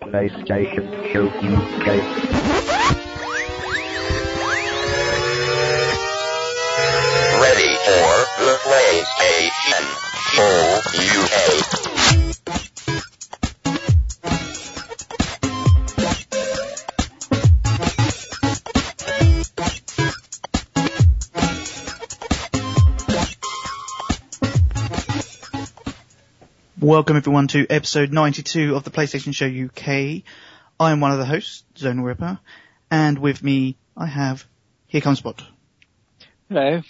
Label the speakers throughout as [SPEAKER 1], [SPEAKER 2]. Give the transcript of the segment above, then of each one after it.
[SPEAKER 1] PlayStation UK.
[SPEAKER 2] Ready for the PlayStation Show UK.
[SPEAKER 3] Welcome everyone to episode 92 of the PlayStation Show UK. I am one of the hosts, Zone Ripper, and with me I have Here Comes Bot.
[SPEAKER 4] Hello.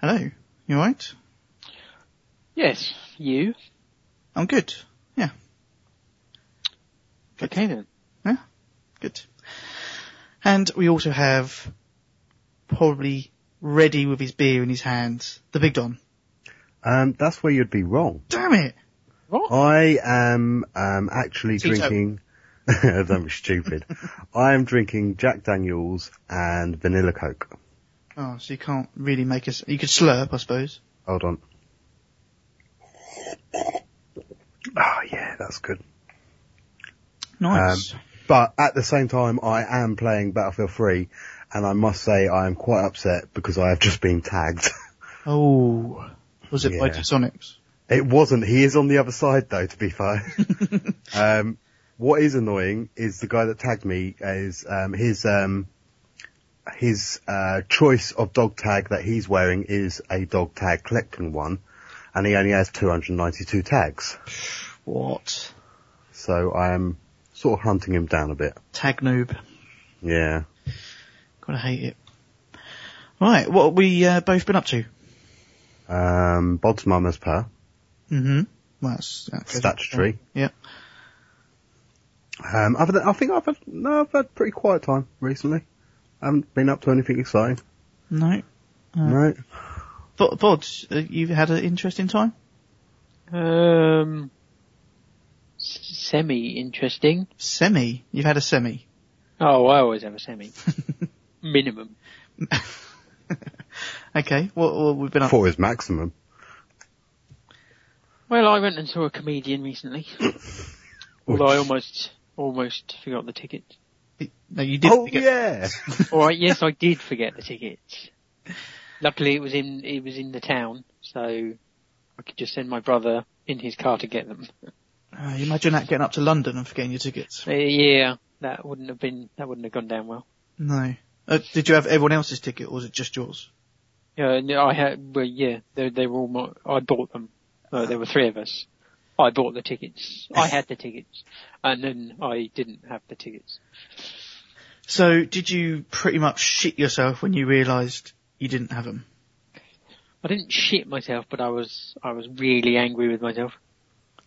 [SPEAKER 3] Hello, you alright?
[SPEAKER 4] Yes, you.
[SPEAKER 3] I'm good. Yeah,
[SPEAKER 4] Okay then.
[SPEAKER 3] yeah, good. And we also have probably ready with his beer in his hands, the Big Don.
[SPEAKER 5] Um, that's where you'd be wrong.
[SPEAKER 3] Damn it!
[SPEAKER 4] What?
[SPEAKER 5] I am um, actually
[SPEAKER 3] Tito.
[SPEAKER 5] drinking. That was stupid. I am drinking Jack Daniels and Vanilla Coke.
[SPEAKER 3] Oh, so you can't really make us, you could slurp I suppose.
[SPEAKER 5] Hold on. Oh yeah, that's good.
[SPEAKER 3] Nice.
[SPEAKER 5] But at the same time, I am playing Battlefield 3, and I must say I am quite upset because I have just been tagged.
[SPEAKER 3] oh, was it by
[SPEAKER 5] Yeah.
[SPEAKER 3] Sonics?
[SPEAKER 5] It wasn't. He is on the other side though, to be fair. um, what is annoying is the guy that tagged me is, um, his, um, his, uh, choice of dog tag that he's wearing is a dog tag collecting one and he only has 292 tags.
[SPEAKER 3] What?
[SPEAKER 5] So I am sort of hunting him down a bit.
[SPEAKER 3] Tag noob.
[SPEAKER 5] Yeah.
[SPEAKER 3] Gotta hate it. Right, what have we uh, both been up to?
[SPEAKER 5] Um, Bob's mum as per
[SPEAKER 3] Mm-hmm. Well, that's, that goes-
[SPEAKER 5] statutory.
[SPEAKER 3] Yeah.
[SPEAKER 5] Um, other than, I think I've had, no, I've had pretty quiet time recently. I haven't been up to anything exciting.
[SPEAKER 3] No.
[SPEAKER 5] Right.
[SPEAKER 3] Bod, Bod uh, you've had an interesting time?
[SPEAKER 4] Um, semi interesting.
[SPEAKER 3] Semi. You've had a semi.
[SPEAKER 4] Oh, I always have a semi. Minimum.
[SPEAKER 3] Okay, what, what we've been up
[SPEAKER 5] Four is maximum.
[SPEAKER 4] Well, I went and saw a comedian recently. Although I almost, almost forgot the ticket.
[SPEAKER 3] No, you did.
[SPEAKER 5] oh
[SPEAKER 3] forget-
[SPEAKER 5] yeah.
[SPEAKER 4] Alright, yes, I did forget the ticket. Luckily it was in, it was in the town, so I could just send my brother in his car to get them.
[SPEAKER 3] Uh, you imagine that getting up to London and forgetting your tickets.
[SPEAKER 4] Uh, yeah, that wouldn't have been, that wouldn't have gone down well.
[SPEAKER 3] No. Uh, did you have everyone else's ticket or was it just yours?
[SPEAKER 4] Yeah, no, I had. Well, yeah, they, they were all my. I bought them. Uh, there were three of us. I bought the tickets. I had the tickets, and then I didn't have the tickets.
[SPEAKER 3] So did you pretty much shit yourself when you realised you didn't have them?
[SPEAKER 4] I didn't shit myself, but I was. I was really angry with myself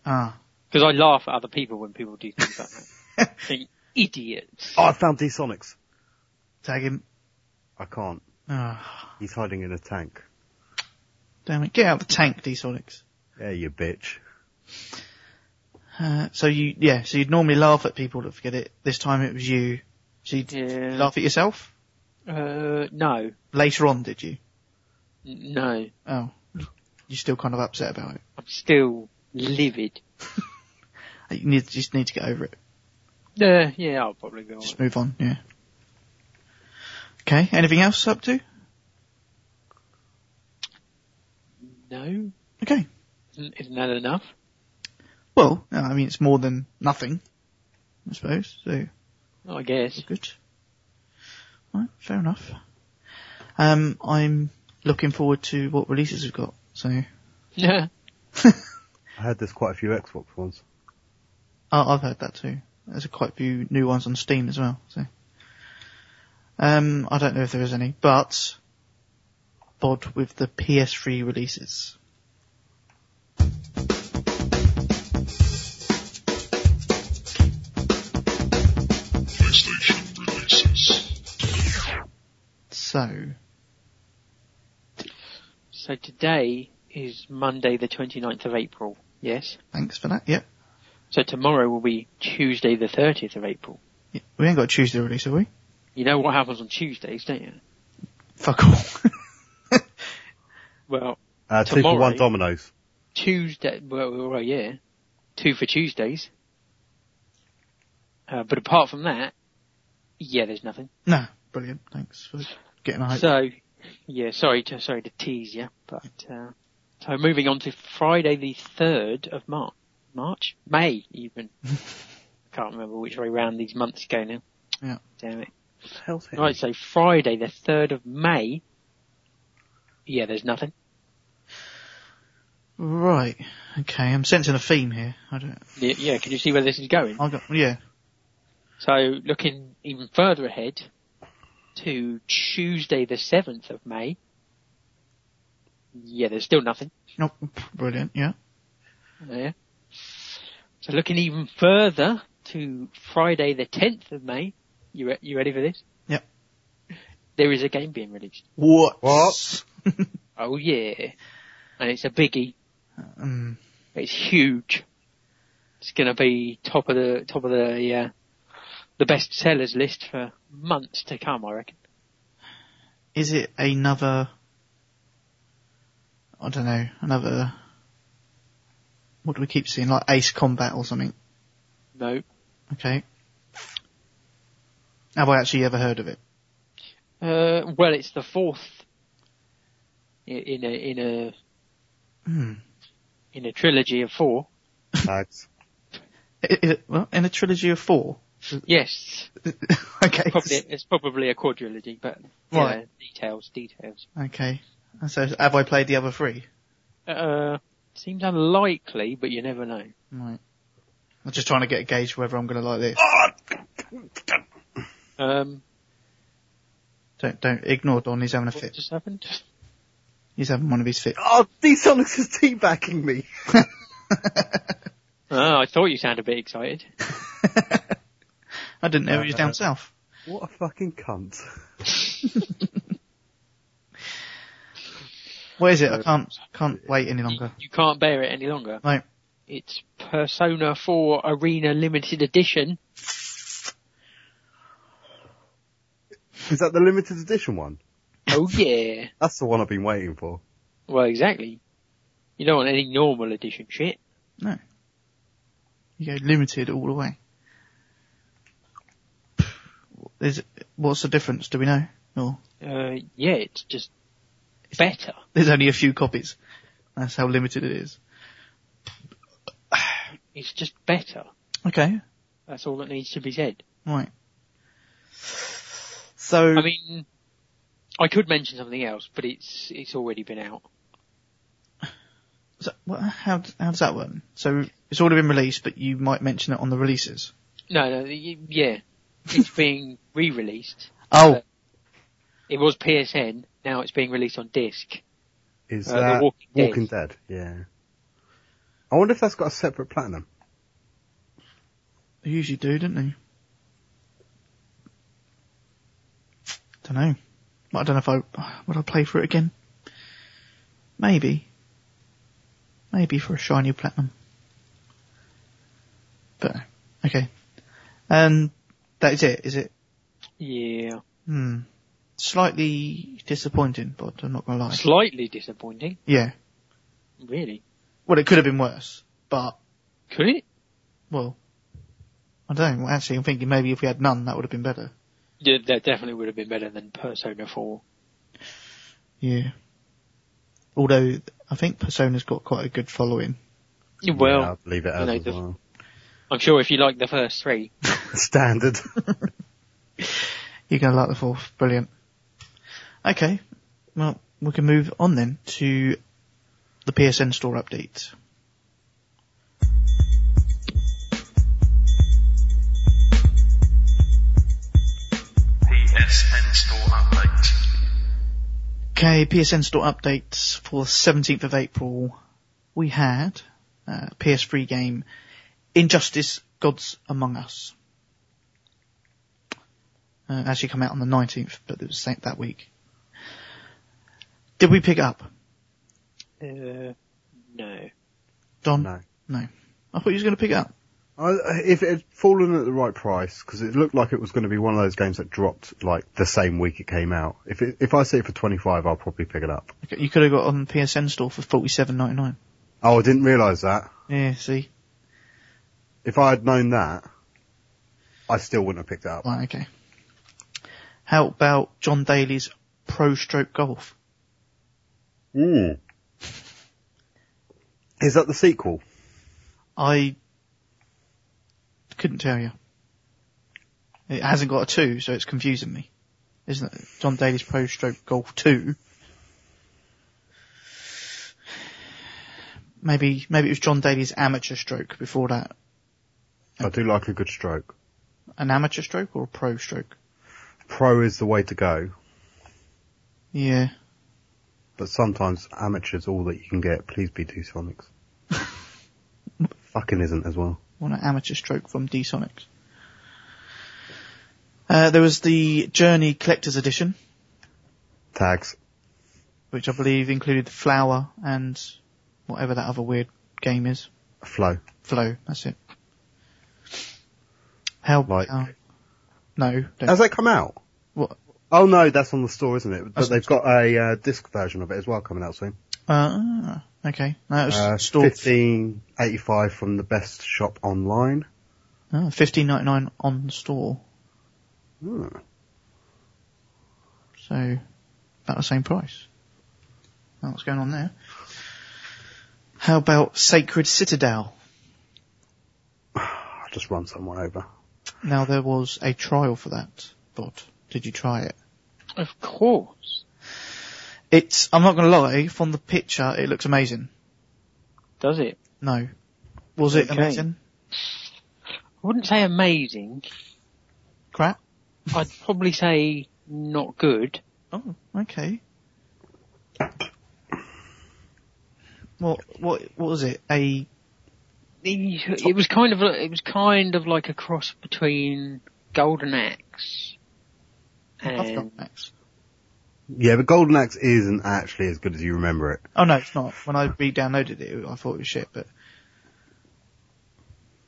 [SPEAKER 3] Ah.
[SPEAKER 4] because I laugh at other people when people do things like that. I think idiots.
[SPEAKER 5] Oh, I found D Sonics.
[SPEAKER 3] Tag him.
[SPEAKER 5] I can't.
[SPEAKER 3] Ah.
[SPEAKER 5] He's hiding in a tank.
[SPEAKER 3] damn it. Get out of the tank, D-Sonics.
[SPEAKER 5] Yeah, you bitch.
[SPEAKER 3] Uh, so you, yeah, so you'd normally laugh at people that forget it. This time it was you. So you'd
[SPEAKER 4] Yeah.
[SPEAKER 3] laugh at yourself?
[SPEAKER 4] Uh, no,
[SPEAKER 3] Later on, did you?
[SPEAKER 4] N- no.
[SPEAKER 3] Oh. You're still kind of upset about it.
[SPEAKER 4] I'm still livid.
[SPEAKER 3] Uh, You need, just need to get over it.
[SPEAKER 4] Uh, yeah, I'll probably go.
[SPEAKER 3] Just
[SPEAKER 4] On.
[SPEAKER 3] move on, yeah. Okay, anything else up to?
[SPEAKER 4] No,
[SPEAKER 3] Okay.
[SPEAKER 4] isn't, isn't that enough?
[SPEAKER 3] Well, no, I mean, it's more than nothing, I suppose, so
[SPEAKER 4] I guess.
[SPEAKER 3] good. Right, fair enough. Um, I'm looking forward to what releases we've got, so.
[SPEAKER 4] Yeah.
[SPEAKER 5] I heard there's quite a few Xbox ones.
[SPEAKER 3] Oh, I've heard that too. There's quite a few new ones on Steam as well. So, um, I don't know if there is any, but bod with the PS3 releases. So,
[SPEAKER 4] So today is Monday the 29th of April, yes?
[SPEAKER 3] thanks for that. Yep.
[SPEAKER 4] So tomorrow will be Tuesday the 30th of April.
[SPEAKER 3] Yep. We ain't got a Tuesday release, have we?
[SPEAKER 4] You know what happens on Tuesdays, don't you?
[SPEAKER 3] Fuck all.
[SPEAKER 4] Well,
[SPEAKER 5] Uh, two for
[SPEAKER 4] Tomorrow. eh?
[SPEAKER 5] one Dominoes.
[SPEAKER 4] Tuesday, well, well yeah, two for Tuesdays. Uh, but apart from that, yeah, there's nothing.
[SPEAKER 3] No, brilliant. Thanks for getting a hype.
[SPEAKER 4] So, yeah, sorry to, sorry to tease you, but, uh, so moving on to Friday the 3rd of March. March? May, even. I can't remember which way round these months go now.
[SPEAKER 3] Yeah.
[SPEAKER 4] Damn it.
[SPEAKER 5] Hell's
[SPEAKER 4] Right, so Friday the 3rd of May. Yeah, there's nothing.
[SPEAKER 3] right. Okay, I'm sensing a theme here. I don't.
[SPEAKER 4] Yeah, yeah, can you see where this is going?
[SPEAKER 3] I got. Yeah.
[SPEAKER 4] So looking even further ahead to Tuesday the 7th of May. Yeah, there's still nothing.
[SPEAKER 3] No. Brilliant. Yeah.
[SPEAKER 4] Yeah. So looking even further to Friday the 10th of May. You, re- you ready for this?
[SPEAKER 3] Yep.
[SPEAKER 4] There is a game being released.
[SPEAKER 3] What?
[SPEAKER 5] What?
[SPEAKER 4] Oh yeah. And it's a biggie.
[SPEAKER 3] um,
[SPEAKER 4] It's huge. It's going to be top of the top of the uh, the best sellers list for months to come, I reckon.
[SPEAKER 3] is it another? I don't know. Another. What do we keep seeing? Like Ace Combat or something.
[SPEAKER 4] No,
[SPEAKER 3] Okay. Have I actually ever heard of it?
[SPEAKER 4] uh, well, it's the fourth i- in a in a
[SPEAKER 3] Hmm.
[SPEAKER 4] in a trilogy of four.
[SPEAKER 5] Tags.
[SPEAKER 3] I- Is it, well, in a trilogy of four.
[SPEAKER 4] Yes,
[SPEAKER 3] okay.
[SPEAKER 4] probably it's probably a quadrilogy, but yeah,
[SPEAKER 3] Right.
[SPEAKER 4] details, details.
[SPEAKER 3] Okay. And So have I played the other three?
[SPEAKER 4] Uh, seems unlikely, but you never know.
[SPEAKER 3] Right. I'm just trying to get a gauge whether I'm going to like this.
[SPEAKER 4] Um,
[SPEAKER 3] Don't don't ignore Don. He's having a
[SPEAKER 4] what
[SPEAKER 3] fit.
[SPEAKER 4] just happened?
[SPEAKER 3] He's having one of his fits.
[SPEAKER 5] Oh, D-Sonics is teabagging me.
[SPEAKER 4] Oh, I thought you sounded a bit excited.
[SPEAKER 3] I didn't know he was down south.
[SPEAKER 5] What a fucking cunt.
[SPEAKER 3] Where is it? I can't can't wait any longer.
[SPEAKER 4] You can't bear it any longer.
[SPEAKER 3] No.
[SPEAKER 4] It's Persona 4 Arena Limited Edition.
[SPEAKER 5] Is that the limited edition one?
[SPEAKER 4] Oh yeah.
[SPEAKER 5] That's the one I've been waiting for.
[SPEAKER 4] well, exactly. You don't want any normal edition shit.
[SPEAKER 3] No. You go limited all the way. Is it- what's the difference? Do we know? Or
[SPEAKER 4] Uh, yeah, it's just better.
[SPEAKER 3] there's only a few copies. That's how limited it is.
[SPEAKER 4] It's just better.
[SPEAKER 3] Okay.
[SPEAKER 4] That's all that needs to be said.
[SPEAKER 3] Right. So
[SPEAKER 4] I mean, I could mention something else, but it's, it's already been out.
[SPEAKER 3] So, what, how how does that work? So it's already been released, but you might mention it on the releases.
[SPEAKER 4] No, no, y- yeah. It's being re-released.
[SPEAKER 3] Oh,
[SPEAKER 4] It was PSN, now it's being released on disc.
[SPEAKER 5] Is
[SPEAKER 4] Uh, The
[SPEAKER 5] that
[SPEAKER 4] Walking Dead.
[SPEAKER 5] Walking Dead? Yeah. I wonder if that's got a separate platinum.
[SPEAKER 3] they usually do, don't they? Don't know. I don't know if I would I play for it again. Maybe. Maybe for a shiny platinum. But okay. Um, that is it. Is it?
[SPEAKER 4] Yeah.
[SPEAKER 3] Hmm. Slightly disappointing, but I'm not gonna lie.
[SPEAKER 4] Slightly disappointing,
[SPEAKER 3] Yeah.
[SPEAKER 4] really.
[SPEAKER 3] Well, it could have been worse, but
[SPEAKER 4] Could it?
[SPEAKER 3] Well, I don't. know. Well, actually, I'm thinking maybe if we had none, that would have been better.
[SPEAKER 4] Yeah, that definitely would have been better than Persona 4.
[SPEAKER 3] Yeah. Although I think Persona's got quite a good following.
[SPEAKER 4] Well,
[SPEAKER 5] yeah, I believe it
[SPEAKER 4] you
[SPEAKER 5] has
[SPEAKER 4] know,
[SPEAKER 5] as
[SPEAKER 4] the-
[SPEAKER 5] well.
[SPEAKER 4] I'm sure if you like the first three,
[SPEAKER 5] Standard.
[SPEAKER 3] You're gonna like the fourth. Brilliant. Okay. Well, we can move on then to the PSN store update.
[SPEAKER 6] PSN Store Update.
[SPEAKER 3] Okay, PSN store updates for 17th of April. We had uh, PS3 game Injustice Gods Among Us. Uh, it actually come out on the 19th, but it was sent that week. Did we pick it up?
[SPEAKER 4] uh, no.
[SPEAKER 3] Don?
[SPEAKER 5] no.
[SPEAKER 3] No. I thought you was going to pick it up.
[SPEAKER 5] Um, I, if it had fallen at the right price, because it looked like it was going to be one of those games that dropped like the same week it came out. If it, if I see it for twenty five, I'll probably pick it up.
[SPEAKER 3] Okay, you could have got it on the PSN store for 47.99.
[SPEAKER 5] Oh, I didn't realise that.
[SPEAKER 3] Yeah, see?
[SPEAKER 5] If I had known that, I still wouldn't have picked it up.
[SPEAKER 3] Right, okay. How about John Daly's Pro Stroke Golf?
[SPEAKER 5] Mm. Is that the sequel?
[SPEAKER 3] I couldn't tell you. It hasn't got a two, so it's confusing me. Isn't it? John Daly's Pro Stroke Golf 2. Maybe, maybe it was John Daly's amateur stroke before that.
[SPEAKER 5] I do like a good stroke.
[SPEAKER 3] An amateur stroke or a pro stroke?
[SPEAKER 5] Pro is the way to go,
[SPEAKER 3] Yeah.
[SPEAKER 5] but sometimes amateur's all that you can get. Please be Sonics. Fucking isn't as well.
[SPEAKER 3] on an amateur stroke from D-Sonics. Uh, there was the Journey Collector's Edition,
[SPEAKER 5] Tags.
[SPEAKER 3] which I believe included Flower and whatever that other weird game is.
[SPEAKER 5] Flow.
[SPEAKER 3] Flow, that's it. How,
[SPEAKER 5] Like-
[SPEAKER 3] how- no, don't-
[SPEAKER 5] Has that come out?
[SPEAKER 3] what,
[SPEAKER 5] Oh no, that's on the store, isn't it?
[SPEAKER 3] That's
[SPEAKER 5] But they've got a uh, disc version of it as well coming out soon.
[SPEAKER 3] uh, okay. No, it was
[SPEAKER 5] Uh,
[SPEAKER 3] stored,
[SPEAKER 5] Fifteen eighty-five from the best shop online.
[SPEAKER 3] oh, 15.99 on store,
[SPEAKER 5] Hmm.
[SPEAKER 3] so about the same price. Now what's going on there? How about Sacred Citadel?
[SPEAKER 5] I'll just run someone over.
[SPEAKER 3] Now there was a trial for that bot. Did you try it?
[SPEAKER 4] Of course.
[SPEAKER 3] It's, I'm not gonna lie, from the picture it looks amazing.
[SPEAKER 4] Does it?
[SPEAKER 3] No. Was it
[SPEAKER 4] Okay.
[SPEAKER 3] amazing?
[SPEAKER 4] I wouldn't say amazing.
[SPEAKER 3] Crap?
[SPEAKER 4] I'd probably say not good.
[SPEAKER 3] Oh, okay. What, what, what was it? A,
[SPEAKER 4] It was kind of a- it was kind of like a cross between Golden Axe
[SPEAKER 3] I've got
[SPEAKER 4] and
[SPEAKER 3] Max.
[SPEAKER 5] Yeah, but Golden Axe isn't actually as good as you remember it.
[SPEAKER 3] Oh no, it's not. When I re-downloaded it, I thought it was shit, but.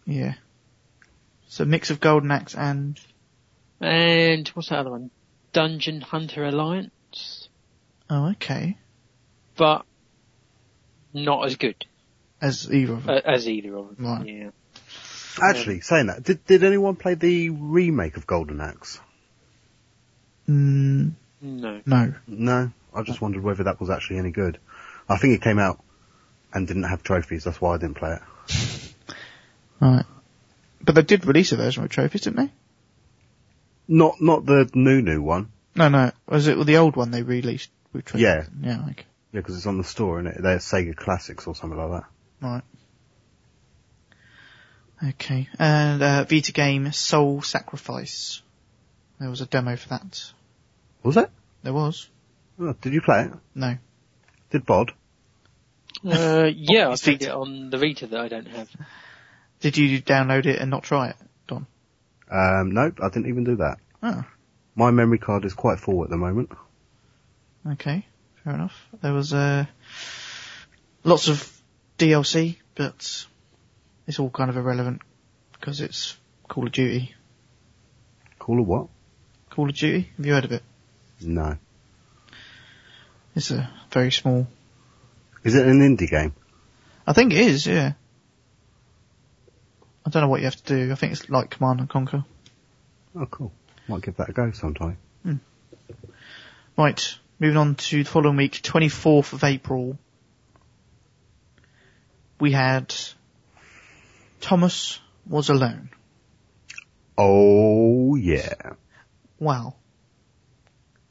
[SPEAKER 3] Yeah. So mix of Golden Axe and,
[SPEAKER 4] and what's that other one? Dungeon Hunter Alliance,
[SPEAKER 3] oh okay,
[SPEAKER 4] but not as good
[SPEAKER 3] as either of them.
[SPEAKER 4] uh, as either of them.
[SPEAKER 3] Hmm. Right.
[SPEAKER 4] Yeah.
[SPEAKER 5] Actually, saying that, did did anyone play the remake of Golden Axe?
[SPEAKER 3] Mm,
[SPEAKER 4] No.
[SPEAKER 3] no.
[SPEAKER 5] No, I just wondered whether that was actually any good. I think it came out and didn't have trophies. That's why I didn't play it.
[SPEAKER 3] Right. But they did release a version with trophies, didn't they?
[SPEAKER 5] Not not the new new one.
[SPEAKER 3] No, no. Was it the old one they released with trophies?
[SPEAKER 5] Yeah.
[SPEAKER 3] Yeah, okay.
[SPEAKER 5] Yeah, because it's on the store and they're Sega Classics or something like that.
[SPEAKER 3] Right. Okay. And, uh, Vita game Soul Sacrifice. There was a demo for that.
[SPEAKER 5] Was it?
[SPEAKER 3] There was.
[SPEAKER 5] Oh, did you play it?
[SPEAKER 3] No.
[SPEAKER 5] Did Bod?
[SPEAKER 4] Uh, yeah, I
[SPEAKER 3] It's
[SPEAKER 4] played it
[SPEAKER 3] Vita.
[SPEAKER 4] on the Vita that I don't have.
[SPEAKER 3] Did you download it and not try it?
[SPEAKER 5] Um, nope, I didn't even do that.
[SPEAKER 3] Oh.
[SPEAKER 5] My memory card is quite full at the moment.
[SPEAKER 3] Okay. Fair enough. There was, uh, lots of DLC, but it's all kind of irrelevant because it's Call of Duty.
[SPEAKER 5] Call or what?
[SPEAKER 3] Call of Duty? Have you heard of it?
[SPEAKER 5] No.
[SPEAKER 3] It's a very small.
[SPEAKER 5] Is it an indie game?
[SPEAKER 3] I think it is, yeah. I don't know what you have to do. I think it's like Command and Conquer.
[SPEAKER 5] Oh, cool. Might give that a go sometime.
[SPEAKER 3] Right, moving on to the following week, 24th of April. We had Thomas was alone.
[SPEAKER 5] Oh yeah.
[SPEAKER 3] Wow.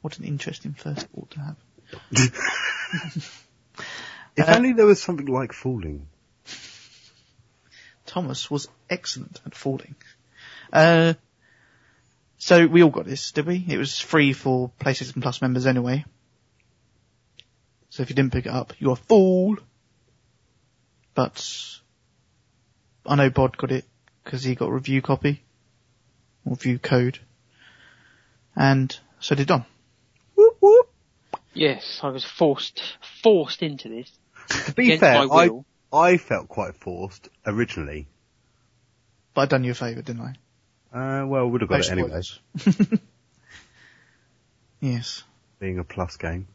[SPEAKER 3] What an interesting first thought to have.
[SPEAKER 5] If
[SPEAKER 3] Uh,
[SPEAKER 5] only there was something like falling.
[SPEAKER 3] Thomas was excellent at falling. Uh, so we all got this, did we? It was free for PlayStation Plus members anyway. So if you didn't pick it up, you're a fool. But I know Bod got it because he got a review copy or review code. And so did Dom.
[SPEAKER 5] Whoop, whoop.
[SPEAKER 4] Yes, I was forced forced into this.
[SPEAKER 5] To be
[SPEAKER 4] Against
[SPEAKER 5] fair,
[SPEAKER 4] my
[SPEAKER 5] I,
[SPEAKER 4] will.
[SPEAKER 5] I felt quite forced originally.
[SPEAKER 3] But I done you a favour, didn't I?
[SPEAKER 5] Uh, well, would have got
[SPEAKER 3] No
[SPEAKER 5] it anyway.
[SPEAKER 3] spoilers. yes.
[SPEAKER 5] Being a plus game.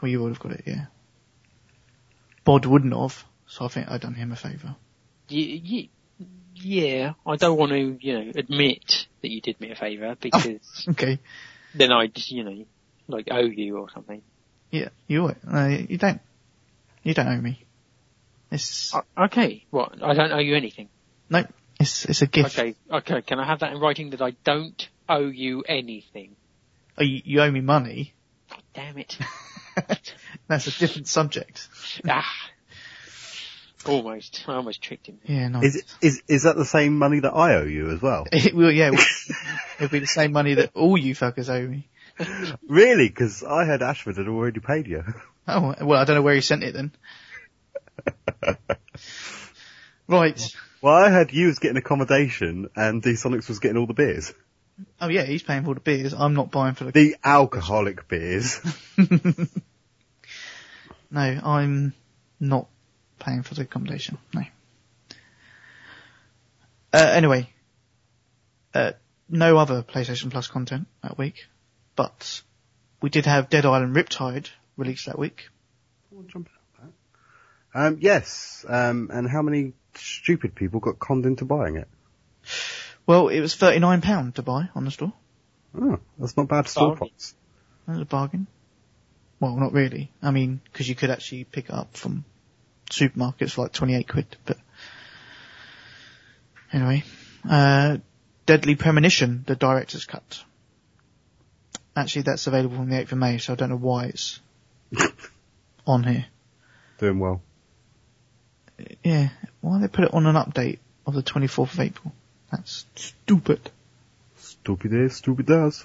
[SPEAKER 3] Well, you would have got it, yeah. Bod wouldn't have, so I think I've done him a favour.
[SPEAKER 4] You, you, yeah, I don't want to, you know, admit that you did me a favour because
[SPEAKER 3] Okay.
[SPEAKER 4] then I'd, you know, like owe you or something.
[SPEAKER 3] Yeah, you owe it. No, you don't. You don't owe me. It's
[SPEAKER 4] O- Uh, Okay, what? I don't owe you anything.
[SPEAKER 3] no. It's it's a gift.
[SPEAKER 4] Okay, okay. Can I have that in writing that I don't owe you anything?
[SPEAKER 3] Oh, you, you owe me money.
[SPEAKER 4] God damn it!
[SPEAKER 3] That's a different subject.
[SPEAKER 4] ah, almost. I almost tricked him.
[SPEAKER 3] Yeah, nice.
[SPEAKER 5] Is it- is is that the same money that I owe you as well?
[SPEAKER 3] It will, yeah. It'll be the same money that all you fuckers owe me.
[SPEAKER 5] Really? Because I heard Ashford had already paid you.
[SPEAKER 3] Oh, well, I don't know where he sent it then. right.
[SPEAKER 5] Well, I heard you was getting accommodation and D Sonics was getting all the beers,
[SPEAKER 3] Oh yeah, he's paying for the beers. I'm not buying for the.
[SPEAKER 5] the alcoholic beers.
[SPEAKER 3] no, I'm not paying for the accommodation. No. Uh, anyway, uh, no other PlayStation Plus content that week, but we did have Dead Island Riptide released that week.
[SPEAKER 5] Um, yes. Um, and how many stupid people got conned into buying it?
[SPEAKER 3] Well, it was £39 to buy on the store.
[SPEAKER 5] Oh, that's not bad store
[SPEAKER 4] Bargain.
[SPEAKER 5] price.
[SPEAKER 3] That was a bargain. Well, not really. I mean, because you could actually pick it up from supermarkets for like 28 quid, but anyway. Uh, Deadly Premonition, the director's cut. Actually, that's available from the 8th of May, so I don't know why it's on here.
[SPEAKER 5] Doing well.
[SPEAKER 3] Yeah, why they put it on an update of the 24th of April? That's stupid.
[SPEAKER 5] Stupid is, stupid does.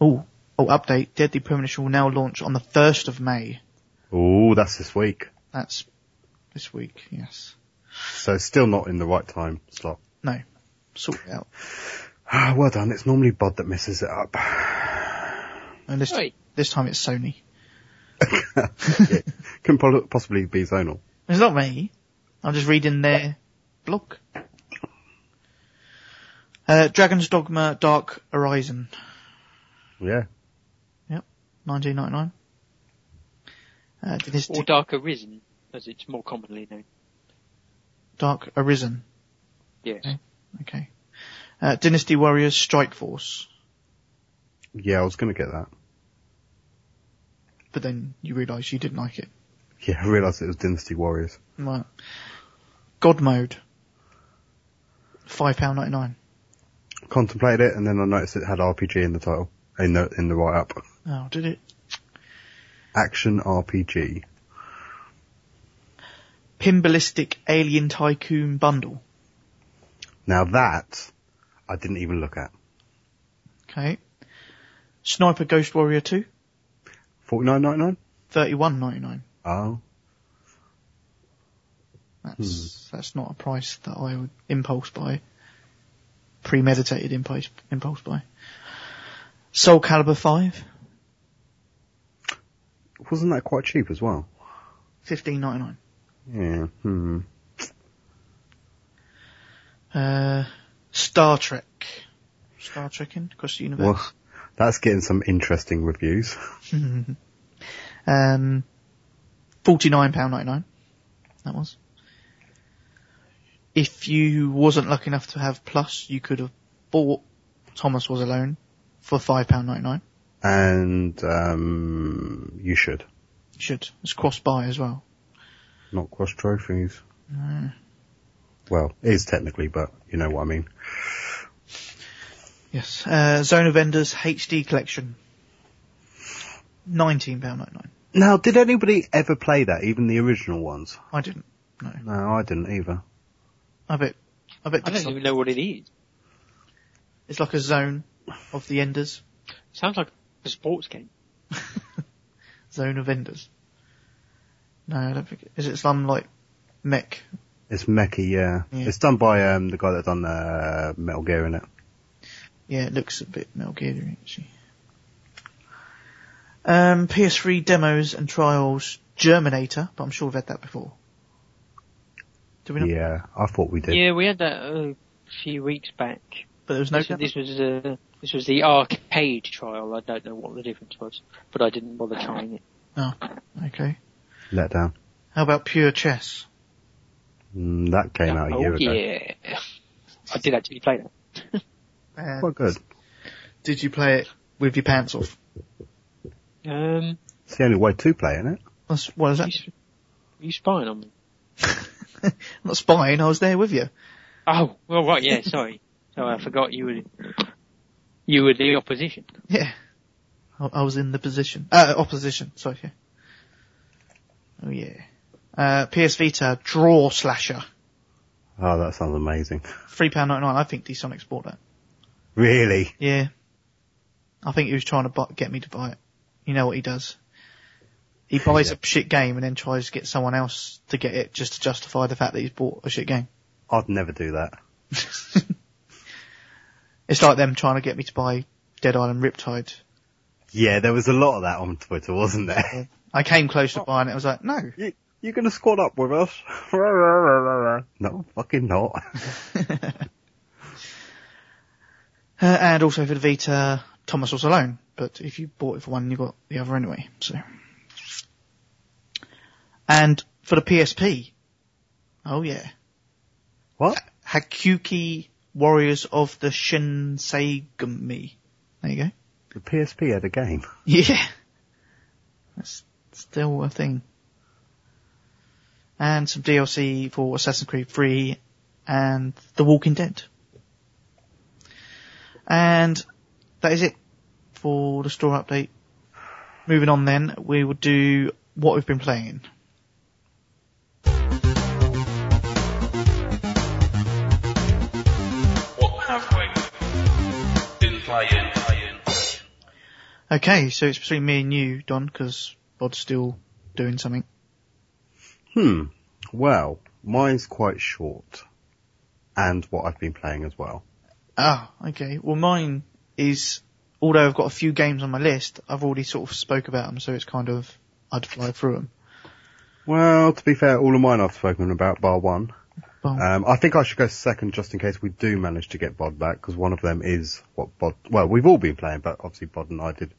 [SPEAKER 3] Oh, oh, update. Deadly Premonition will now launch on the 1st of May.
[SPEAKER 5] Oh, that's this week.
[SPEAKER 3] That's this week, yes.
[SPEAKER 5] So still not in the right time slot.
[SPEAKER 3] No. Sort it out.
[SPEAKER 5] Ah, well done. It's normally Bod that messes it up.
[SPEAKER 3] And this,
[SPEAKER 4] Right.
[SPEAKER 3] this time it's Sony.
[SPEAKER 5] It can po- possibly be zonal.
[SPEAKER 3] It's not me. I'm just reading their blog. Uh, Dragon's Dogma Dark Horizon,
[SPEAKER 5] Yeah.
[SPEAKER 3] 1999. Uh, did this
[SPEAKER 4] Or
[SPEAKER 3] do-
[SPEAKER 4] Darker Risen, as it's more commonly known.
[SPEAKER 3] Dark Arisen.
[SPEAKER 4] Yes.
[SPEAKER 3] Okay. Uh, Dynasty Warriors Strike Force.
[SPEAKER 5] Yeah, I was going to get that.
[SPEAKER 3] But then you realise you didn't like it.
[SPEAKER 5] Yeah, I realised it was Dynasty Warriors.
[SPEAKER 3] Right. God Mode. £5.99.
[SPEAKER 5] Contemplated it and then I noticed it had RPG in the title. In the, in the write up.
[SPEAKER 3] Oh, did it?
[SPEAKER 5] Action RPG.
[SPEAKER 3] Pinballistic Alien Tycoon Bundle.
[SPEAKER 5] Now that, I didn't even look at.
[SPEAKER 3] Okay. Sniper Ghost Warrior 2,
[SPEAKER 5] Forty nine ninety nine.
[SPEAKER 3] 31.99.
[SPEAKER 5] Oh.
[SPEAKER 3] That's, that's not a price that I would impulse buy. Premeditated impulse, impulse buy. Soul Calibur 5,
[SPEAKER 5] Wasn't that quite cheap as well?
[SPEAKER 3] 15.99.
[SPEAKER 5] Yeah. Hmm.
[SPEAKER 3] Uh, Star Trek. Star Trek in across the universe.
[SPEAKER 5] Well, that's getting some interesting reviews.
[SPEAKER 3] Um, £49.99. That was. If you wasn't lucky enough to have Plus, you could have bought Thomas Was Alone for £5.99.
[SPEAKER 5] And, um, you should.
[SPEAKER 3] You should. It's cross buy as well.
[SPEAKER 5] Not cross trophies.
[SPEAKER 4] Mm.
[SPEAKER 5] Well, it is technically, but you know what I mean.
[SPEAKER 3] Yes. Uh, Zone of Enders HD Collection. £19.99.
[SPEAKER 5] Now, did anybody ever play that, even the original ones?
[SPEAKER 3] I didn't. No.
[SPEAKER 5] No, I didn't either.
[SPEAKER 3] I bet, I bet
[SPEAKER 4] I
[SPEAKER 3] it's
[SPEAKER 4] don't
[SPEAKER 3] like,
[SPEAKER 4] even know what it is.
[SPEAKER 3] it's like a zone of the Enders.
[SPEAKER 4] Sounds like a sports game.
[SPEAKER 3] Zone of Enders. No, I don't think, is it some like mech
[SPEAKER 5] It's mechy, yeah.
[SPEAKER 3] Yeah.
[SPEAKER 5] It's done by, um, the guy that done, uh, Metal Gear in it.
[SPEAKER 3] Yeah, it looks a bit Metal Gear actually. Um, PS3 demos and trials, Germinator, but I'm sure we've had that before. Do we not?
[SPEAKER 5] Yeah, I thought we did.
[SPEAKER 4] Yeah, we had that uh, a few weeks back.
[SPEAKER 3] But there was no
[SPEAKER 4] this,
[SPEAKER 3] demo.
[SPEAKER 4] this was uh, this was the arcade trial. I don't know what the difference was, but I didn't bother trying it.
[SPEAKER 3] Oh, okay.
[SPEAKER 5] Let down.
[SPEAKER 3] How about Pure Chess?
[SPEAKER 5] Mm, that came out a year
[SPEAKER 4] oh
[SPEAKER 5] ago.
[SPEAKER 4] yeah. I did actually play that.
[SPEAKER 3] Uh,
[SPEAKER 5] Quite good.
[SPEAKER 3] Did you play it with your pants off?
[SPEAKER 4] Um,
[SPEAKER 5] It's the only way to play, isn't it?
[SPEAKER 3] That's, what is
[SPEAKER 4] are
[SPEAKER 3] that?
[SPEAKER 4] you, sp- are you spying on me?
[SPEAKER 3] Not spying, I was there with you.
[SPEAKER 4] Oh, well, right, yeah, sorry. So I forgot you were, you were the opposition.
[SPEAKER 3] Yeah. I, I was in the position. Uh, opposition, sorry. yeah. Oh yeah. Uh, PS Vita, Draw Slasher.
[SPEAKER 5] Oh, that sounds amazing.
[SPEAKER 3] £3.99, I think D-Sonic's bought that.
[SPEAKER 5] Really?
[SPEAKER 3] Yeah. I think he was trying to bu get me to buy it. You know what he does. He buys
[SPEAKER 5] Yeah.
[SPEAKER 3] a shit game and then tries to get someone else to get it just to justify the fact that he's bought a shit game.
[SPEAKER 5] I'd never do that.
[SPEAKER 3] It's like them trying to get me to buy Dead Island Riptide.
[SPEAKER 5] Yeah, there was a lot of that on Twitter, wasn't there?
[SPEAKER 3] I came close to buying it, I was like, no.
[SPEAKER 5] you, you're gonna squad up with us? no, fucking not.
[SPEAKER 3] Uh, and also for the Vita, Thomas was alone. But if you bought it for one, you got the other anyway. So, and for the PSP, oh yeah,
[SPEAKER 5] What?
[SPEAKER 3] Hakuki Warriors of the Shinsegumi. There you go.
[SPEAKER 5] The PSP had a game.
[SPEAKER 3] Yeah, that's still a thing. And some DLC for Assassin's Creed 3 and The Walking Dead. And that is it for the store update. Moving on then, we will do what we've been playing.
[SPEAKER 6] What have we been playing?
[SPEAKER 3] Okay, so it's between me and you, Don, because Bod's still doing something.
[SPEAKER 5] Hmm. Well, mine's quite short. And what I've been playing as well.
[SPEAKER 3] Ah, okay. Well, mine is, although I've got a few games on my list, I've already sort of spoke about them, so it's kind of, I'd fly through them.
[SPEAKER 5] Well, to be fair, all of mine I've spoken about, bar one.
[SPEAKER 3] Well,
[SPEAKER 5] Um, I think I should go second just in case we do manage to get Bod back, because one of them is what Bod, well, we've all been playing, but obviously Bod and I did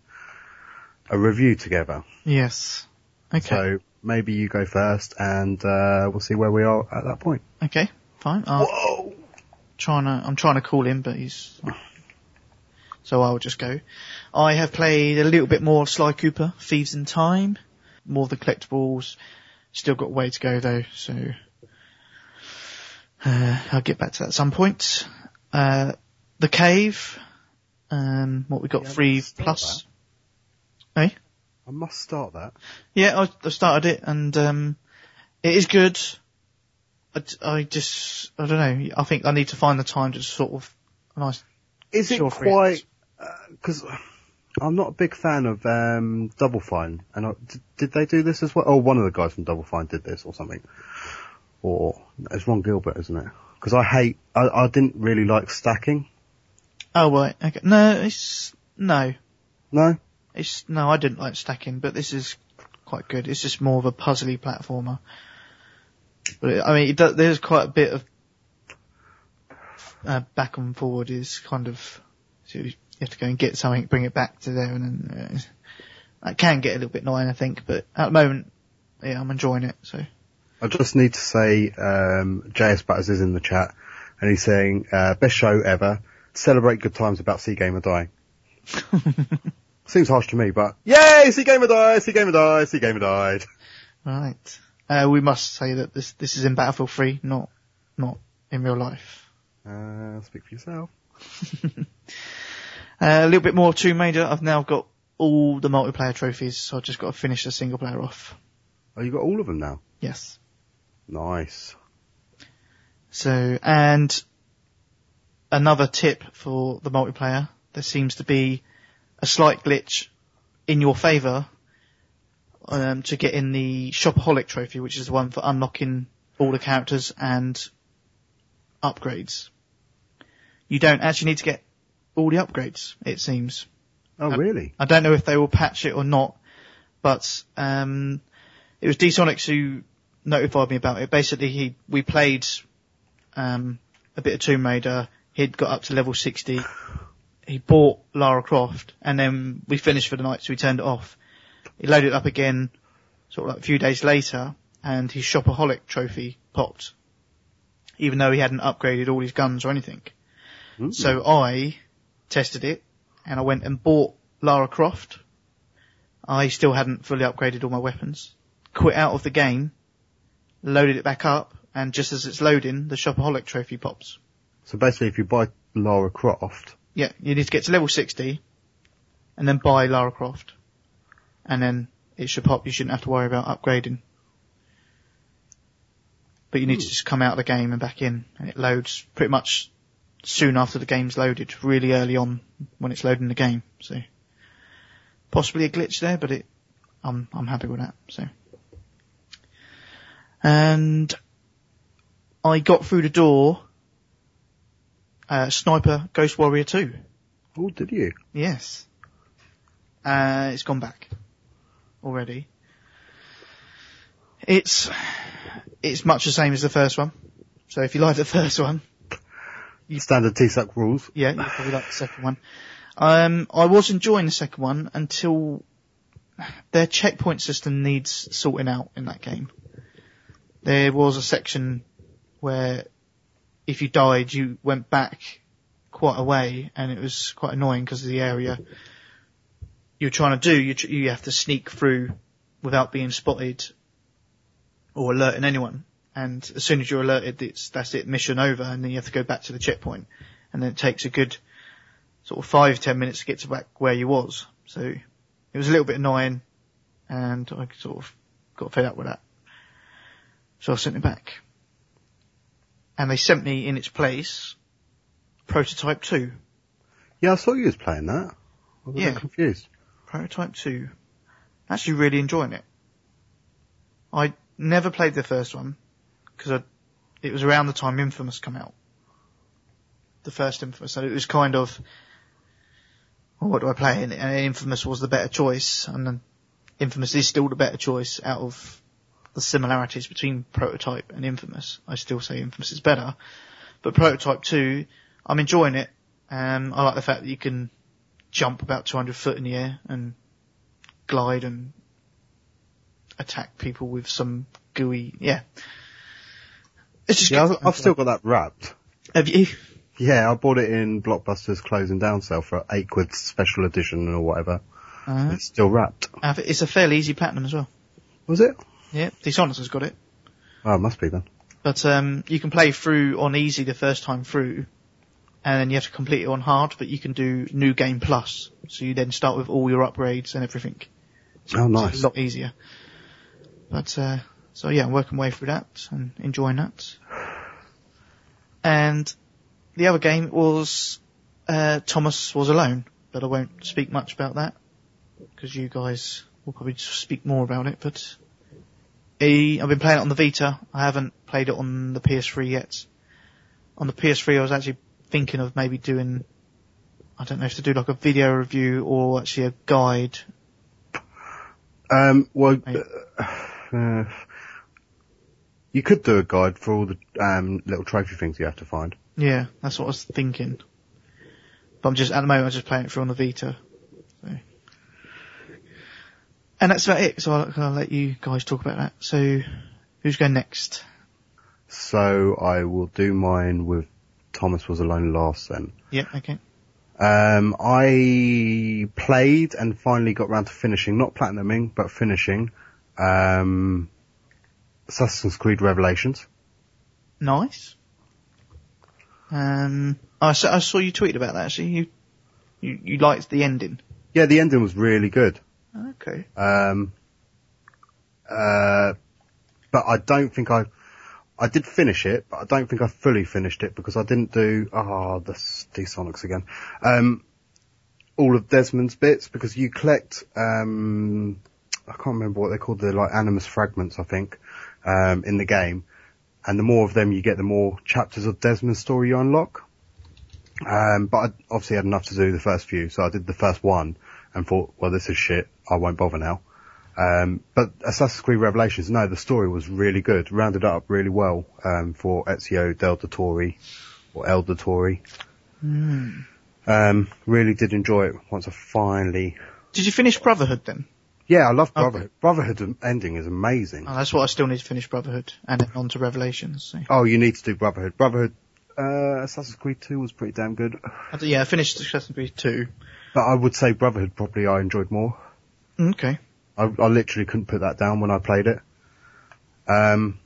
[SPEAKER 5] a review together.
[SPEAKER 3] yes. Okay.
[SPEAKER 5] So maybe you go first and, uh, we'll see where we are at that point.
[SPEAKER 3] okay. Fine. I'm
[SPEAKER 5] Whoa!
[SPEAKER 3] trying to, I'm trying to call him, but he's, so I'll just go. I have played a little bit more of Sly Cooper, Thieves in Time, more of the collectibles. Still got a way to go though, so, uh, I'll get back to that at some point. Uh, The Cave, um, what we got,
[SPEAKER 5] Yeah,
[SPEAKER 3] three
[SPEAKER 5] let's start
[SPEAKER 3] plus.
[SPEAKER 5] I must start that.
[SPEAKER 3] Yeah, I, I started it and um, it is good. I, I just, I don't know. I think I need to find the time to sort of a nice.
[SPEAKER 5] Is it
[SPEAKER 3] Sure, free
[SPEAKER 5] quite, because I'm not a big fan of, um, Double Fine, and I, did, did they do this as well? Oh, one of the guys from Double Fine did this or something. Or, it's Ron Gilbert, isn't it? Because I hate, I, I didn't really like stacking.
[SPEAKER 3] Oh right, okay. No, it's no,
[SPEAKER 5] No?
[SPEAKER 3] it's no. I didn't like stacking, but this is quite good. It's just more of a puzzly platformer. But it, I mean, it, do- there's quite a bit of uh, back and forward. Is kind of so you have to go and get something, bring it back to there, and then uh, that can get a little bit annoying, I think. But at the moment, yeah, I'm enjoying it. So
[SPEAKER 5] I just need to say, um, JS Butters is in the chat, and he's saying, uh, best show ever. Celebrate good times about Sea Gamer Die. Seems harsh to me, but yay! Sea Gamer Die! Sea Gamer Die! Sea Gamer Died!
[SPEAKER 3] right, uh, we must say that this this is in Battlefield 3, not not in real life.
[SPEAKER 5] Uh, speak for yourself.
[SPEAKER 3] Uh, a little bit more Tomb Raider. I've now got all the multiplayer trophies, so I've just got to finish the single player off.
[SPEAKER 5] Oh, you got all of them now.
[SPEAKER 3] Yes.
[SPEAKER 5] Nice.
[SPEAKER 3] So, and another tip for the multiplayer. There seems to be a slight glitch in your favour um, to get in the Shopaholic trophy, which is the one for unlocking all the characters and upgrades. You don't actually need to get all the upgrades, it seems.
[SPEAKER 5] Oh,
[SPEAKER 3] Um,
[SPEAKER 5] really?
[SPEAKER 3] I don't know if they will patch it or not, but um, it was D-Sonics who notified me about it. Basically, he we played um, a bit of Tomb Raider. He'd got up to level 60. He bought Lara Croft, and then we finished for the night, so we turned it off. He loaded it up again, sort of like a few days later, and his Shopaholic trophy popped. even though he hadn't upgraded all his guns or anything.
[SPEAKER 5] Hmm. Mm-hmm.
[SPEAKER 3] So I tested it and I went and bought Lara Croft. I still hadn't fully upgraded all my weapons. Quit out of the game, loaded it back up, and just as it's loading, the Shopaholic trophy pops.
[SPEAKER 5] So basically, if you buy Lara Croft,
[SPEAKER 3] Yeah, you need to get to level 60 and then buy Lara Croft. And then it should pop. You shouldn't have to worry about upgrading. But you need to just come out of the game and back in and it loads pretty much soon after the game's loaded, really early on when it's loading the game. So possibly a glitch there, but it, I'm, I'm happy with that. So and I got through the door, uh, Sniper Ghost Warrior 2.
[SPEAKER 5] oh, did you?
[SPEAKER 3] Yes. Uh, it's gone back already. It's it's much the same as the first one. So if you like the first one,
[SPEAKER 5] Standard T-Suck rules.
[SPEAKER 3] yeah, you probably like the second one. Um, I was enjoying the second one until their checkpoint system needs sorting out in that game. There was a section where if you died, you went back quite a way, and it was quite annoying because of the area you're trying to do. You tr- you have to sneak through without being spotted or alerting anyone. And as soon as you're alerted, it's, that's it, mission over, and then you have to go back to the checkpoint and then it takes a good sort of five, ten minutes to get to back where you was. So it was a little bit annoying and I sort of got fed up with that. So I sent it back. And they sent me in its place Prototype 2.
[SPEAKER 5] Yeah, I saw you was playing that. I was a bit
[SPEAKER 3] Yeah.
[SPEAKER 5] confused.
[SPEAKER 3] Prototype 2. Actually really enjoying it. I never played the first one because it was around the time Infamous come out. The first Infamous. So it was kind of, well, what do I play? And, and Infamous was the better choice and then Infamous is still the better choice out of the similarities between Prototype and Infamous. I still say Infamous is better, but Prototype 2, I'm enjoying it. Um, I like the fact that you can jump about 200 foot in the air and glide and attack people with some gooey, yeah. It's just,
[SPEAKER 5] Yeah,
[SPEAKER 3] good.
[SPEAKER 5] I've, I've still got that wrapped.
[SPEAKER 3] have you?
[SPEAKER 5] Yeah, I bought it in Blockbuster's closing down sale for eight quid special edition or whatever.
[SPEAKER 3] Uh,
[SPEAKER 5] It's still wrapped.
[SPEAKER 3] have it- it's a fairly easy platinum as well.
[SPEAKER 5] Was it?
[SPEAKER 3] Yeah, Dishonored has got it.
[SPEAKER 5] Oh, it must be then.
[SPEAKER 3] But um, you can play through on easy the first time through, and then you have to complete it on hard. But you can do new game plus, so you then start with all your upgrades and everything.
[SPEAKER 5] Oh,
[SPEAKER 3] So
[SPEAKER 5] nice.
[SPEAKER 3] it's a lot easier. But uh, so yeah, I'm working my way through that and enjoying that. And the other game was uh, Thomas was alone, but I won't speak much about that because you guys will probably just speak more about it. But i I've been playing it on the Vita. I haven't played it on the PS3 yet. On the PS3, I was actually thinking of maybe doing. I don't know if to do like a video review or actually a guide
[SPEAKER 5] Um, well,
[SPEAKER 3] Right.
[SPEAKER 5] uh, uh, you could do a guide for all the um, little trophy things you have to find.
[SPEAKER 3] Yeah, that's what I was thinking. But I'm just at the moment I'm just playing it through on the Vita. So. And that's about it. So I'll, I'll let you guys talk about that. So who's going next?
[SPEAKER 5] So I will do mine with Thomas was alone last then.
[SPEAKER 3] Yep. Okay.
[SPEAKER 5] Um, I played and finally got round to finishing, not platinuming, but finishing, um, Assassin's Creed Revelations.
[SPEAKER 3] Nice. Um, I saw, I saw you tweet about that actually. You you, you liked the ending.
[SPEAKER 5] Yeah, the ending was really good.
[SPEAKER 3] Okay.
[SPEAKER 5] Um, uh, but I don't think I, I did finish it, but I don't think I fully finished it because I didn't do, ah, the the Sonics again. Um, all of Desmond's bits because you collect, um, I can't remember what they're called, the like animus fragments, I think, um, in the game. And the more of them you get, the more chapters of Desmond's story you unlock. Um, but I obviously had enough to do the first few, so I did the first one and thought, well, this is shit. I won't bother now. Um, but Assassin's Creed Revelations, no, the story was really good, rounded up really well, um, for Ezio Del Torre or El Torre.
[SPEAKER 3] Hmm.
[SPEAKER 5] Um, really did enjoy it once I finally,
[SPEAKER 3] Did you finish Brotherhood then?
[SPEAKER 5] Yeah, I love
[SPEAKER 3] Okay.
[SPEAKER 5] Brotherhood. Brotherhood ending is amazing.
[SPEAKER 3] Oh, that's what I still need to finish Brotherhood and then on to Revelations. So.
[SPEAKER 5] Oh, you need to do Brotherhood. Brotherhood, uh, Assassin's Creed 2 was pretty damn good,
[SPEAKER 3] I d- Uh, yeah, I finished Assassin's Creed 2.
[SPEAKER 5] but I would say Brotherhood probably I enjoyed more.
[SPEAKER 3] Mm, Okay.
[SPEAKER 5] I, I literally couldn't put that down when I played it. Um,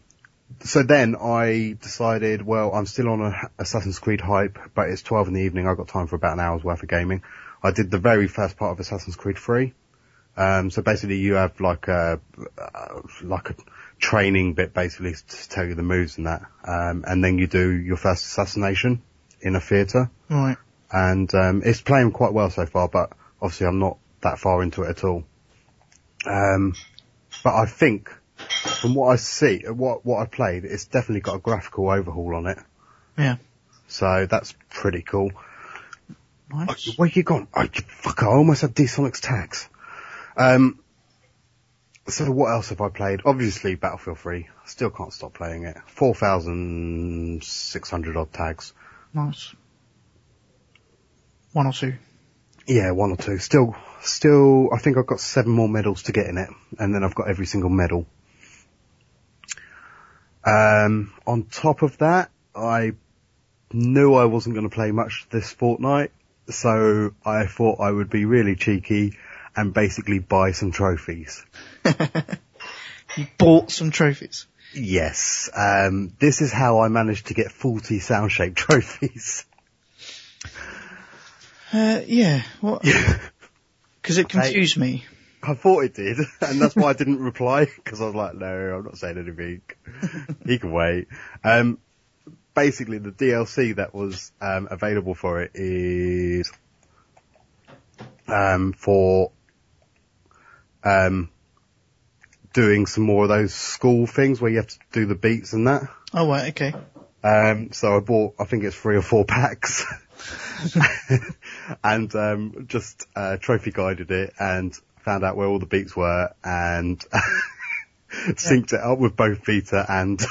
[SPEAKER 5] so then I decided, well, I'm still on a Assassin's Creed hype, but it's 12 in the evening. I've got time for about an hour's worth of gaming. I did the very first part of Assassin's Creed 3. Um, so basically you have like a, uh, like a training bit basically to tell you the moves and that. Um, and then you do your first assassination in a theater
[SPEAKER 3] Alright.
[SPEAKER 5] and um, it's playing quite well so far. But obviously, I'm not that far into it at all. Um, but I think, from what I see, uh, what what I played, it's definitely got a graphical overhaul on it.
[SPEAKER 3] Yeah.
[SPEAKER 5] So that's pretty cool. Oh,
[SPEAKER 3] Nice.
[SPEAKER 5] Where you gone? Oh, you- fuck, I almost had D-Sonic's tags. Um, so what else have I played? Obviously Battlefield 3. Still can't stop playing it. 4,600 odd tags.
[SPEAKER 3] Nice. One or two.
[SPEAKER 5] Yeah, one or two. Still, still, I think I've got seven more medals to get in it, and then I've got every single medal. Um, on top of that, I knew I wasn't going to play much this fortnight, so I thought I would be really cheeky and basically buy some trophies.
[SPEAKER 3] You bought some trophies.
[SPEAKER 5] Yes, um, this is how I managed to get 40 sound shaped trophies.
[SPEAKER 3] Uh, yeah. What? Because it confused me.
[SPEAKER 5] I thought it did, and that's why I didn't reply because I was like, "No, I'm not saying anything. he can wait." Um, basically, the DLC that was um, available for it is um, for um, doing some more of those school things where you have to do the beats and that.
[SPEAKER 3] Oh, right. Okay.
[SPEAKER 5] Um, so I bought, I think it's three or four packs. and um, just uh, trophy guided it and found out where all the beats were and synced it up with both Vita and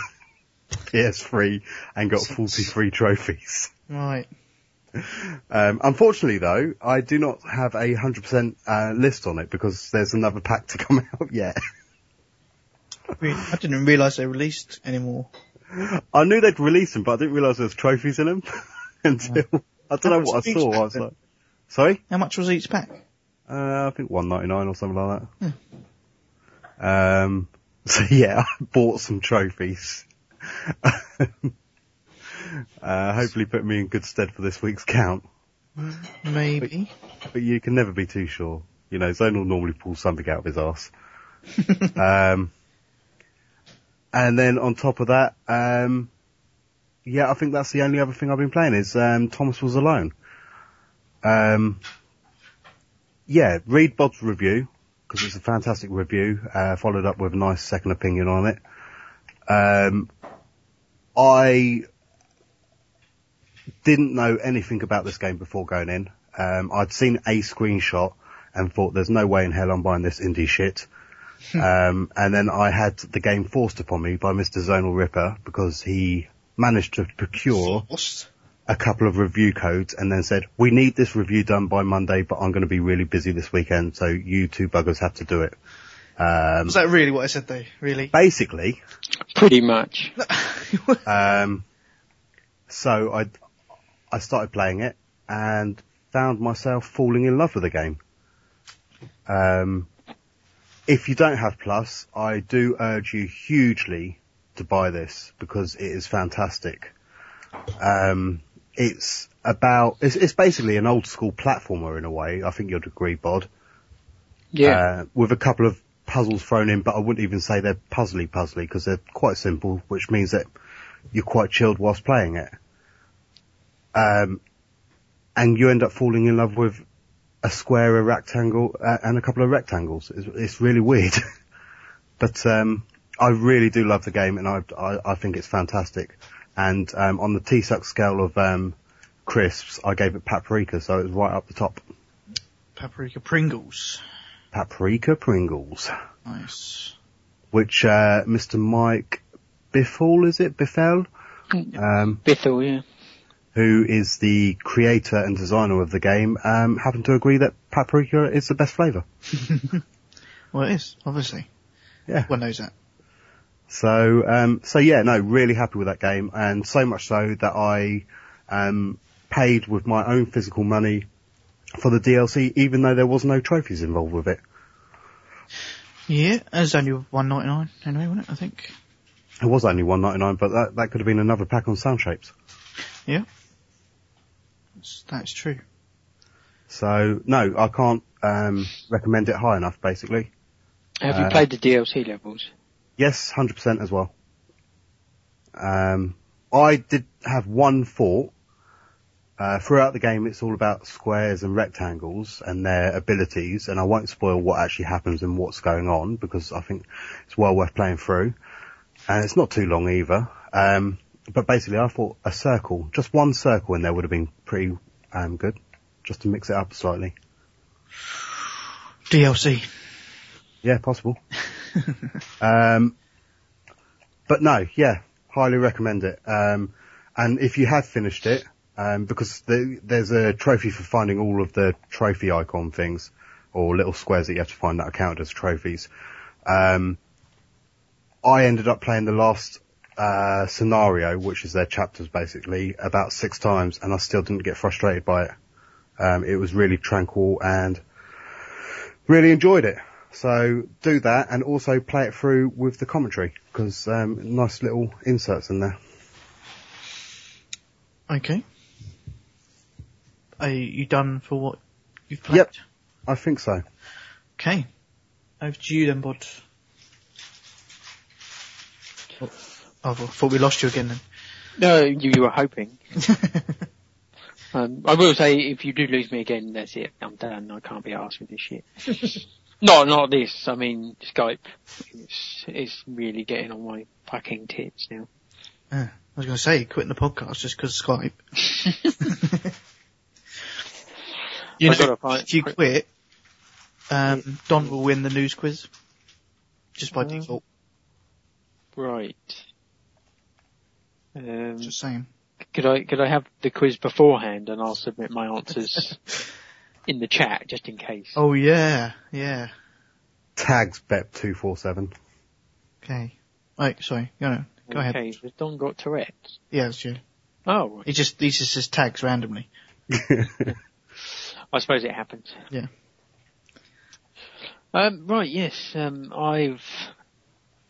[SPEAKER 5] PS3 and got 43 trophies.
[SPEAKER 3] Right.
[SPEAKER 5] Um, unfortunately though, I do not have a 100% uh, list on it because there's another pack to come out yet.
[SPEAKER 3] Really, I didn't realise they released anymore.
[SPEAKER 5] I knew they'd release them, but I didn't realise there was trophies in them until I don't know
[SPEAKER 3] much
[SPEAKER 5] what I
[SPEAKER 3] each
[SPEAKER 5] saw. I
[SPEAKER 3] pack
[SPEAKER 5] was
[SPEAKER 3] then?
[SPEAKER 5] like, sorry,
[SPEAKER 3] How much was each pack?
[SPEAKER 5] uh, I think one ninety nine or something like that. Um, so yeah, I bought some trophies. uh, hopefully, put me in good stead for this week's count.
[SPEAKER 3] Maybe.
[SPEAKER 5] But you can never be too sure. You know, Zonal normally pulls something out of his ass. um, and then on top of that, um, yeah, I think that's the only other thing I've been playing is um, Thomas Was Alone. Um, yeah, read Bob's review because it's a fantastic review, uh, followed up with a nice second opinion on it. Um, I didn't know anything about this game before going in. Um, I'd seen a screenshot and thought, there's no way in hell I'm buying this indie shit. um, and then I had the game forced upon me by Mr. Zonal Ripper because he managed to procure
[SPEAKER 3] Lost.
[SPEAKER 5] a couple of review codes and then said, we need this review done by Monday, but I'm going to be really busy this weekend. So you two buggers have to do it. Um,
[SPEAKER 3] Was that really what I said though? Really?
[SPEAKER 5] basically,
[SPEAKER 4] Pretty much.
[SPEAKER 5] Uh, Um, so I, I started playing it and found myself falling in love with the game. Um, if you don't have Plus, I do urge you hugely to buy this because it is fantastic. Um, it's about, it's, it's basically an old school platformer in a way. I think you'd agree, Bod
[SPEAKER 4] Yeah.
[SPEAKER 5] uh, with a couple of puzzles thrown in, but I wouldn't even say they're puzzly puzzly because they're quite simple, which means that you're quite chilled whilst playing it. Um, and you end up falling in love with a square, a rectangle, uh, and a couple of rectangles. It's, it's really weird, but um, I really do love the game, and I I, I think it's fantastic. And um, on the T-Suck scale of um, crisps, I gave it paprika, so it was right up the top.
[SPEAKER 3] Paprika Pringles.
[SPEAKER 5] Paprika Pringles.
[SPEAKER 3] Nice.
[SPEAKER 5] which uh, Mr. Mike Biffle, is it Biffel, um,
[SPEAKER 4] Bithel, yeah.
[SPEAKER 5] who is the creator and designer of the game, um, happened to agree that paprika is the best flavour.
[SPEAKER 3] Well, it is, obviously.
[SPEAKER 5] Yeah.
[SPEAKER 3] One knows that.
[SPEAKER 5] So, um, so yeah, no, really happy with that game, and so much so that I um, paid with my own physical money for the DLC, even though there was no trophies involved with it.
[SPEAKER 3] Yeah, it was only 199 anyway, wasn't it, I think?
[SPEAKER 5] It was only one ninety nine, but that, that could have been another pack on Sound Shapes.
[SPEAKER 3] Yeah. That's, that's true.
[SPEAKER 5] So no, I can't um, recommend it high enough. Basically,
[SPEAKER 4] Have
[SPEAKER 5] Uh,
[SPEAKER 4] you played the DLC levels?
[SPEAKER 5] yes, hundred percent as well. Um, I did have one thought. Uh, throughout the game, it's all about squares and rectangles and their abilities, and I won't spoil what actually happens and what's going on because I think it's well worth playing through, and it's not too long either. Um, but basically, I thought a circle, just one circle in there would have been pretty um, good, just to mix it up slightly.
[SPEAKER 3] DLC.
[SPEAKER 5] Yeah, possible. um, but no, yeah, highly recommend it. Um, and if you have finished it, um, because the, there's a trophy for finding all of the trophy icon things or little squares that you have to find that are counted as trophies. Um, I ended up playing the last uh, scenario, which is their chapters basically, about six times, and I still didn't get frustrated by it. Um, it was really tranquil and really enjoyed it. So do that and also play it through with the commentary because um, nice little inserts in there.
[SPEAKER 3] Okay. Are you done for what you've played?
[SPEAKER 5] Yep. I think so.
[SPEAKER 3] Okay. Over to you then, Bod. Oh, I thought we lost you again
[SPEAKER 4] No, you, you were hoping.
[SPEAKER 3] then.
[SPEAKER 4] Um, I will say, if you do lose me again, that's it. I'm done. I can't be asked with this shit. no, not this. I mean, Skype. It's, it's really getting on my fucking tits now.
[SPEAKER 3] Yeah, I was going to say quitting the podcast just because Skype. you
[SPEAKER 4] I
[SPEAKER 3] know,
[SPEAKER 4] gotta find-
[SPEAKER 3] if you quit, um, Don will win the news quiz just by
[SPEAKER 4] Mm.
[SPEAKER 3] default.
[SPEAKER 4] Right. Um,
[SPEAKER 3] Just saying.
[SPEAKER 4] could I could I have the quiz beforehand and I'll submit my answers in the chat just in case?
[SPEAKER 3] Oh yeah, yeah.
[SPEAKER 5] Tags BEP247.
[SPEAKER 3] Okay. Right, sorry. Go, on. go ahead.
[SPEAKER 4] Okay, has Don got Tourette's?
[SPEAKER 3] Yeah, it's you.
[SPEAKER 4] Oh,
[SPEAKER 3] He just he just says tags randomly.
[SPEAKER 4] I suppose it happens.
[SPEAKER 3] Yeah.
[SPEAKER 4] Um, right, yes, um, I've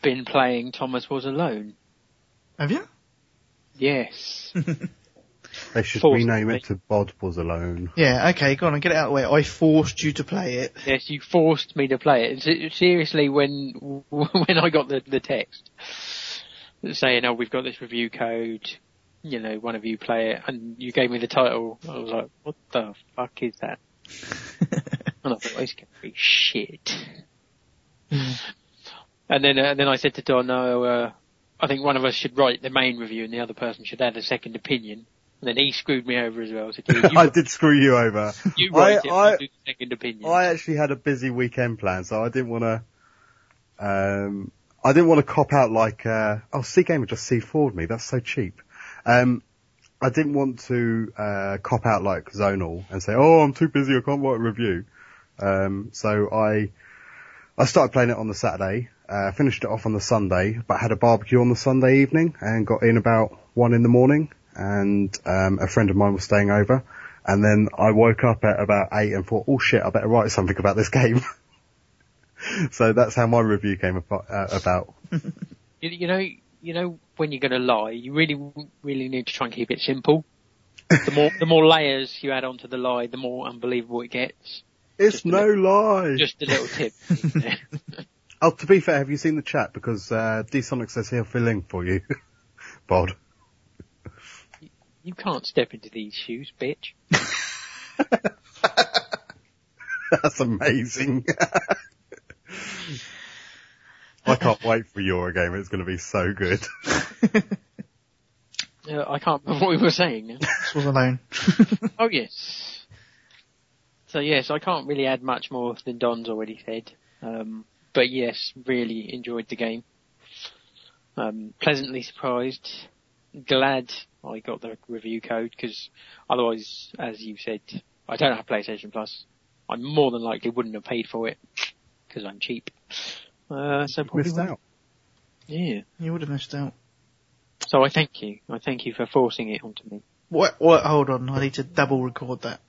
[SPEAKER 4] been playing Thomas Was Alone.
[SPEAKER 3] Have you?
[SPEAKER 4] Yes.
[SPEAKER 5] they should
[SPEAKER 4] Forced
[SPEAKER 5] rename
[SPEAKER 4] me.
[SPEAKER 5] it to Bod Was Alone.
[SPEAKER 3] Yeah. Okay. Go on and get it out of the way. I forced you to play it.
[SPEAKER 4] yes, you forced me to play it. Se- Seriously, when, when I got the, the text saying, oh, we've got this review code, you know, one of you play it, and you gave me the title, I was like, what the fuck is that? And I thought, oh, it's going to be shit.
[SPEAKER 5] Mm.
[SPEAKER 4] And then, uh, and then I said to Don, oh, uh, I think one of us should write the main review and the other person should add a second opinion. And then he screwed me over as well. So you,
[SPEAKER 5] I
[SPEAKER 4] you,
[SPEAKER 5] did screw you over.
[SPEAKER 4] you
[SPEAKER 5] I-
[SPEAKER 4] write it and
[SPEAKER 5] I-
[SPEAKER 4] I'll do the second opinion.
[SPEAKER 5] I actually had a busy weekend plan, so I didn't want to. Um, I didn't want to cop out like, uh, oh, C Gamer just C forward me. That's so cheap. Um, I didn't want to uh, cop out like Zonal and say, oh, I'm too busy. I can't write a review. Um, so I I started playing it on the Saturday, uh, finished it off on the Sunday, but had a barbecue on the Sunday evening and got in about one in the morning. And um, a friend of mine was staying over. And then I woke up at about eight and thought, oh shit, I better write something about this game. so that's how my review came apo- uh, about.
[SPEAKER 4] you, you know, you know when you're going to lie, you really, really need to try and keep it simple. The more, the more layers you add onto the lie, the more unbelievable it gets.
[SPEAKER 5] It's
[SPEAKER 4] Just a
[SPEAKER 5] no lie.
[SPEAKER 4] Just a little tip.
[SPEAKER 5] Oh, to be fair, have you seen the chat? Because uh, D-Sonic says he'll fill in for you. Bod.
[SPEAKER 4] you can't step into these shoes, bitch.
[SPEAKER 5] That's amazing. I can't wait for your game. It's going to be so good.
[SPEAKER 4] Uh, I can't remember what we were saying.
[SPEAKER 3] This was alone.
[SPEAKER 4] Oh yes. So yes, I can't really add much more than Don's already said. Um, but yes, really enjoyed the game. Um, pleasantly surprised. Glad I got the review code because otherwise, as you said, I don't have PlayStation Plus. I more than likely wouldn't have paid for it. because I'm cheap. Uh, so probably
[SPEAKER 5] Missed
[SPEAKER 4] won't.
[SPEAKER 5] out.
[SPEAKER 4] Yeah.
[SPEAKER 3] You would have missed out.
[SPEAKER 4] So I thank you. I thank you for forcing it onto me.
[SPEAKER 3] What, what, hold on, I need to double record that.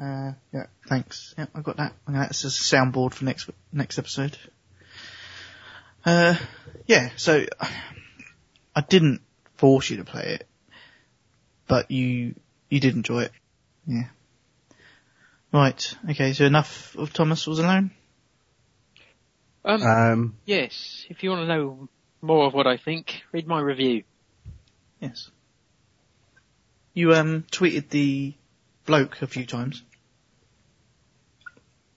[SPEAKER 3] Uh, yeah, thanks. Yeah, I got that. And That's a soundboard for next, next episode. Uh, yeah, so, I didn't force you to play it, but you, you did enjoy it. Yeah. Right, okay, so enough of Thomas Was Alone?
[SPEAKER 4] Um,
[SPEAKER 5] Um,
[SPEAKER 4] yes, if you want to know more of what I think, read my review.
[SPEAKER 3] Yes. You, um, tweeted the bloke a few times.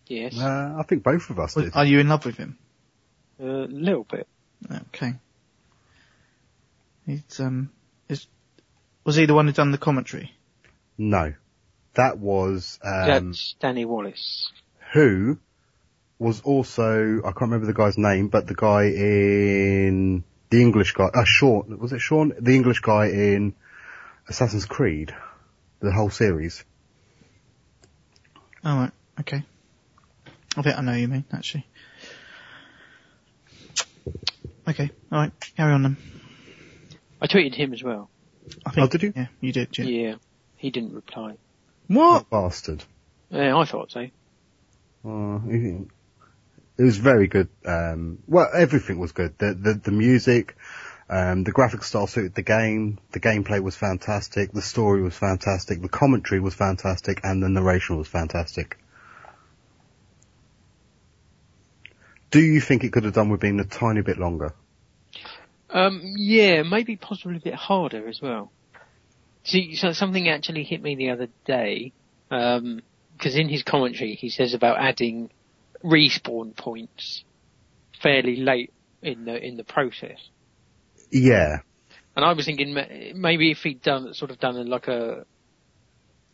[SPEAKER 4] Yes, a
[SPEAKER 5] uh, I think both of us did.
[SPEAKER 3] Are you in love with him?
[SPEAKER 4] little bit.
[SPEAKER 3] Okay. It's um, is was he the one who done the commentary?
[SPEAKER 5] No, that was um,
[SPEAKER 4] That's Danny Wallace.
[SPEAKER 5] who was also I can't remember the guy's name, but the guy in the English guy, uh, Sean was it Sean? The English guy in Assassin's Creed, the whole series.
[SPEAKER 3] Oh, right. okay. I think I know who you mean actually. Okay, all right, carry on then.
[SPEAKER 4] I tweeted him as well.
[SPEAKER 3] I think,
[SPEAKER 5] Oh, did you?
[SPEAKER 3] Yeah, you did. Yeah.
[SPEAKER 4] Yeah, he didn't reply.
[SPEAKER 3] What?
[SPEAKER 5] Bastard.
[SPEAKER 4] Yeah, I thought so.
[SPEAKER 5] Uh, it it was very good. Um, well, everything was good. The the, the music, um, the graphic style suited the game. The gameplay was fantastic. The story was fantastic. The commentary was fantastic, and the narration was fantastic. Do you think it could have done with being a tiny bit longer?
[SPEAKER 4] Um, yeah, maybe possibly a bit harder as well. See, so something actually hit me the other day, because in his commentary he says about adding respawn points fairly late in the in the process,
[SPEAKER 5] Yeah,
[SPEAKER 4] and I was thinking ma- maybe if he'd done sort of done like a,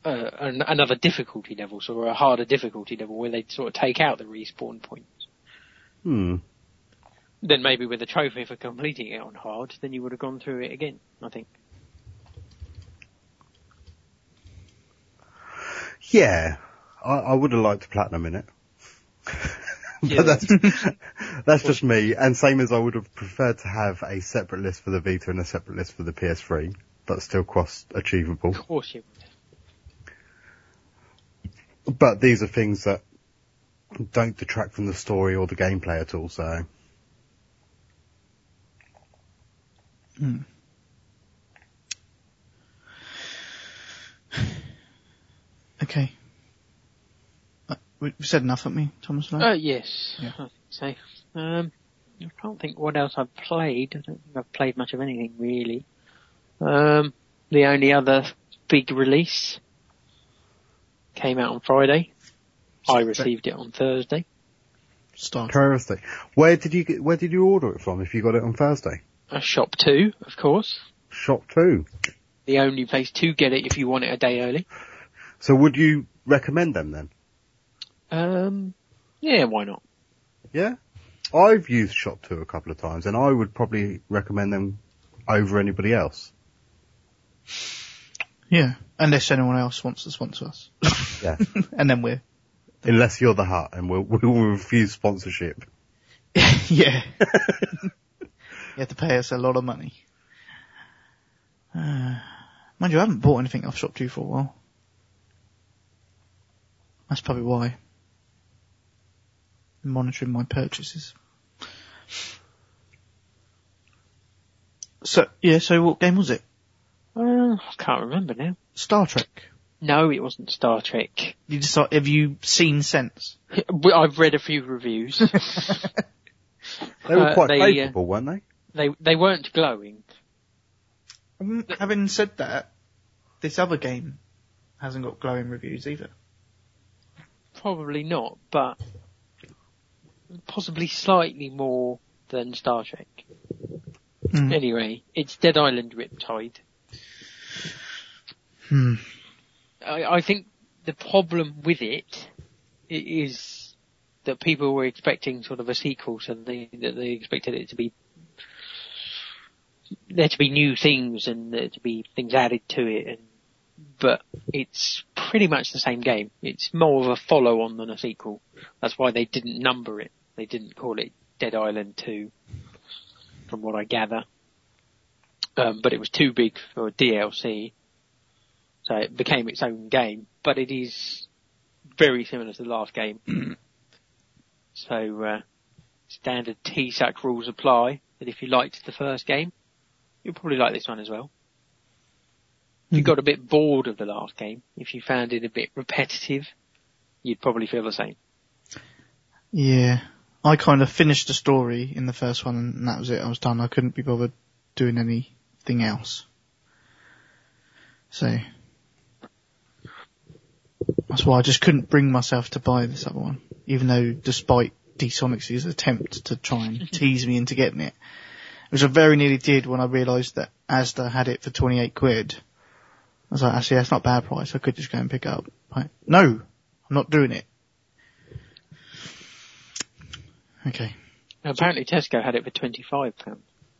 [SPEAKER 4] a an, another difficulty level, so a harder difficulty level where they'd sort of take out the respawn points,
[SPEAKER 5] Hmm.
[SPEAKER 4] then maybe with a trophy for completing it on hard, then you would have gone through it again. I think.
[SPEAKER 5] Yeah, I, I would have liked platinum in it.
[SPEAKER 4] Yeah.
[SPEAKER 5] but that's, that's just me. And same as I would have preferred to have a separate list for the Vita and a separate list for the PS3, but still cross achievable.
[SPEAKER 4] Of course you would.
[SPEAKER 5] But these are things that don't detract from the story or the gameplay at all. So
[SPEAKER 3] Okay. Uh, we we said enough, haven't we, Thomas? Lowe?
[SPEAKER 4] Uh, yes,
[SPEAKER 3] Yeah.
[SPEAKER 4] I think so. Um, I can't think what else I've played. I don't think I've played much of anything really. Um, the only other big release came out on Friday. I received it on Thursday.
[SPEAKER 3] Star Trek.
[SPEAKER 5] Thursday, where did you get, where did you order it from? If you got it on Thursday,
[SPEAKER 4] Uh, Shop 2, of course.
[SPEAKER 5] shop two.
[SPEAKER 4] The only place to get it if you want it a day early.
[SPEAKER 5] So would you recommend them then?
[SPEAKER 4] Um, yeah, why not?
[SPEAKER 5] Yeah. I've used Shop 2 a couple of times and I would probably recommend them over anybody else.
[SPEAKER 3] Yeah, unless anyone else wants to sponsor us,
[SPEAKER 5] Yeah.
[SPEAKER 3] and then we're
[SPEAKER 5] Unless you're the Hut and we'll, we'll refuse sponsorship.
[SPEAKER 3] yeah. you have to pay us a lot of money. Uh, mind you, I haven't bought anything off Shop 2 for a while. That's probably why. I'm monitoring my purchases. So, yeah, so what game was it?
[SPEAKER 4] Uh, I can't remember now.
[SPEAKER 3] Star Trek.
[SPEAKER 4] No, it wasn't Star Trek.
[SPEAKER 3] You decide, have you seen since?
[SPEAKER 4] I've read a few reviews.
[SPEAKER 5] They were
[SPEAKER 4] Uh,
[SPEAKER 5] quite
[SPEAKER 4] they, uh,
[SPEAKER 5] favourable, weren't they?
[SPEAKER 4] they, they weren't glowing.
[SPEAKER 3] Um, Having said that, this other game hasn't got glowing reviews either.
[SPEAKER 4] Probably not, but possibly slightly more than Star Trek.
[SPEAKER 3] Mm.
[SPEAKER 4] Anyway, it's Dead Island Riptide.
[SPEAKER 3] Hmm.
[SPEAKER 4] I, I think the problem with it i- is that people were expecting sort of a sequel, so they that they expected it to be there to be new things and there to be things added to it, and but it's pretty much the same game. It's more of a follow on than a sequel. That's why they didn't number it. They didn't call it Dead Island 2, from what I gather. Um, but it was too big for DLC, so it became its own game. But it is very similar to the last game. so uh, standard TSAC rules apply. That if you liked the first game, you'll probably like this one as well. If you got a bit bored of the last game, if you found it a bit repetitive, you'd probably feel the same.
[SPEAKER 3] Yeah. I kind of finished the story in the first one and that was it. I was done. I couldn't be bothered doing anything else. So. That's why I just couldn't bring myself to buy this other one. Even though despite D-Sonics' attempt to try and tease me into getting it, which I very nearly did when I realised that Asda had it for 28 quid. I was like, actually that's not a bad price. I could just go and pick it up. Like, no, I'm not doing it. Okay.
[SPEAKER 4] Now, apparently Tesco had it for £25.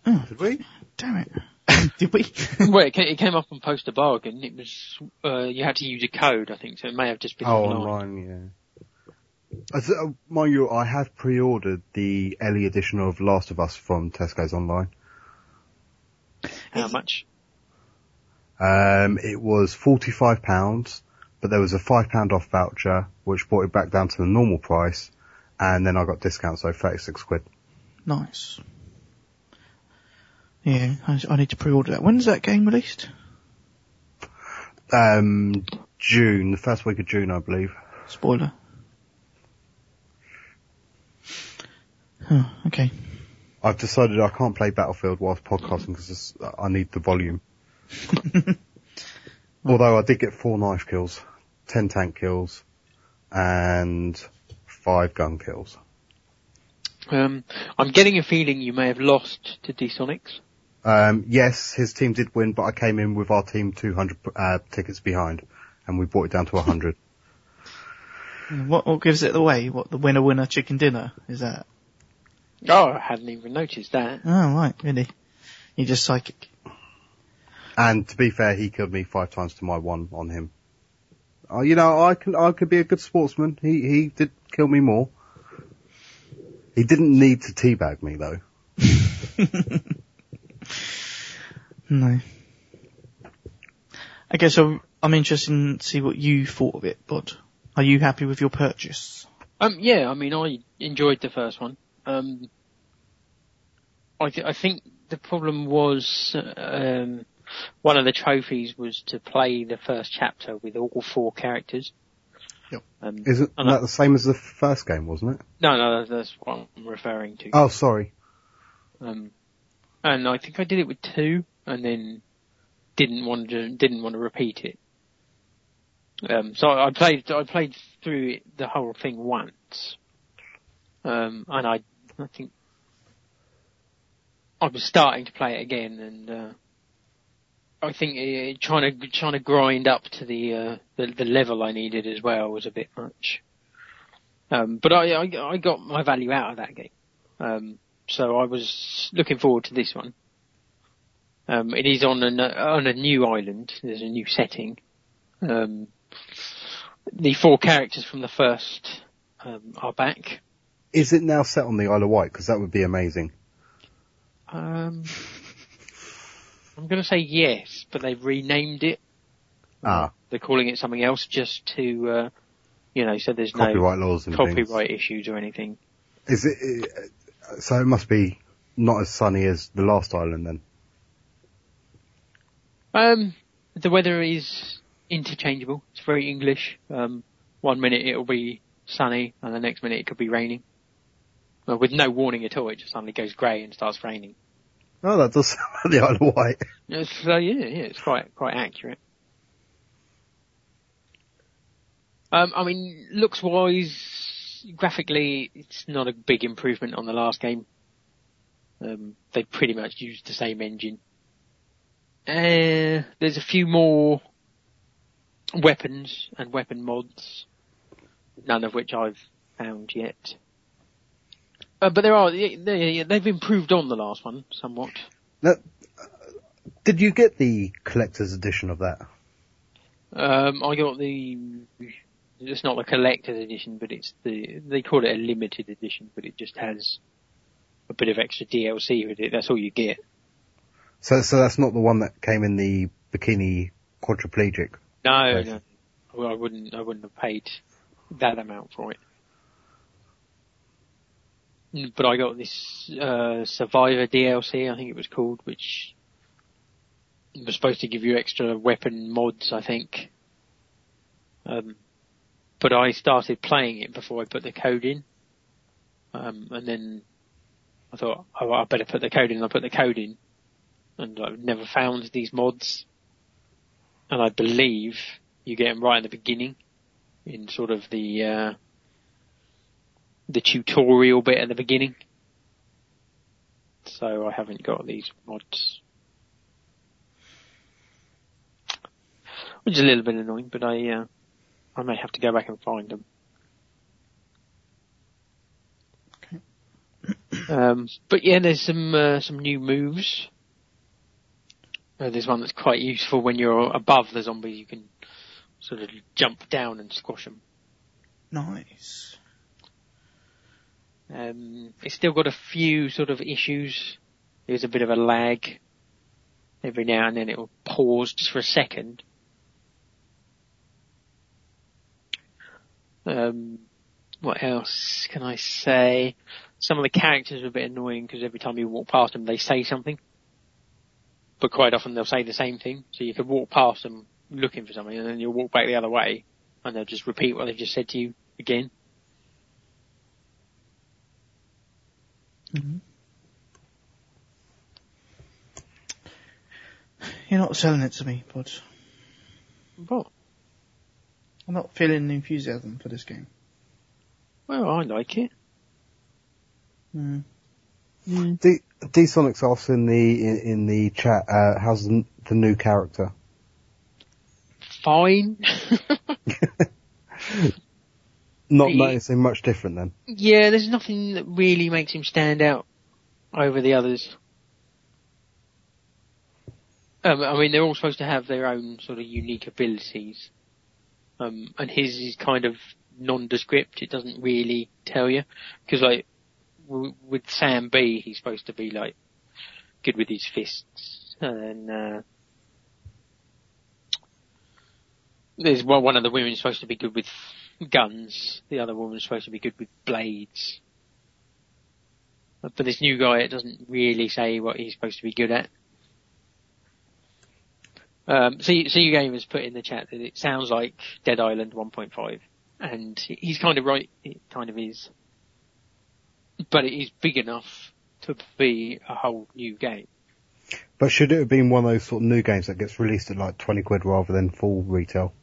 [SPEAKER 5] Did we?
[SPEAKER 3] Damn it. Did we?
[SPEAKER 4] well, it came, it came up on Poster Bargain. It was, uh, you had to use a code, I think, so it may have just been
[SPEAKER 5] Oh,
[SPEAKER 4] online.
[SPEAKER 5] online, yeah. I th- uh, mind you, I have pre-ordered the Ellie edition of Last of Us from Tesco's online.
[SPEAKER 4] How much?
[SPEAKER 5] Um, it was forty-five pounds, but there was a five-pound off voucher, which brought it back down to the normal price, and then I got discount, so thirty-six quid.
[SPEAKER 3] nice. Yeah, I, I need to pre-order that. When's that game released?
[SPEAKER 5] Um, June, the first week of June, I believe.
[SPEAKER 3] Spoiler. Huh, okay.
[SPEAKER 5] I've decided I can't play Battlefield whilst podcasting because I need the volume. Although I did get four knife kills, ten tank kills, and five gun kills.
[SPEAKER 4] Um, I'm getting a feeling you may have lost to D-Sonics.
[SPEAKER 5] Um, yes, his team did win, but I came in with our team 200 uh, tickets behind, and we brought it down to 100.
[SPEAKER 3] What, what gives it away? What, the winner winner chicken dinner? Is that?
[SPEAKER 4] Oh, I hadn't even noticed that.
[SPEAKER 3] Oh right, really? You're just psychic.
[SPEAKER 5] and to be fair, he killed me five times to my one on him. Uh, you know, I can I could be a good sportsman. He he did kill me more. He didn't need to teabag me though.
[SPEAKER 3] No. Okay, so I'm interested in see what you thought of it, but are you happy with your purchase?
[SPEAKER 4] Um, yeah, I mean, I enjoyed the first one. Um, I, th- I think the problem was um, one of the trophies was to play the first chapter with all four characters.
[SPEAKER 3] Yep.
[SPEAKER 4] Um,
[SPEAKER 5] Isn't
[SPEAKER 4] I know.
[SPEAKER 5] that the same as the first game, wasn't it?
[SPEAKER 4] no, no, that's what I'm referring to.
[SPEAKER 5] Oh, sorry.
[SPEAKER 4] Um, and I think I did it with two, and then didn't want to didn't want to repeat it. Um, so I played I played through it, the whole thing once, um, and I I think I was starting to play it again, and uh, I think uh, trying to trying to grind up to the, uh, the the level I needed as well was a bit much. Um, but I, I I got my value out of that game. Um, so I was looking forward to this one. Um, it is on an, on a new island. There's a new setting. Um, the four characters from the first um, are back.
[SPEAKER 5] Is it now set on the Isle of Wight? Because that would be amazing.
[SPEAKER 4] Um, I'm going to say yes, but they've renamed it.
[SPEAKER 5] Ah,
[SPEAKER 4] They're calling it something else just to, uh, you know, so there's
[SPEAKER 5] copyright laws
[SPEAKER 4] no
[SPEAKER 5] and
[SPEAKER 4] copyright issues or anything.
[SPEAKER 5] things. Is it? uh, So it must be not as sunny as the last island then.
[SPEAKER 4] Um, the weather is interchangeable. It's very English. Um, one minute it'll be sunny, and the next minute it could be raining. Well, with no warning at all, it just suddenly goes grey and starts raining.
[SPEAKER 5] Oh, that does sound like the Isle of Wight.
[SPEAKER 4] It's, so yeah, yeah, it's quite quite accurate. Um, I mean, looks wise, graphically, it's not a big improvement on the last game. Um, they pretty much used the same engine. Uh, there's a few more weapons and weapon mods, none of which I've found yet. Uh, but there are they, they've improved on the last one somewhat.
[SPEAKER 5] Did you get the collector's edition of that?
[SPEAKER 4] Um, I got the It's not a collector's edition, but it's the they call it a limited edition, but it just has a bit of extra DLC with it. That's all you get.
[SPEAKER 5] So, so that's not the one that came in the bikini quadriplegic.
[SPEAKER 4] No,
[SPEAKER 5] Right.
[SPEAKER 4] no. Well, I wouldn't. I wouldn't have paid that amount for it. Mm, But I got this uh, Survivor DLC, I think it was called, which was supposed to give you extra weapon mods, I think. Um, but I started playing it before I put the code in, um, and then I thought, oh, I better put the code in. And I put the code in, and I've never found these mods and I believe you get them right in the beginning, in sort of the uh, the tutorial bit at the beginning. So I haven't got these mods, which is a little bit annoying, but I uh, I may have to go back and find them. Um, but yeah, there's some uh, some new moves. Uh, there's one that's quite useful when you're above the zombies. You can sort of jump down and squash them.
[SPEAKER 3] Nice.
[SPEAKER 4] Um, it's still got a few sort of issues. There's a bit of a lag. Every now and then it will pause just for a second. Um, what else can I say? Some of the characters are a bit annoying because every time you walk past them, they say something. But quite often they'll say the same thing. So you could walk past them looking for something and then you'll walk back the other way and they'll just repeat what they've just said to you again.
[SPEAKER 3] You're not selling it to me, Pod.
[SPEAKER 4] But
[SPEAKER 3] I'm not feeling the enthusiasm for this game.
[SPEAKER 4] Well, I like it.
[SPEAKER 3] Mm.
[SPEAKER 5] D, D Sonic's asked in the in, in the chat, uh, how's the, the new character?
[SPEAKER 4] Fine.
[SPEAKER 5] Not
[SPEAKER 4] He-
[SPEAKER 5] noticing much different then.
[SPEAKER 4] yeah, there's nothing that really makes him stand out over the others. Um, I mean, they're all supposed to have their own sort of unique abilities. Um, and his is kind of nondescript. It doesn't really tell you. Because like, w- with Sam B, he's supposed to be like, good with his fists. And, uh, there's one, one of the women's supposed to be good with guns. The other woman's supposed to be good with blades. But this new guy, it doesn't really say what he's supposed to be good at. Um, so, so you game has put in the chat that it sounds like Dead Island 1.5, and he's kind of right. It kind of is, but it is big enough to be a whole new game.
[SPEAKER 5] But should it have been one of those sort of new games that gets released at like 20 quid rather than full retail?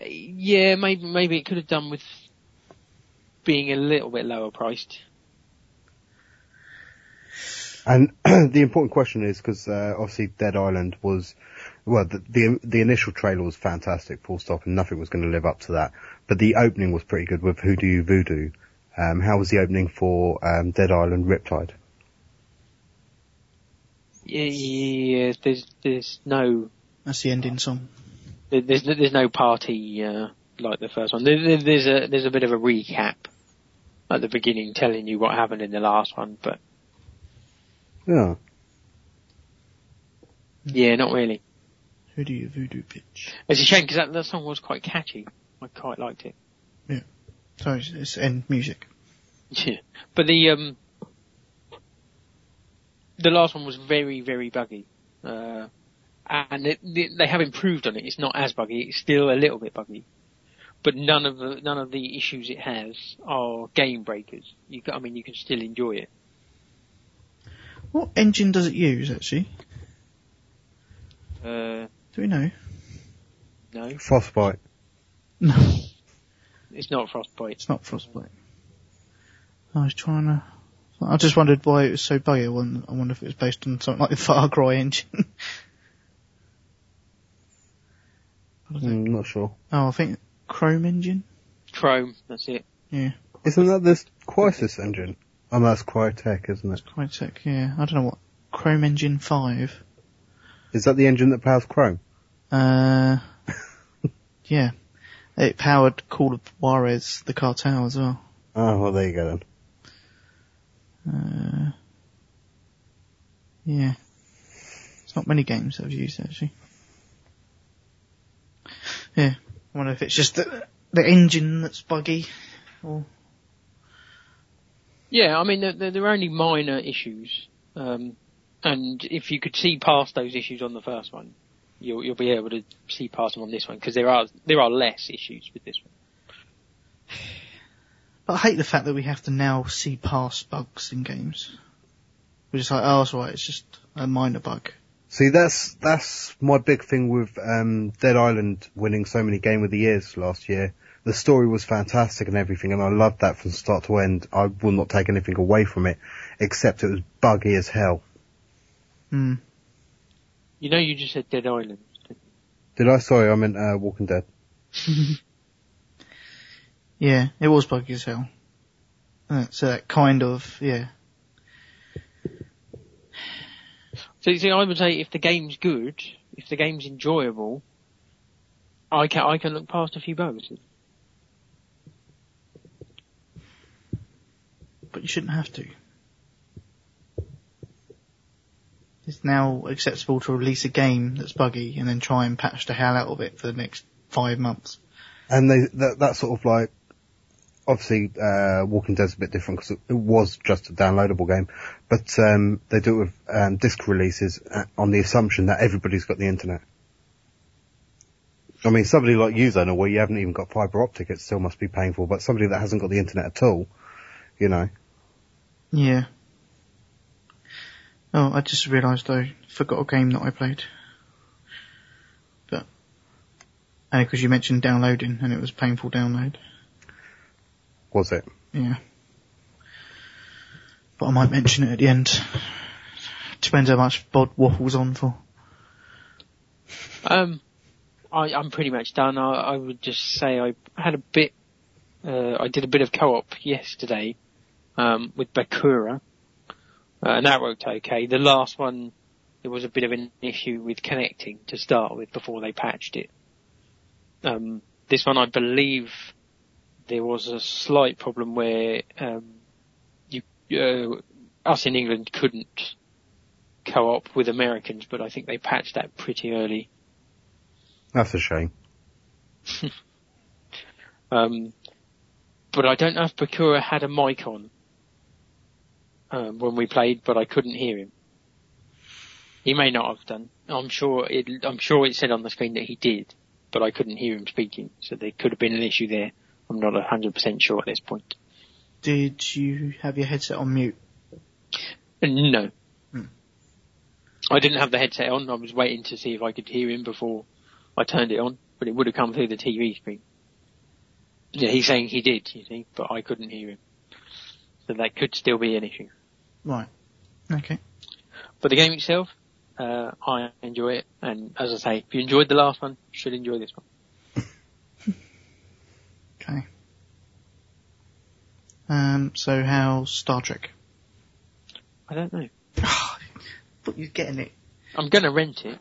[SPEAKER 4] Uh, Yeah, maybe maybe it could have done with being a little bit lower priced.
[SPEAKER 5] And the important question is because uh, obviously Dead Island was, well, the, the the initial trailer was fantastic, full stop, and nothing was going to live up to that. But the opening was pretty good with Who Do You Voodoo. Um, how was the opening for um, Dead Island Riptide?
[SPEAKER 4] Yeah, yeah, there's there's no
[SPEAKER 3] That's the ending song.
[SPEAKER 4] there- there's there's no party uh, like the first one. There, there- there's a there's a bit of a recap at the beginning telling you what happened in the last one, but
[SPEAKER 5] Yeah,
[SPEAKER 4] yeah, not really.
[SPEAKER 3] Who do you voodoo bitch?
[SPEAKER 4] It's a shame because that, that song was quite catchy. I quite liked it.
[SPEAKER 3] Sorry, it's- it's end music.
[SPEAKER 4] Yeah, but the um the last one was very very buggy, uh, and it, it- they have improved on it. It's not as buggy. It's still a little bit buggy, but none of the none of the issues it has are game breakers. You ca- I mean you can still enjoy it.
[SPEAKER 3] What engine does it use, actually?
[SPEAKER 4] Uh,
[SPEAKER 3] Do we know?
[SPEAKER 4] no,
[SPEAKER 5] Frostbite.
[SPEAKER 3] No,
[SPEAKER 4] it's not Frostbite.
[SPEAKER 3] it's not Frostbite. I was trying to... I just wondered why it was so buggy. I won- I wonder if it was based on something like the Far Cry engine.
[SPEAKER 5] Mm, not sure.
[SPEAKER 3] oh, I think Chrome engine?
[SPEAKER 4] Chrome, that's it.
[SPEAKER 3] Yeah,
[SPEAKER 5] Isn't that this Crisis engine? Oh, no, that's Crytek, isn't it?
[SPEAKER 3] Crytek, yeah. I don't know what. Chrome engine 5.
[SPEAKER 5] Is that the engine that powers Chrome?
[SPEAKER 3] Uh, yeah. It powered Call of Juarez, the cartel as well.
[SPEAKER 5] Oh, well, there you go then.
[SPEAKER 3] Uh, yeah. It's not many games that I've used actually. Yeah. I wonder if it's just the, the engine that's buggy or,
[SPEAKER 4] Yeah, I mean, there, there, there are only minor issues, um, and if you could see past those issues on the first one, you'll you'll be able to see past them on this one because there are there are less issues with this one.
[SPEAKER 3] but I hate the fact that we have to now see past bugs in games. We're just like, oh, it's alright, it's just a minor bug.
[SPEAKER 5] See, that's that's my big thing with um, Dead Island winning so many Game of the Years last year. The story was fantastic and everything, and I loved that from start to end. I will not take anything away from it, except it was buggy as hell.
[SPEAKER 3] Hmm.
[SPEAKER 4] You know, you just said Dead Island.
[SPEAKER 5] Did I? Sorry, I meant uh, Walking Dead.
[SPEAKER 3] Yeah, it was buggy as hell. Uh, so that kind of, yeah.
[SPEAKER 4] So you see, I would say if the game's good, if the game's enjoyable, I can I can look past a few bugs.
[SPEAKER 3] but you shouldn't have to. It's now acceptable to release a game that's buggy and then try and patch the hell out of it for the next five months.
[SPEAKER 5] And they that that sort of like, obviously, uh, Walking Dead's a bit different because it was just a downloadable game, but um, they do it with um, disc releases uh, on the assumption that everybody's got the internet. I mean, somebody like you, Zona, where you haven't even got fibre optic, it still must be painful. But somebody that hasn't got the internet at all, you know,
[SPEAKER 3] Yeah. Oh, I just realised I forgot a game that I played. But, and because you mentioned downloading and it was painful download.
[SPEAKER 5] was it?
[SPEAKER 3] Yeah. But I might mention it at the end. Depends how much Bod waffles on for.
[SPEAKER 4] Um, I, I'm pretty much done. I, I would just say I had a bit, uh, I did a bit of co-op yesterday, um, with Bakura, uh, and that worked okay. The last one, there was a bit of an issue with connecting to start with before they patched it. Um, this one I believe there was a slight problem where, um, you, uh, us in England couldn't co-op with Americans, but I think they patched that pretty early.
[SPEAKER 5] That's a shame.
[SPEAKER 4] Um, but I don't know if Bakura had a mic on um, when we played, but I couldn't hear him. He may not have done. I'm sure it. I'm sure it said on the screen that he did, but I couldn't hear him speaking, so there could have been an issue there. I'm not 100% sure at this point.
[SPEAKER 3] Did you have your headset on mute?
[SPEAKER 4] No.
[SPEAKER 3] Hmm.
[SPEAKER 4] I didn't have the headset on. I was waiting to see if I could hear him before I turned it on, but it would have come through the TV screen. Yeah, he's saying he did, you see, but I couldn't hear him. So that could still be an issue.
[SPEAKER 3] Right. Okay.
[SPEAKER 4] But the game itself, uh, I enjoy it, and as I say, if you enjoyed the last one, you should enjoy this one.
[SPEAKER 3] Okay. Um, so how's Star Trek?
[SPEAKER 4] I don't know.
[SPEAKER 3] but you're getting it.
[SPEAKER 4] I'm gonna rent it.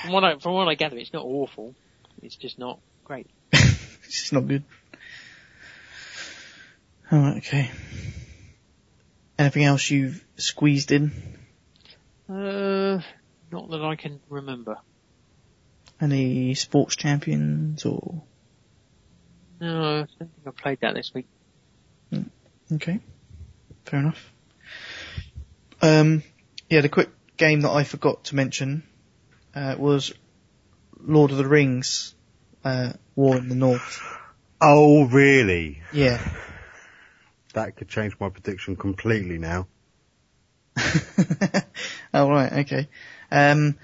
[SPEAKER 4] from what I, from what I gather, it's not awful. It's just not great.
[SPEAKER 3] it's just not good. Alright, okay. Anything else you've squeezed in?
[SPEAKER 4] Uh, not that I can remember.
[SPEAKER 3] Any sports champions or?
[SPEAKER 4] No, I don't think I played that this week.
[SPEAKER 3] Okay. Fair enough. Um, yeah, the quick game that I forgot to mention, uh, was Lord of the Rings, uh, War in the North.
[SPEAKER 5] Oh, really?
[SPEAKER 3] Yeah.
[SPEAKER 5] That could change my prediction completely now.
[SPEAKER 3] oh right, okay. Um,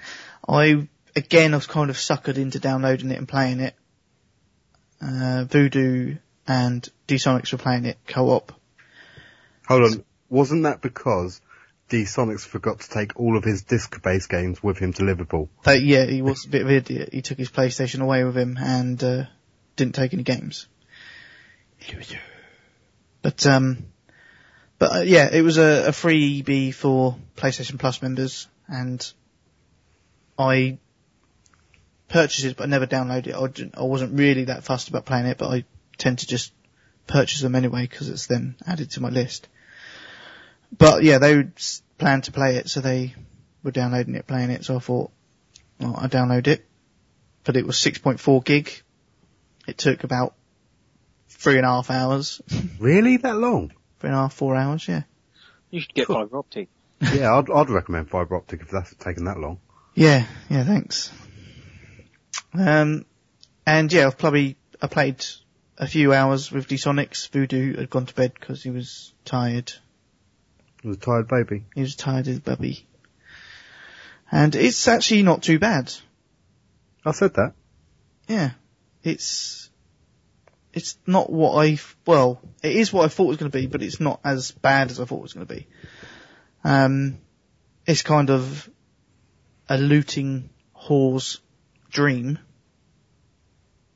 [SPEAKER 3] I again I was kind of suckered into downloading it and playing it. Uh, Voodoo and D-Sonics were playing it co-op.
[SPEAKER 5] Hold on. Wasn't that because D Sonics forgot to take all of his disc based games with him to Liverpool?
[SPEAKER 3] But yeah, he was a bit of an idiot. He took his PlayStation away with him and uh, didn't take any games. But um, but uh, yeah, it was a, a free EB for PlayStation Plus members, and I purchases, but I never download it. I, didn't- I wasn't really that fussed about playing it, but I tend to just purchase them anyway because it's then added to my list. But yeah, they s- planned to play it, so they were downloading it, playing it. So I thought, well, I download it, but it was 6.4 gig. It took about three and a half hours, three
[SPEAKER 5] Really? That long?
[SPEAKER 3] and a half, four hours. Yeah.
[SPEAKER 4] You should get fiber optic.
[SPEAKER 5] yeah, I'd, I'd recommend fibre optic if that's taken that long.
[SPEAKER 3] Yeah, yeah, thanks. Um, and yeah, I've probably, I played a few hours with Desonics. Voodoo had gone to bed because he was tired.
[SPEAKER 5] It was a tired baby.
[SPEAKER 3] He was tired as a baby. And it's actually not too bad.
[SPEAKER 5] I said that.
[SPEAKER 3] Yeah. It's, it's not what I, well, it is what I thought it was going to be, but it's not as bad as I thought it was going to be. Um, it's kind of a looting whore's dream.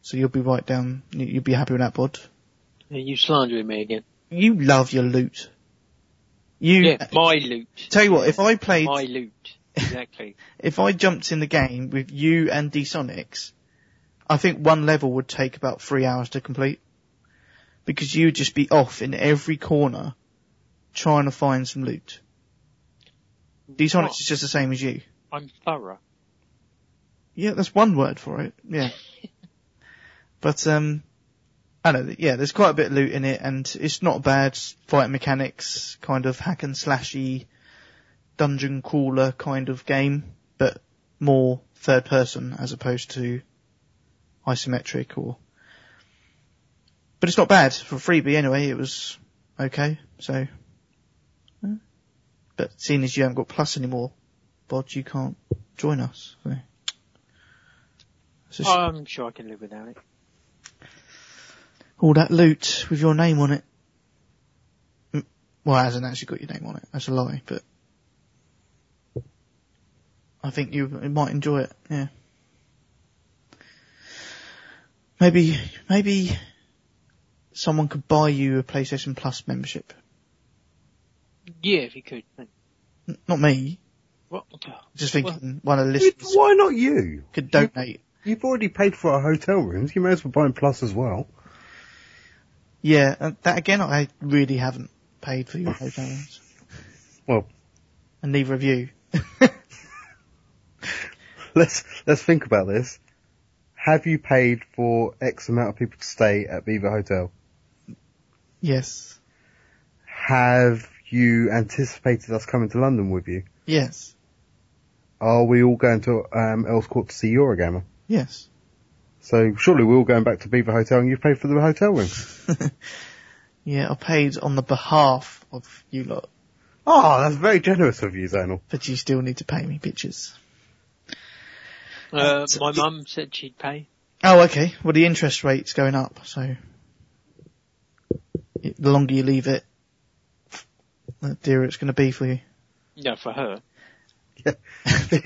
[SPEAKER 3] So you'll be right down, you- you'll be happy with that, bod.
[SPEAKER 4] Are you slandering me again?
[SPEAKER 3] You love your loot. You,
[SPEAKER 4] Yeah, my loot.
[SPEAKER 3] tell you what, if I played,
[SPEAKER 4] My loot. Exactly.
[SPEAKER 3] if I jumped in the game with you and D-Sonics, I think one level would take about three hours to complete. Because you would just be off in every corner trying to find some loot. D-Sonics
[SPEAKER 4] What?
[SPEAKER 3] is just the same as you.
[SPEAKER 4] I'm thorough.
[SPEAKER 3] Yeah, that's one word for it. Yeah. but, um, I don't know, yeah, there's quite a bit of loot in it and it's not bad fight mechanics, kind of hack and slashy dungeon crawler kind of game, but more third person as opposed to isometric or, but it's not bad for a freebie anyway. It was okay. So, yeah. but seeing as you haven't got plus anymore, Bod, you can't join us. So. It's a sh-
[SPEAKER 4] I'm sure I can live without it.
[SPEAKER 3] all that loot with your name on it. Mm, Well, it hasn't actually got your name on it. That's a lie, but I think you might enjoy it. Yeah. Maybe, maybe someone could buy you a PlayStation Plus membership.
[SPEAKER 4] Yeah, if you could. Thank-
[SPEAKER 3] N- Not me.
[SPEAKER 4] What?
[SPEAKER 3] Just thinking one of the
[SPEAKER 5] You-
[SPEAKER 3] listeners
[SPEAKER 5] why not you?
[SPEAKER 3] could donate.
[SPEAKER 5] You've already paid for our hotel rooms. You may as well buy them plus as well.
[SPEAKER 3] Yeah, and that again, I really haven't paid for your hotel rooms.
[SPEAKER 5] Well-
[SPEAKER 3] and neither of you.
[SPEAKER 5] Let's let's think about this. Have you paid for X amount of people to stay at Beaver Hotel?
[SPEAKER 3] yes.
[SPEAKER 5] Have you anticipated us coming to London with you?
[SPEAKER 3] Yes.
[SPEAKER 5] Are we all going to um, Earls Court to see Eurogamer?
[SPEAKER 3] Yes.
[SPEAKER 5] So surely we're all going back to Beaver Hotel and you've paid for the hotel room.
[SPEAKER 3] Yeah, I paid on the behalf of you lot,
[SPEAKER 5] Oh, that's very generous of you, Zonal.
[SPEAKER 3] but you still need to pay me bitches.
[SPEAKER 4] Uh, my mum said she'd pay.
[SPEAKER 3] Oh, okay. Well, the interest rate's going up, so it- the longer you leave it, the dearer it's going to be for you.
[SPEAKER 4] No, for her.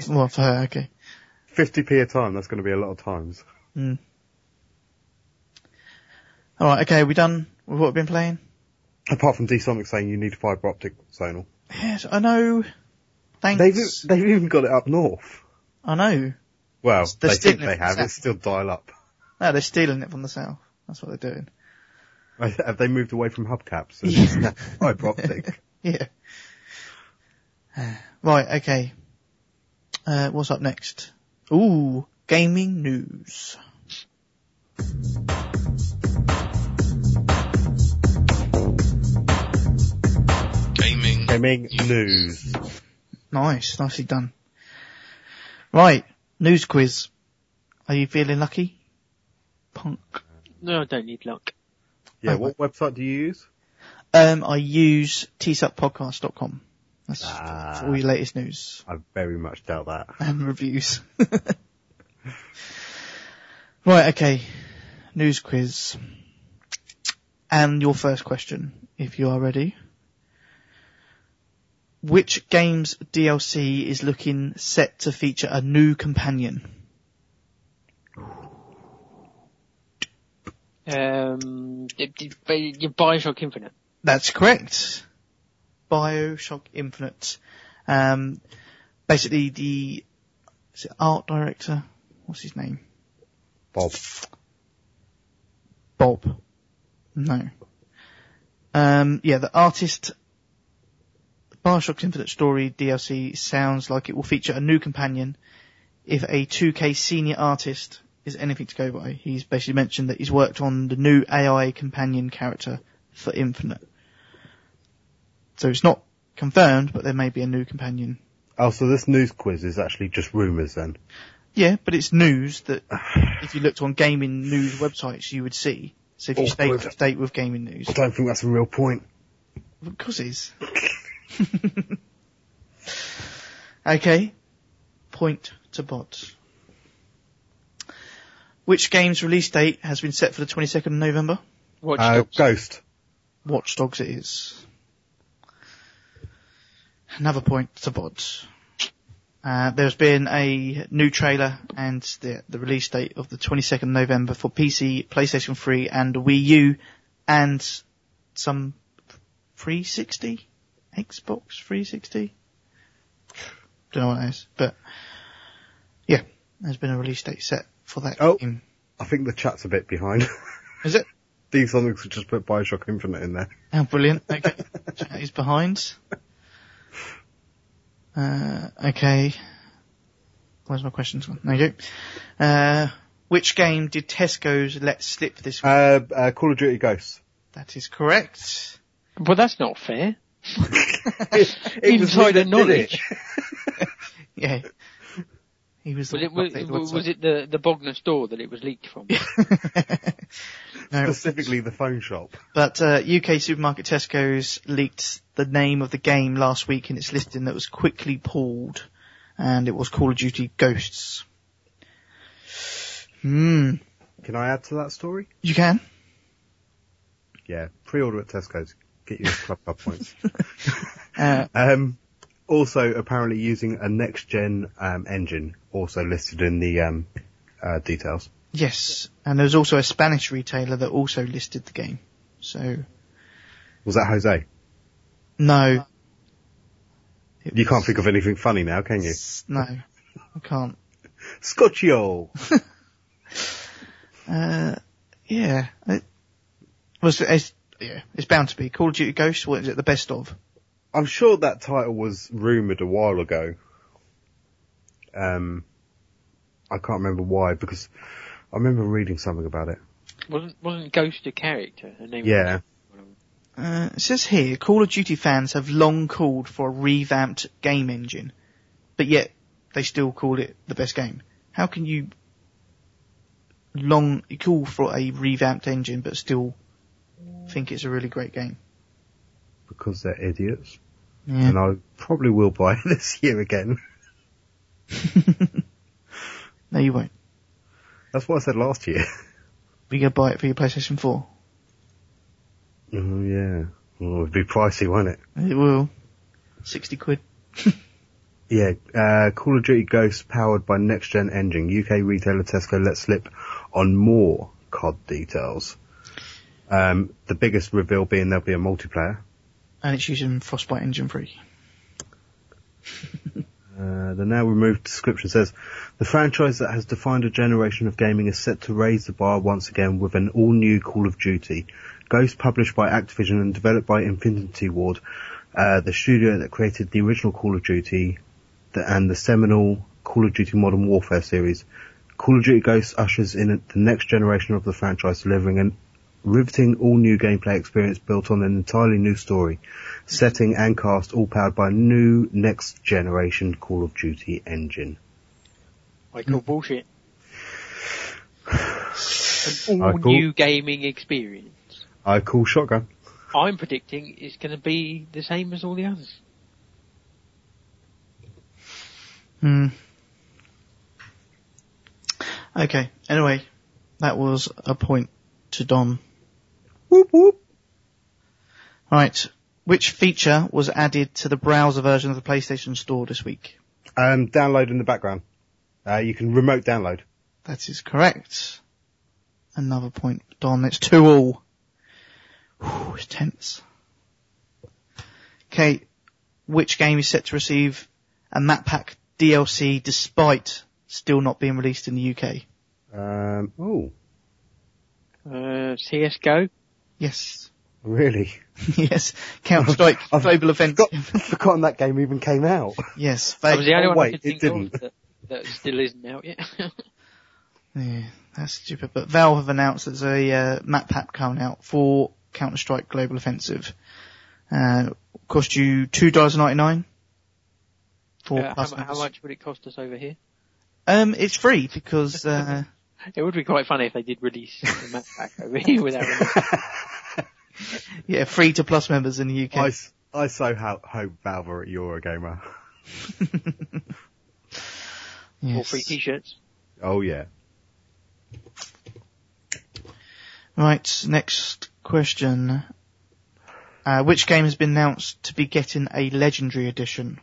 [SPEAKER 3] well, for her, okay.
[SPEAKER 5] 50p a time, that's going to be a lot of times.
[SPEAKER 3] All right, okay. Are we done with what we've been playing?
[SPEAKER 5] Apart from D-Sonic saying you need fibre optic, Zonal.
[SPEAKER 3] Yes, I know.
[SPEAKER 5] They've,
[SPEAKER 3] Thanks.
[SPEAKER 5] they've even got it up north.
[SPEAKER 3] I know.
[SPEAKER 5] Well,
[SPEAKER 3] The
[SPEAKER 5] they think
[SPEAKER 3] stigma
[SPEAKER 5] they have,
[SPEAKER 3] perception.
[SPEAKER 5] it's still dial up.
[SPEAKER 3] No, they're stealing it from the south. That's what they're doing.
[SPEAKER 5] Have they moved away from hubcaps? and just now Fibre optic.
[SPEAKER 3] Yeah. Right, okay. Uh, what's up next? Ooh, gaming news.
[SPEAKER 6] Gaming.
[SPEAKER 5] Gaming news.
[SPEAKER 3] Nice, nicely done. Right, news quiz. Are you feeling lucky? Punk.
[SPEAKER 4] No, I don't need luck.
[SPEAKER 5] Yeah, what website do you use?
[SPEAKER 3] Um, I use tsuppodcast.com. That's, that's all your latest news.
[SPEAKER 5] I very much doubt that.
[SPEAKER 3] and reviews. right, okay. News quiz. And your first question, if you are ready. Which game's DLC is looking set to feature a new companion?
[SPEAKER 4] Um, d- d- but you Bioshock Infinite.
[SPEAKER 3] That's correct. Bioshock Infinite. Um, basically the is it art director, what's his name?
[SPEAKER 5] Bob.
[SPEAKER 3] Bob. No. Um, yeah, the artist Bioshock's Infinite Story DLC sounds like it will feature a new companion if a 2K senior artist is anything to go by. He's basically mentioned that he's worked on the new AI companion character for Infinite. So it's not confirmed, but there may be a new companion.
[SPEAKER 5] Oh, so this news quiz is actually just rumours then.
[SPEAKER 3] Yeah, but it's news that if you looked on gaming news websites, you would see. So if you stay up
[SPEAKER 5] Awkward.
[SPEAKER 3] to date with gaming news,
[SPEAKER 5] I don't think that's a real point.
[SPEAKER 3] of course it is. okay. Point to bots. Which game's release date has been set for the 22nd of November?
[SPEAKER 4] Watch
[SPEAKER 5] Uh,
[SPEAKER 4] Dogs.
[SPEAKER 5] Ghost.
[SPEAKER 3] Watch Dogs it is. Another point to bots. Uh, there's been a new trailer and the, the release date of the 22nd November for PC, PlayStation 3 and Wii U and some 360? Xbox 360? Don't know what that is, but yeah, there's been a release date set for that
[SPEAKER 5] Oh.
[SPEAKER 3] game.
[SPEAKER 5] I think the chat's a bit behind.
[SPEAKER 3] Is it?
[SPEAKER 5] These songs should just put Bioshock Infinite in there.
[SPEAKER 3] How Oh, brilliant. Okay. Chat is behind. Uh, okay. Where's my questions gone? There you go. Uh, which game did Tesco's let slip this week?
[SPEAKER 5] Uh, uh, Call of Duty Ghosts.
[SPEAKER 4] Uh,
[SPEAKER 3] that is correct.
[SPEAKER 4] Well, that's not fair.
[SPEAKER 5] It, it was me
[SPEAKER 4] Insider
[SPEAKER 5] that did
[SPEAKER 4] knowledge.
[SPEAKER 5] it.
[SPEAKER 3] Yeah. He was the
[SPEAKER 4] Was it,
[SPEAKER 3] one
[SPEAKER 4] was,
[SPEAKER 3] who updated the
[SPEAKER 4] was
[SPEAKER 3] website.
[SPEAKER 4] it the, the Bognor store that it was leaked from?
[SPEAKER 3] no,
[SPEAKER 5] Specifically the phone shop.
[SPEAKER 3] but uh, UK supermarket Tesco's leaked the name of the game last week in its listing that was quickly pulled, and it was Call of Duty Ghosts. Hmm.
[SPEAKER 5] Can I add to that story?
[SPEAKER 3] You can.
[SPEAKER 5] Yeah. Pre-order at Tesco's. Get your club club points.
[SPEAKER 3] Uh,
[SPEAKER 5] Um, also apparently using a next gen, um, engine also listed in the, um, uh, details.
[SPEAKER 3] yes, and there was also a Spanish retailer that also listed the game. So
[SPEAKER 5] Was that Jose?
[SPEAKER 3] no, It
[SPEAKER 5] You can't
[SPEAKER 3] was-
[SPEAKER 5] think of anything funny now, can you?
[SPEAKER 3] No, I can't.
[SPEAKER 5] Scotchio!
[SPEAKER 3] Uh, yeah, it was. It's, yeah, it's bound to be Call of Duty Ghosts. What is it? The best of?
[SPEAKER 5] I'm sure that title was rumored a while ago. Um, I can't remember why because I remember reading something about it.
[SPEAKER 4] wasn't wasn't Ghost a character? Her name was-
[SPEAKER 5] Yeah.
[SPEAKER 3] Uh, it says here, Call of Duty fans have long called for a revamped game engine, but yet they still call it the best game. How can you long call for a revamped engine but still think it's a really great game?
[SPEAKER 5] Because they're idiots.
[SPEAKER 3] Yeah.
[SPEAKER 5] And I probably will buy it this year again.
[SPEAKER 3] No, you won't.
[SPEAKER 5] That's what I said last year.
[SPEAKER 3] We go buy it for your PlayStation 4.
[SPEAKER 5] Oh yeah. Well, it'd be pricey, won't it?
[SPEAKER 3] It will. 60 quid.
[SPEAKER 5] Yeah, uh, Call of Duty Ghosts powered by next gen engine. UK retailer Tesco let slip on more COD details. Um, the biggest reveal being there'll be a multiplayer.
[SPEAKER 3] And it's using Frostbite Engine 3.
[SPEAKER 5] Uh, the now removed description says, the franchise that has defined a generation of gaming is set to raise the bar once again with an all new Call of Duty. Ghost published by Activision and developed by Infinity Ward, uh, the studio that created the original Call of Duty the, and the seminal Call of Duty Modern Warfare series. Call of Duty Ghosts ushers in the next generation of the franchise, delivering an riveting all new gameplay experience built on an entirely new story, setting and cast all powered by a new next generation Call of Duty engine.
[SPEAKER 4] I call bullshit. An
[SPEAKER 5] I
[SPEAKER 4] all
[SPEAKER 5] call-
[SPEAKER 4] new gaming experience.
[SPEAKER 5] I call shotgun.
[SPEAKER 4] I'm predicting it's going to be the same as all the others.
[SPEAKER 3] Hmm. Okay. Anyway, that was a point to Dom.
[SPEAKER 5] Whoop whoop.
[SPEAKER 3] Right. Which feature was added to the browser version of the PlayStation Store this week?
[SPEAKER 5] Um, download in the background. Uh, you can remote download.
[SPEAKER 3] That is correct. Another point, Don. It's two all. Whew, it's tense. Okay. Which game is set to receive a map pack DLC despite still not being released in the UK.
[SPEAKER 5] Um, oh,
[SPEAKER 4] Uh, CSGO?
[SPEAKER 3] Yes.
[SPEAKER 5] really?
[SPEAKER 3] yes. Counter Strike
[SPEAKER 5] I've
[SPEAKER 3] Global Offensive.
[SPEAKER 5] Got, forgotten that game even came out.
[SPEAKER 3] Yes.
[SPEAKER 4] That was the
[SPEAKER 3] They,
[SPEAKER 5] Oh,
[SPEAKER 4] only one
[SPEAKER 5] wait,
[SPEAKER 4] I could
[SPEAKER 5] it
[SPEAKER 4] think of
[SPEAKER 5] didn't.
[SPEAKER 4] that, that still isn't out yet.
[SPEAKER 3] yeah, that's stupid. But Valve have announced there's a uh, map pack coming out for Counter Strike Global Offensive. Uh, cost you two dollars ninety nine. For
[SPEAKER 4] Uh,
[SPEAKER 3] plus
[SPEAKER 4] how, mu- how
[SPEAKER 3] members.
[SPEAKER 4] much would it cost us over here?
[SPEAKER 3] Um, it's free because uh,
[SPEAKER 4] It would be quite funny if they did release the map back over here without. remote.
[SPEAKER 3] yeah, free to plus members in the UK.
[SPEAKER 5] I, s- I so ho- hope Valve are at Eurogamer.
[SPEAKER 4] Or
[SPEAKER 3] Yes.
[SPEAKER 4] free t-shirts.
[SPEAKER 5] Oh yeah.
[SPEAKER 3] Right, next question. Uh, which game has been announced to be getting a legendary edition?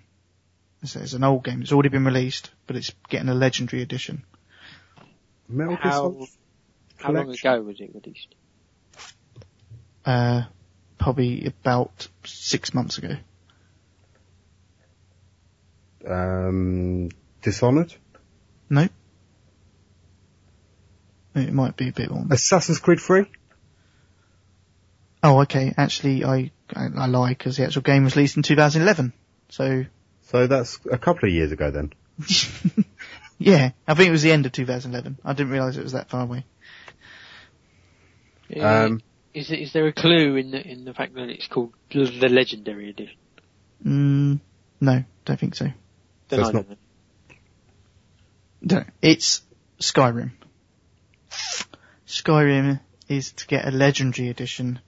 [SPEAKER 3] This is an old game. It's already been released, but it's getting a legendary edition.
[SPEAKER 5] Metal Gear
[SPEAKER 4] How-
[SPEAKER 5] Solid
[SPEAKER 4] How long
[SPEAKER 5] Collection.
[SPEAKER 4] ago was it released?
[SPEAKER 3] Uh, probably about six months ago.
[SPEAKER 5] Um, Dishonored.
[SPEAKER 3] No? It might be a bit on.
[SPEAKER 5] Assassin's Creed 3.
[SPEAKER 3] Oh, okay. Actually, I, I, I lie because the actual game was released in 2011. So,
[SPEAKER 5] So that's a couple of years ago then.
[SPEAKER 3] yeah, I think it was the end of 2011. I didn't realise it was that far away.
[SPEAKER 5] Um,
[SPEAKER 4] is, it- is there a clue in the in the fact that it's called the Legendary Edition?
[SPEAKER 3] Mm, no, don't think so.
[SPEAKER 4] Then
[SPEAKER 5] That's
[SPEAKER 4] I don't
[SPEAKER 5] not-
[SPEAKER 4] know.
[SPEAKER 3] No, it's Skyrim. Skyrim is to get a legendary edition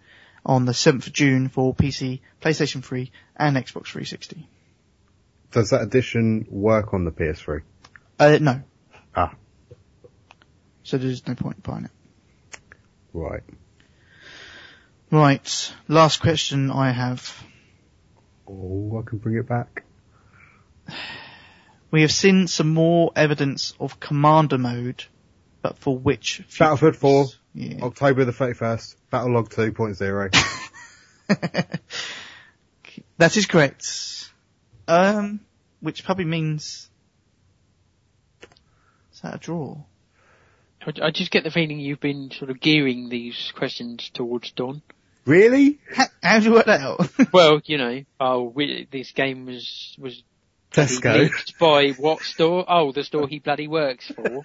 [SPEAKER 3] on the 7th of June for PC, PlayStation 3 and Xbox 360.
[SPEAKER 5] Does that edition work on the PS3?
[SPEAKER 3] Uh, no.
[SPEAKER 5] Ah.
[SPEAKER 3] So there's no point buying it.
[SPEAKER 5] Right.
[SPEAKER 3] Right, last question I have.
[SPEAKER 5] Oh, I can bring it back.
[SPEAKER 3] We have seen some more evidence of commander mode, but for which? few-
[SPEAKER 5] Battlefield 4,
[SPEAKER 3] Yeah.
[SPEAKER 5] October the 31st, Battlelog 2.0.
[SPEAKER 3] that is correct. Um, which probably means is that a draw?
[SPEAKER 4] I I just get the feeling you've been sort of gearing these questions towards Dawn.
[SPEAKER 5] really?
[SPEAKER 3] How, how do you work that out?
[SPEAKER 4] Well, you know, oh, we, this game was was
[SPEAKER 5] Tesco.
[SPEAKER 4] leaked by what store? Oh, the store he bloody works for.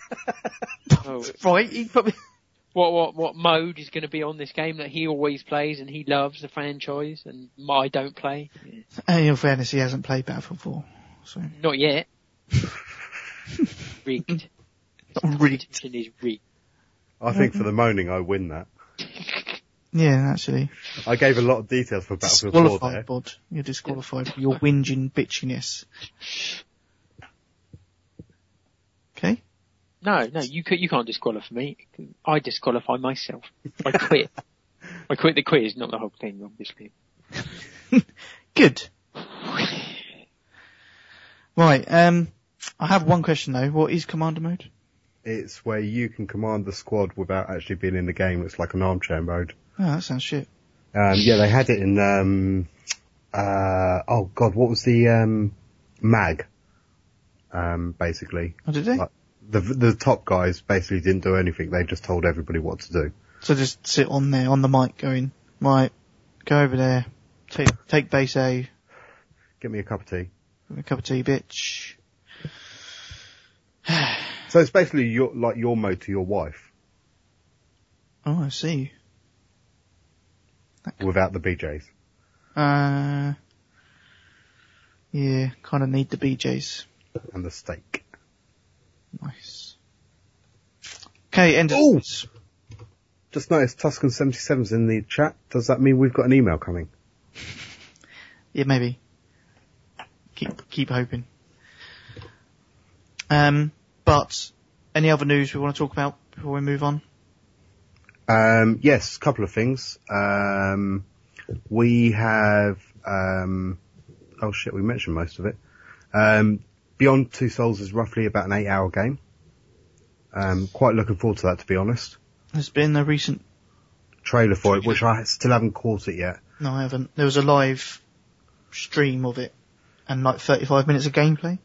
[SPEAKER 4] oh,
[SPEAKER 3] right, he probably
[SPEAKER 4] what what what mode is going to be on this game that he always plays and he loves the franchise and I don't play?
[SPEAKER 3] And in fairness, he hasn't played Battlefield 4, so
[SPEAKER 4] Not yet. rigged.
[SPEAKER 3] rigged.
[SPEAKER 4] Competition is rigged.
[SPEAKER 5] I think for the moaning I win that.
[SPEAKER 3] Yeah, actually,
[SPEAKER 5] I gave a lot of details for Battlefield 4 there.
[SPEAKER 3] disqualified, Bod. You're disqualified for your whinging bitchiness. Okay.
[SPEAKER 4] No, no, you can, you can't disqualify me. I disqualify myself. I quit. I quit the quiz, not the whole thing, obviously.
[SPEAKER 3] Good. Right, um, I have one question though. What is commander mode?
[SPEAKER 5] It's where you can command the squad without actually being in the game. It's like an armchair mode.
[SPEAKER 3] Oh, that sounds shit.
[SPEAKER 5] Um, yeah, they had it in, um, uh, oh god, what was the, um, mag? Um, basically.
[SPEAKER 3] Oh, did they?
[SPEAKER 5] Like, the, the top guys basically didn't do anything. They just told everybody what to do.
[SPEAKER 3] So just sit on there, on the mic going, right, go over there, take, take base A,
[SPEAKER 5] Get me a cup of tea.
[SPEAKER 3] a cup of tea, bitch.
[SPEAKER 5] So it's basically your, like your mode to your wife
[SPEAKER 3] Oh, I see.
[SPEAKER 5] without the BJs.
[SPEAKER 3] Uh, yeah, kinda need the BJs.
[SPEAKER 5] and the steak.
[SPEAKER 3] Nice. Okay, end of
[SPEAKER 5] Ooh.
[SPEAKER 3] this.
[SPEAKER 5] Just noticed Tuscan77's in the chat. Does that mean we've got an email coming?
[SPEAKER 3] Yeah, maybe. Keep keep hoping. Um, but any other news we want to talk about before we move on?
[SPEAKER 5] Um, yes, a couple of things. Um, we have, um, oh shit, we mentioned most of it. Um, Beyond Two Souls is roughly about an eight hour game. Um, quite looking forward to that to be honest.
[SPEAKER 3] There's been a recent.
[SPEAKER 5] Trailer for it, which I still haven't caught it yet.
[SPEAKER 3] No, I haven't. There was a live stream of it, and like 35 minutes of gameplay.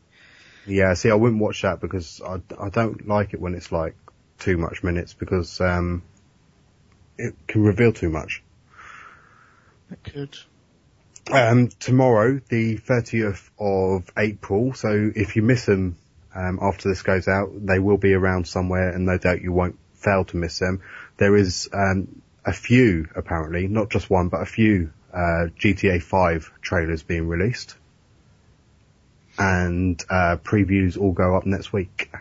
[SPEAKER 5] Yeah, see, I wouldn't watch that because I, I don't like it when it's like too much minutes because um, it can reveal too much.
[SPEAKER 3] It could.
[SPEAKER 5] Um, tomorrow, the 30th of April, so if you miss them um, after this goes out, they will be around somewhere and no doubt you won't fail to miss them. There is um, a few, apparently, not just one, but a few uh, GTA 5 trailers being released. And uh, previews all go up next week.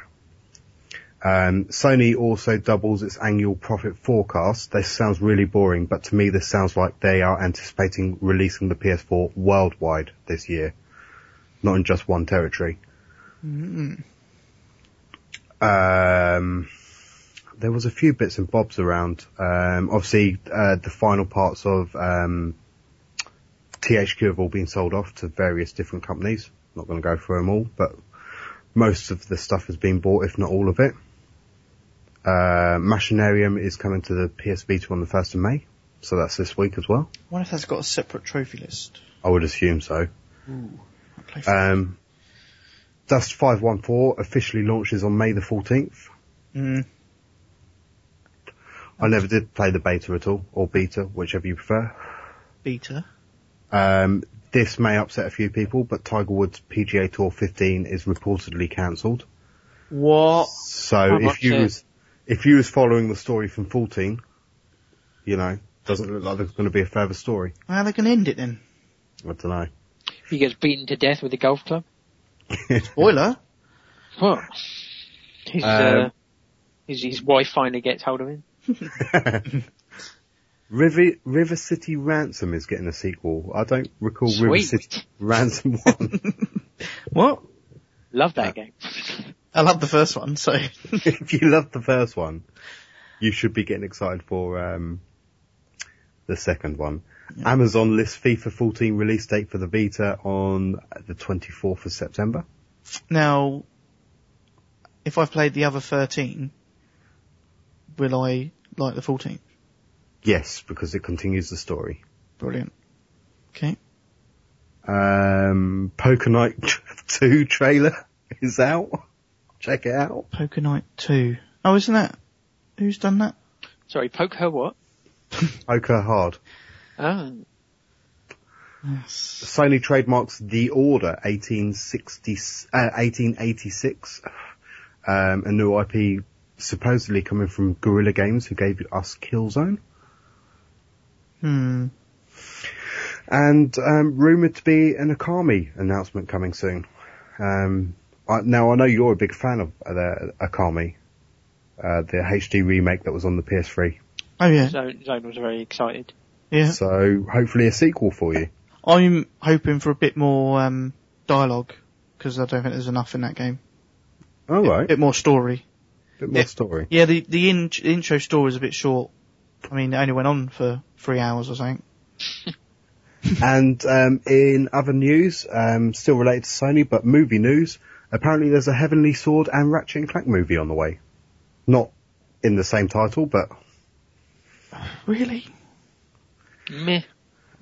[SPEAKER 5] Um, Sony also doubles its annual profit forecast. This sounds really boring, but to me this sounds like they are anticipating releasing the PS4 worldwide this year, not in just one territory. Um, there was a few bits and bobs around. Um, obviously, uh, the final parts of um, THQ have all been sold off to various different companies. Not going to go through them all, but most of the stuff has been bought, if not all of it. Uh, Machinarium is coming to the PS Vita on the 1st of May, so that's this week as well.
[SPEAKER 3] I wonder if that's got a separate trophy list.
[SPEAKER 5] I would assume so.
[SPEAKER 3] I play for-
[SPEAKER 5] Um, Dust 514 officially launches on May the 14th.
[SPEAKER 3] Mm.
[SPEAKER 5] I never did play the beta at all, or beta, whichever you prefer.
[SPEAKER 3] Beta.
[SPEAKER 5] Um, this may upset a few people, but Tiger Woods PGA Tour 15 is reportedly cancelled.
[SPEAKER 3] What?
[SPEAKER 5] So
[SPEAKER 4] much
[SPEAKER 5] if you
[SPEAKER 4] is it?
[SPEAKER 5] was if you was following the story from 14, you know, doesn't look like there's going to be a further story.
[SPEAKER 3] How are they going to end it then?
[SPEAKER 5] I don't know.
[SPEAKER 4] He gets beaten to death with a golf club.
[SPEAKER 3] Spoiler.
[SPEAKER 4] What? His, uh,
[SPEAKER 5] Um,
[SPEAKER 4] his, his wife finally gets hold of him.
[SPEAKER 5] River River City Ransom is getting a sequel. I don't recall River
[SPEAKER 4] Sweet.
[SPEAKER 5] City Ransom one.
[SPEAKER 3] What?
[SPEAKER 4] Love
[SPEAKER 5] Uh,
[SPEAKER 4] that game.
[SPEAKER 3] I love the first one, so.
[SPEAKER 5] if you loved the first one, you should be getting excited for um, the second one. Amazon lists FIFA 14 release date for the Vita on the 24th of September.
[SPEAKER 3] now, if I've played the other 13, will I like the 14?
[SPEAKER 5] Yes, because it continues the story.
[SPEAKER 3] Brilliant. Okay.
[SPEAKER 5] Um, Poker Night 2 trailer is out. Check it out.
[SPEAKER 3] Poker Night 2. Oh, isn't that? Who's done that?
[SPEAKER 4] Sorry, poke her what?
[SPEAKER 5] Poker Hard.
[SPEAKER 4] Oh,
[SPEAKER 3] Yes.
[SPEAKER 5] Sony trademarks The Order 1860, uh, 1886, um, a new IP supposedly coming from Guerrilla Games who gave us Killzone.
[SPEAKER 3] Hmm.
[SPEAKER 5] And um, rumoured to be an Akami announcement coming soon. Um, I, now I know you're a big fan of uh, the Akami, uh, the HD remake that was on the PS3.
[SPEAKER 3] Oh yeah.
[SPEAKER 4] Ah, Zone, Zone was very excited.
[SPEAKER 3] Yeah.
[SPEAKER 5] So hopefully a sequel for you.
[SPEAKER 3] I'm hoping for a bit more, um, dialogue, because I don't think there's enough in that game.
[SPEAKER 5] All
[SPEAKER 3] A
[SPEAKER 5] right,
[SPEAKER 3] bit more story.
[SPEAKER 5] bit more
[SPEAKER 3] yeah.
[SPEAKER 5] story.
[SPEAKER 3] Yeah, the, the in- intro story is a bit short. I mean, it only went on for three hours or something.
[SPEAKER 5] And um, in other news, um, still related to Sony, but movie news, apparently there's a Heavenly Sword and Ratchet and Clank movie on the way. Not in the same title, but
[SPEAKER 3] Really?
[SPEAKER 4] Meh.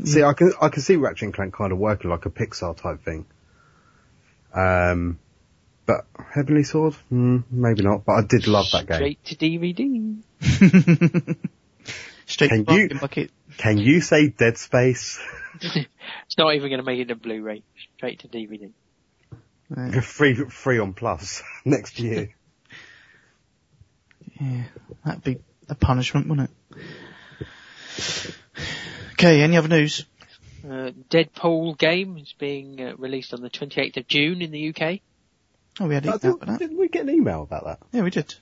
[SPEAKER 5] see, I can I can see Ratchet and Clank kind of working like a Pixar type thing. Um, but Heavenly Sword, mm, maybe not. But I did love that game.
[SPEAKER 4] Straight to DVD.
[SPEAKER 3] Straight
[SPEAKER 5] Can
[SPEAKER 3] to bargain
[SPEAKER 5] you-
[SPEAKER 3] bucket.
[SPEAKER 5] Can you say Dead Space?
[SPEAKER 4] It's not even going to make it a Blu-ray. Straight to DVD.
[SPEAKER 3] Right.
[SPEAKER 5] free free on Plus next year.
[SPEAKER 3] Yeah, that'd be a punishment, wouldn't it? Okay, any other news?
[SPEAKER 4] Uh, Deadpool game is being uh, released on the 28th of June in the UK.
[SPEAKER 3] Oh, we had
[SPEAKER 5] I
[SPEAKER 3] it
[SPEAKER 5] thought-
[SPEAKER 3] out for that.
[SPEAKER 5] didn't we get an email about that?
[SPEAKER 3] Yeah, we did.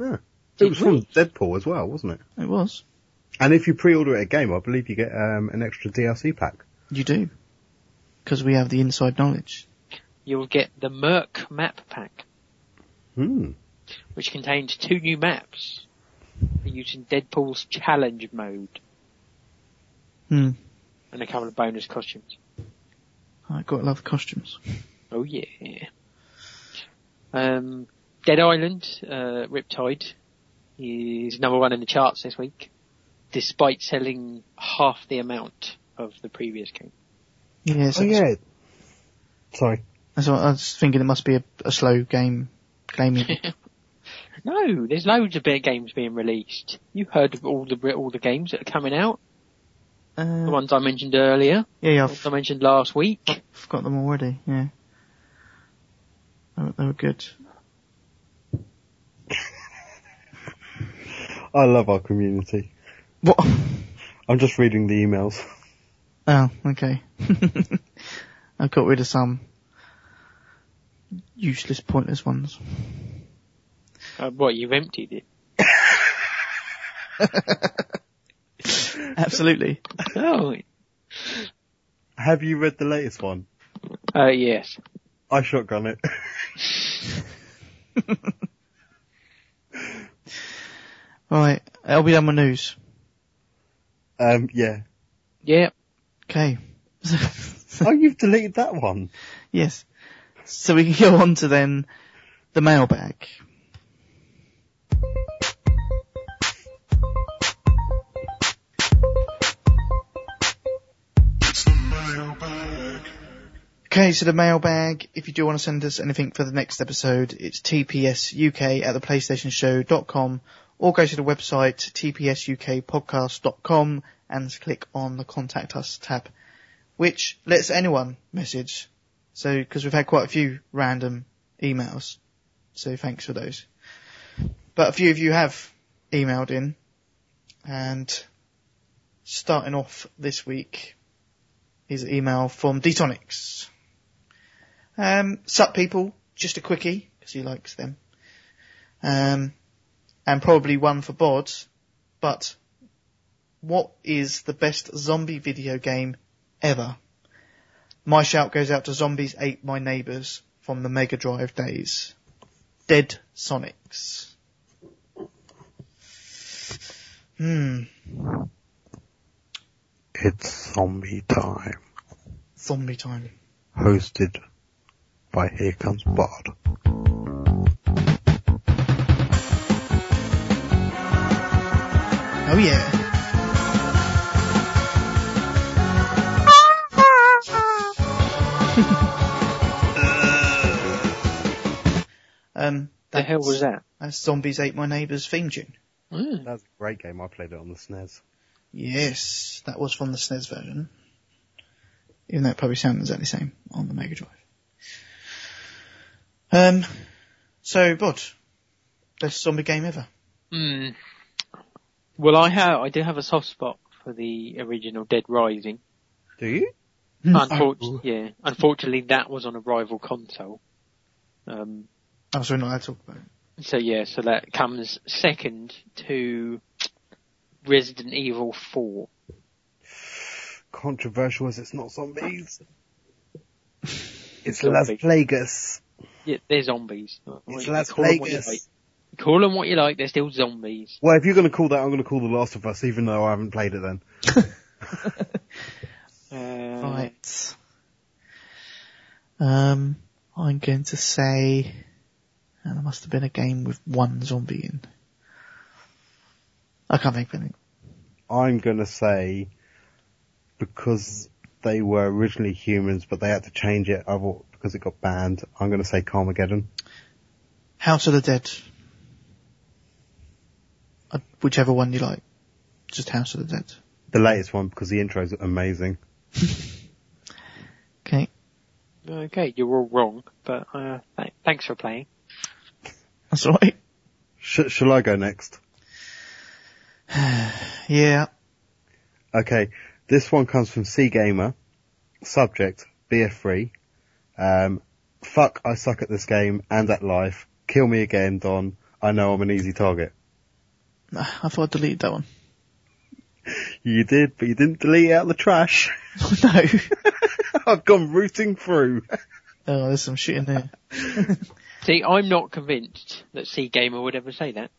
[SPEAKER 5] Yeah.
[SPEAKER 4] Did
[SPEAKER 5] It was from
[SPEAKER 4] we?
[SPEAKER 5] Deadpool as well, wasn't it?
[SPEAKER 3] It was.
[SPEAKER 5] And if you pre-order it at game, I believe you get um, an extra DLC pack.
[SPEAKER 3] You do. Because we have the inside knowledge.
[SPEAKER 4] You'll get the Merc map pack,
[SPEAKER 5] Hmm.
[SPEAKER 4] which contains two new maps using Deadpool's challenge mode
[SPEAKER 3] Hmm.
[SPEAKER 4] and a couple of bonus costumes.
[SPEAKER 3] I got to love costumes.
[SPEAKER 4] Oh yeah. Um, Dead Island, uh, Riptide is number one in the charts this week, despite selling half the amount of the previous game.
[SPEAKER 3] Yes.
[SPEAKER 5] Oh yeah. Oh, Sorry.
[SPEAKER 3] That's what I was thinking. It must be a, a slow game. Claiming
[SPEAKER 4] No, there's loads of big games being released. You heard of all the all the games that are coming out. The
[SPEAKER 3] uh,
[SPEAKER 4] ones I mentioned earlier,
[SPEAKER 3] yeah, yeah,
[SPEAKER 4] the
[SPEAKER 3] I've
[SPEAKER 4] ones I mentioned last week.
[SPEAKER 3] forgot them already. Yeah, they were, they were good.
[SPEAKER 5] I love our community.
[SPEAKER 3] What?
[SPEAKER 5] I'm just reading the emails.
[SPEAKER 3] Oh, okay. I got rid of some useless, pointless ones.
[SPEAKER 4] Uh, what you've emptied it?
[SPEAKER 3] Absolutely.
[SPEAKER 4] Oh,
[SPEAKER 5] Have you read the latest one?
[SPEAKER 4] uh, yes.
[SPEAKER 5] I shotgun it.
[SPEAKER 3] Right, I'll be done with news.
[SPEAKER 5] Um, yeah.
[SPEAKER 4] Yeah.
[SPEAKER 3] Okay.
[SPEAKER 5] Oh, you've deleted that one.
[SPEAKER 3] yes. So we can go on to then the mailbag. Okay, so the mailbag, if you do want to send us anything for the next episode, it's tpsuk at theplaystationshow.com or go to the website tpsukpodcast.com and click on the contact us tab, which lets anyone message. So, because we've had quite a few random emails. So thanks for those. But a few of you have emailed in and starting off this week is an email from Detonics. Um, sup people, just a quickie, because he likes them. Um, and probably one for Bod, but what is the best zombie video game ever? My shout goes out to Zombies Ate My Neighbours from the Mega Drive days. Dead Sonics. Hmm,
[SPEAKER 5] It's zombie time.
[SPEAKER 3] zombie time.
[SPEAKER 5] Hosted by Here Comes Bard.
[SPEAKER 3] Oh yeah. um,
[SPEAKER 4] The hell was that?
[SPEAKER 3] That's Zombies Ate My Neighbours theme tune.
[SPEAKER 4] Mm.
[SPEAKER 5] That's a great game. I played it on the E SNES.
[SPEAKER 3] Yes, that was from the SNES version. Even though it probably sounded exactly the same on the Mega Drive. Um, so, Bod, best zombie game ever.
[SPEAKER 4] Mm. Well, I have. I do have a soft spot for the original Dead Rising.
[SPEAKER 5] Do you?
[SPEAKER 3] Hmm. Oh,
[SPEAKER 4] Unfortunately, yeah. Unfortunately, that was on a rival console. Um,
[SPEAKER 3] Oh, sorry, not allowed to talk about it.
[SPEAKER 4] so yeah, so that comes second to Resident Evil 4.
[SPEAKER 5] Controversial as it's not zombies. It's
[SPEAKER 4] Zombies.
[SPEAKER 5] Las Plagas.
[SPEAKER 4] Yeah, they're zombies. Well,
[SPEAKER 5] It's
[SPEAKER 4] you
[SPEAKER 5] Las
[SPEAKER 4] call 'em what you
[SPEAKER 5] Plagas.
[SPEAKER 4] like. Call them what you like, they're still zombies.
[SPEAKER 5] Well, if you're going to call that, I'm going to call The Last of Us, even though I haven't played it then.
[SPEAKER 4] Uh,
[SPEAKER 3] Right. Um, I'm going to say, and there must have been a game with one zombie in. I can't think of anything.
[SPEAKER 5] I'm going to say because they were originally humans, but they had to change it I will- because it got banned. I'm going to say Carmageddon.
[SPEAKER 3] House of the Dead. Uh, Whichever one you like. Just House of the Dead.
[SPEAKER 5] The latest one because the intro's amazing.
[SPEAKER 3] Okay.
[SPEAKER 4] Okay, you're all wrong, but uh, th- thanks for playing.
[SPEAKER 3] That's alright.
[SPEAKER 5] Sh- shall I go next?
[SPEAKER 3] Yeah.
[SPEAKER 5] Okay, this one comes from C Gamer. Subject: Beer free. Um, fuck, I suck at this game and at life. Kill me again, Don. I know I'm an easy target.
[SPEAKER 3] Uh, I thought I deleted that one.
[SPEAKER 5] You did, but you didn't delete it out of the trash.
[SPEAKER 3] no.
[SPEAKER 5] I've gone rooting through.
[SPEAKER 3] Oh, there's some shit in there.
[SPEAKER 4] See, I'm not convinced that C Gamer would ever say that.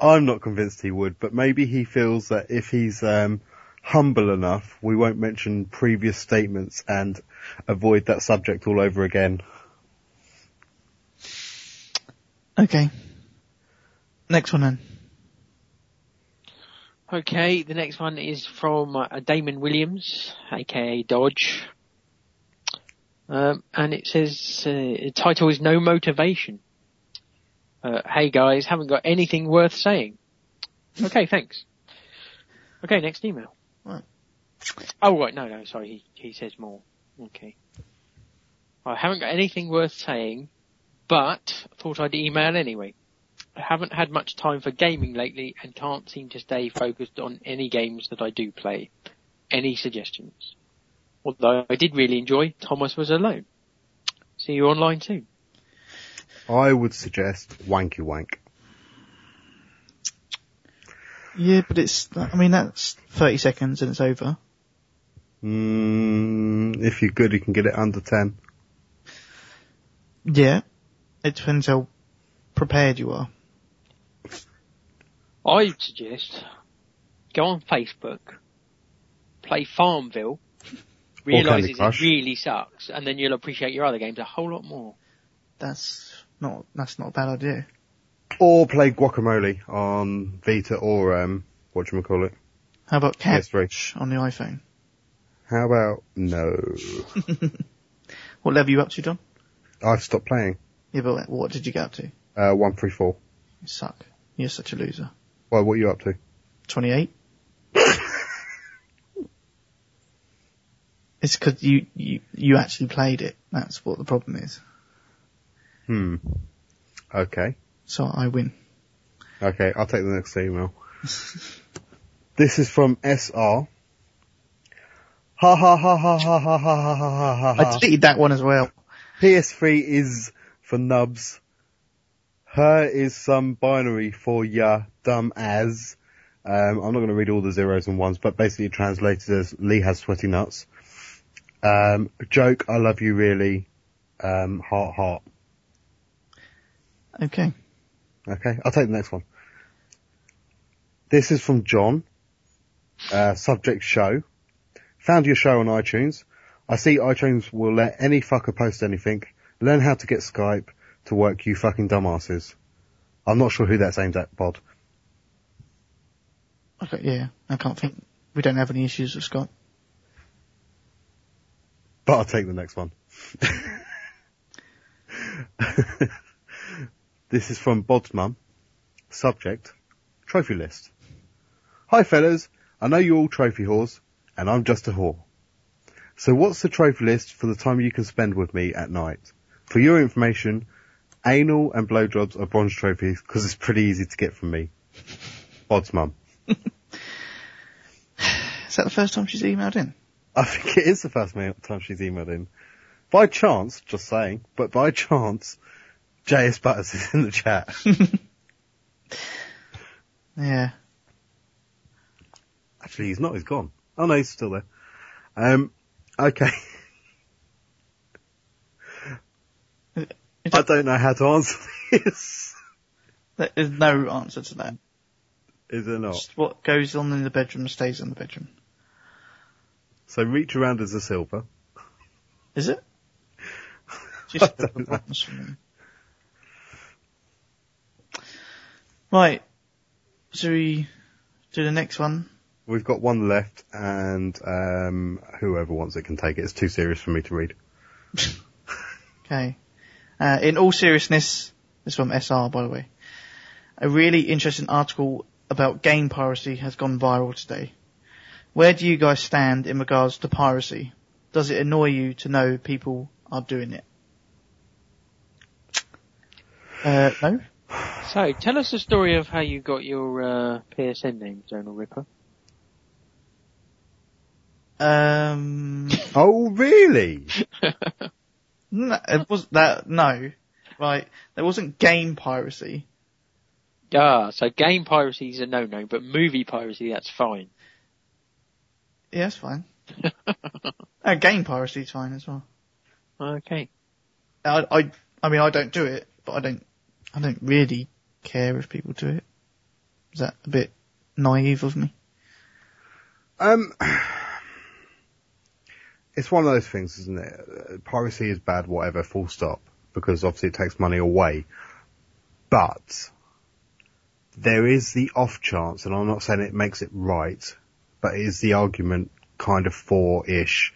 [SPEAKER 5] I'm not convinced he would, but maybe he feels that if he's um, humble enough, we won't mention previous statements and avoid that subject all over again.
[SPEAKER 3] Okay. Next one then.
[SPEAKER 4] Okay, the next one is from uh, Damon Williams, aka Dodge. Um, and it says, uh, the title is No Motivation. Uh, hey guys, haven't got anything worth saying. Okay, thanks. Okay, next email.
[SPEAKER 3] Right.
[SPEAKER 4] Oh right, no, no, sorry, he, he says more. Okay. I haven't got anything worth saying, but thought I'd email anyway. I haven't had much time for gaming lately and can't seem to stay focused on any games that I do play. Any suggestions? although I did really enjoy Thomas Was Alone. See you online soon.
[SPEAKER 5] I would suggest Wanky Wank.
[SPEAKER 3] Yeah, but it's, I mean, that's 30 seconds and it's over.
[SPEAKER 5] Mm, if you're good, you can get it under 10.
[SPEAKER 3] Yeah. It depends how prepared you are.
[SPEAKER 4] I would suggest go on Facebook, play Farmville, realise
[SPEAKER 5] Candy
[SPEAKER 4] it
[SPEAKER 5] Crush.
[SPEAKER 4] really sucks, and then you'll appreciate your other games a whole lot more.
[SPEAKER 3] That's not, that's not a bad idea.
[SPEAKER 5] Or play Guacamole on Vita or, um, whatchamacallit.
[SPEAKER 3] How about
[SPEAKER 5] Yes, right.
[SPEAKER 3] Catch on the iPhone?
[SPEAKER 5] How about, no.
[SPEAKER 3] What level you up to, John?
[SPEAKER 5] I've stopped playing.
[SPEAKER 3] Yeah, but what did you get up to? You
[SPEAKER 5] Uh, 134.
[SPEAKER 3] suck. You're such a loser.
[SPEAKER 5] Well, what are you up to?
[SPEAKER 3] 28? it's cause you, you, you actually played it. That's what the problem is.
[SPEAKER 5] Hmm. Okay.
[SPEAKER 3] So I win.
[SPEAKER 5] Okay, I'll take the next email. this is from SR. Ha ha ha ha ha ha ha ha ha ha
[SPEAKER 3] I
[SPEAKER 5] ha.
[SPEAKER 3] deleted that one as well.
[SPEAKER 5] PS3 is for nubs. Her is some binary for ya dumb as. Um, I'm not going to read all the zeros and ones, but basically it translated as Lee has sweaty nuts. Um, joke, I love you really. Um, heart, heart.
[SPEAKER 3] Okay.
[SPEAKER 5] Okay, I'll take the next one. This is from John. Uh, subject show. Found your show on iTunes. I see iTunes will let any fucker post anything. Learn how to get Skype to work, you fucking dumbasses. I'm not sure who that's aimed at, Bod.
[SPEAKER 3] Okay, yeah. I can't think. We don't have any issues with Scott.
[SPEAKER 5] But I'll take the next one. this is from Bod's mum. Subject, trophy list. Hi fellas, I know you're all trophy whores, and I'm just a whore. So what's the trophy list for the time you can spend with me at night? For your information, anal and blowjobs are bronze trophies because it's pretty easy to get from me. Bod's mum.
[SPEAKER 3] Is that the first time she's emailed in?
[SPEAKER 5] I think it is the first ma- time she's emailed in. By chance, just saying, but by chance, JS Butters is in the chat.
[SPEAKER 3] Yeah.
[SPEAKER 5] Actually, he's not, he's gone. Oh no, he's still there. Um, okay. I don't know how to answer this.
[SPEAKER 3] There- There's no answer to that.
[SPEAKER 5] Is there not?
[SPEAKER 3] Just what goes on in the bedroom stays in the bedroom.
[SPEAKER 5] So reach around is a silver.
[SPEAKER 3] Is it? Just
[SPEAKER 5] I don't know.
[SPEAKER 3] problems for me. Right. So we do the next one.
[SPEAKER 5] We've got one left and, um, whoever wants it can take it. It's too serious for me to read.
[SPEAKER 3] Okay. Uh, in all seriousness, this is from SR, by the way. A really interesting article about game piracy has gone viral today. Where do you guys stand in regards to piracy? Does it annoy you to know people are doing it? Uh, no?
[SPEAKER 4] So tell us the story of how you got your uh, PSN name, Zonal Ripper.
[SPEAKER 3] Um,
[SPEAKER 5] Oh really?
[SPEAKER 3] no, it was that, no. Right. There wasn't game piracy.
[SPEAKER 4] Ah, so game piracy is a no-no, but movie piracy, that's fine.
[SPEAKER 3] Yeah, that's fine. Uh, game piracy's fine as well.
[SPEAKER 4] okay.
[SPEAKER 3] I, I, I mean, I don't do it, but I don't, I don't really care if people do it. Is that a bit naive of me?
[SPEAKER 5] Um, it's one of those things, isn't it? Uh, Piracy is bad, whatever, full stop, because obviously it takes money away. But there is the off chance, and I'm not saying it makes it right, but it is the argument kind of for-ish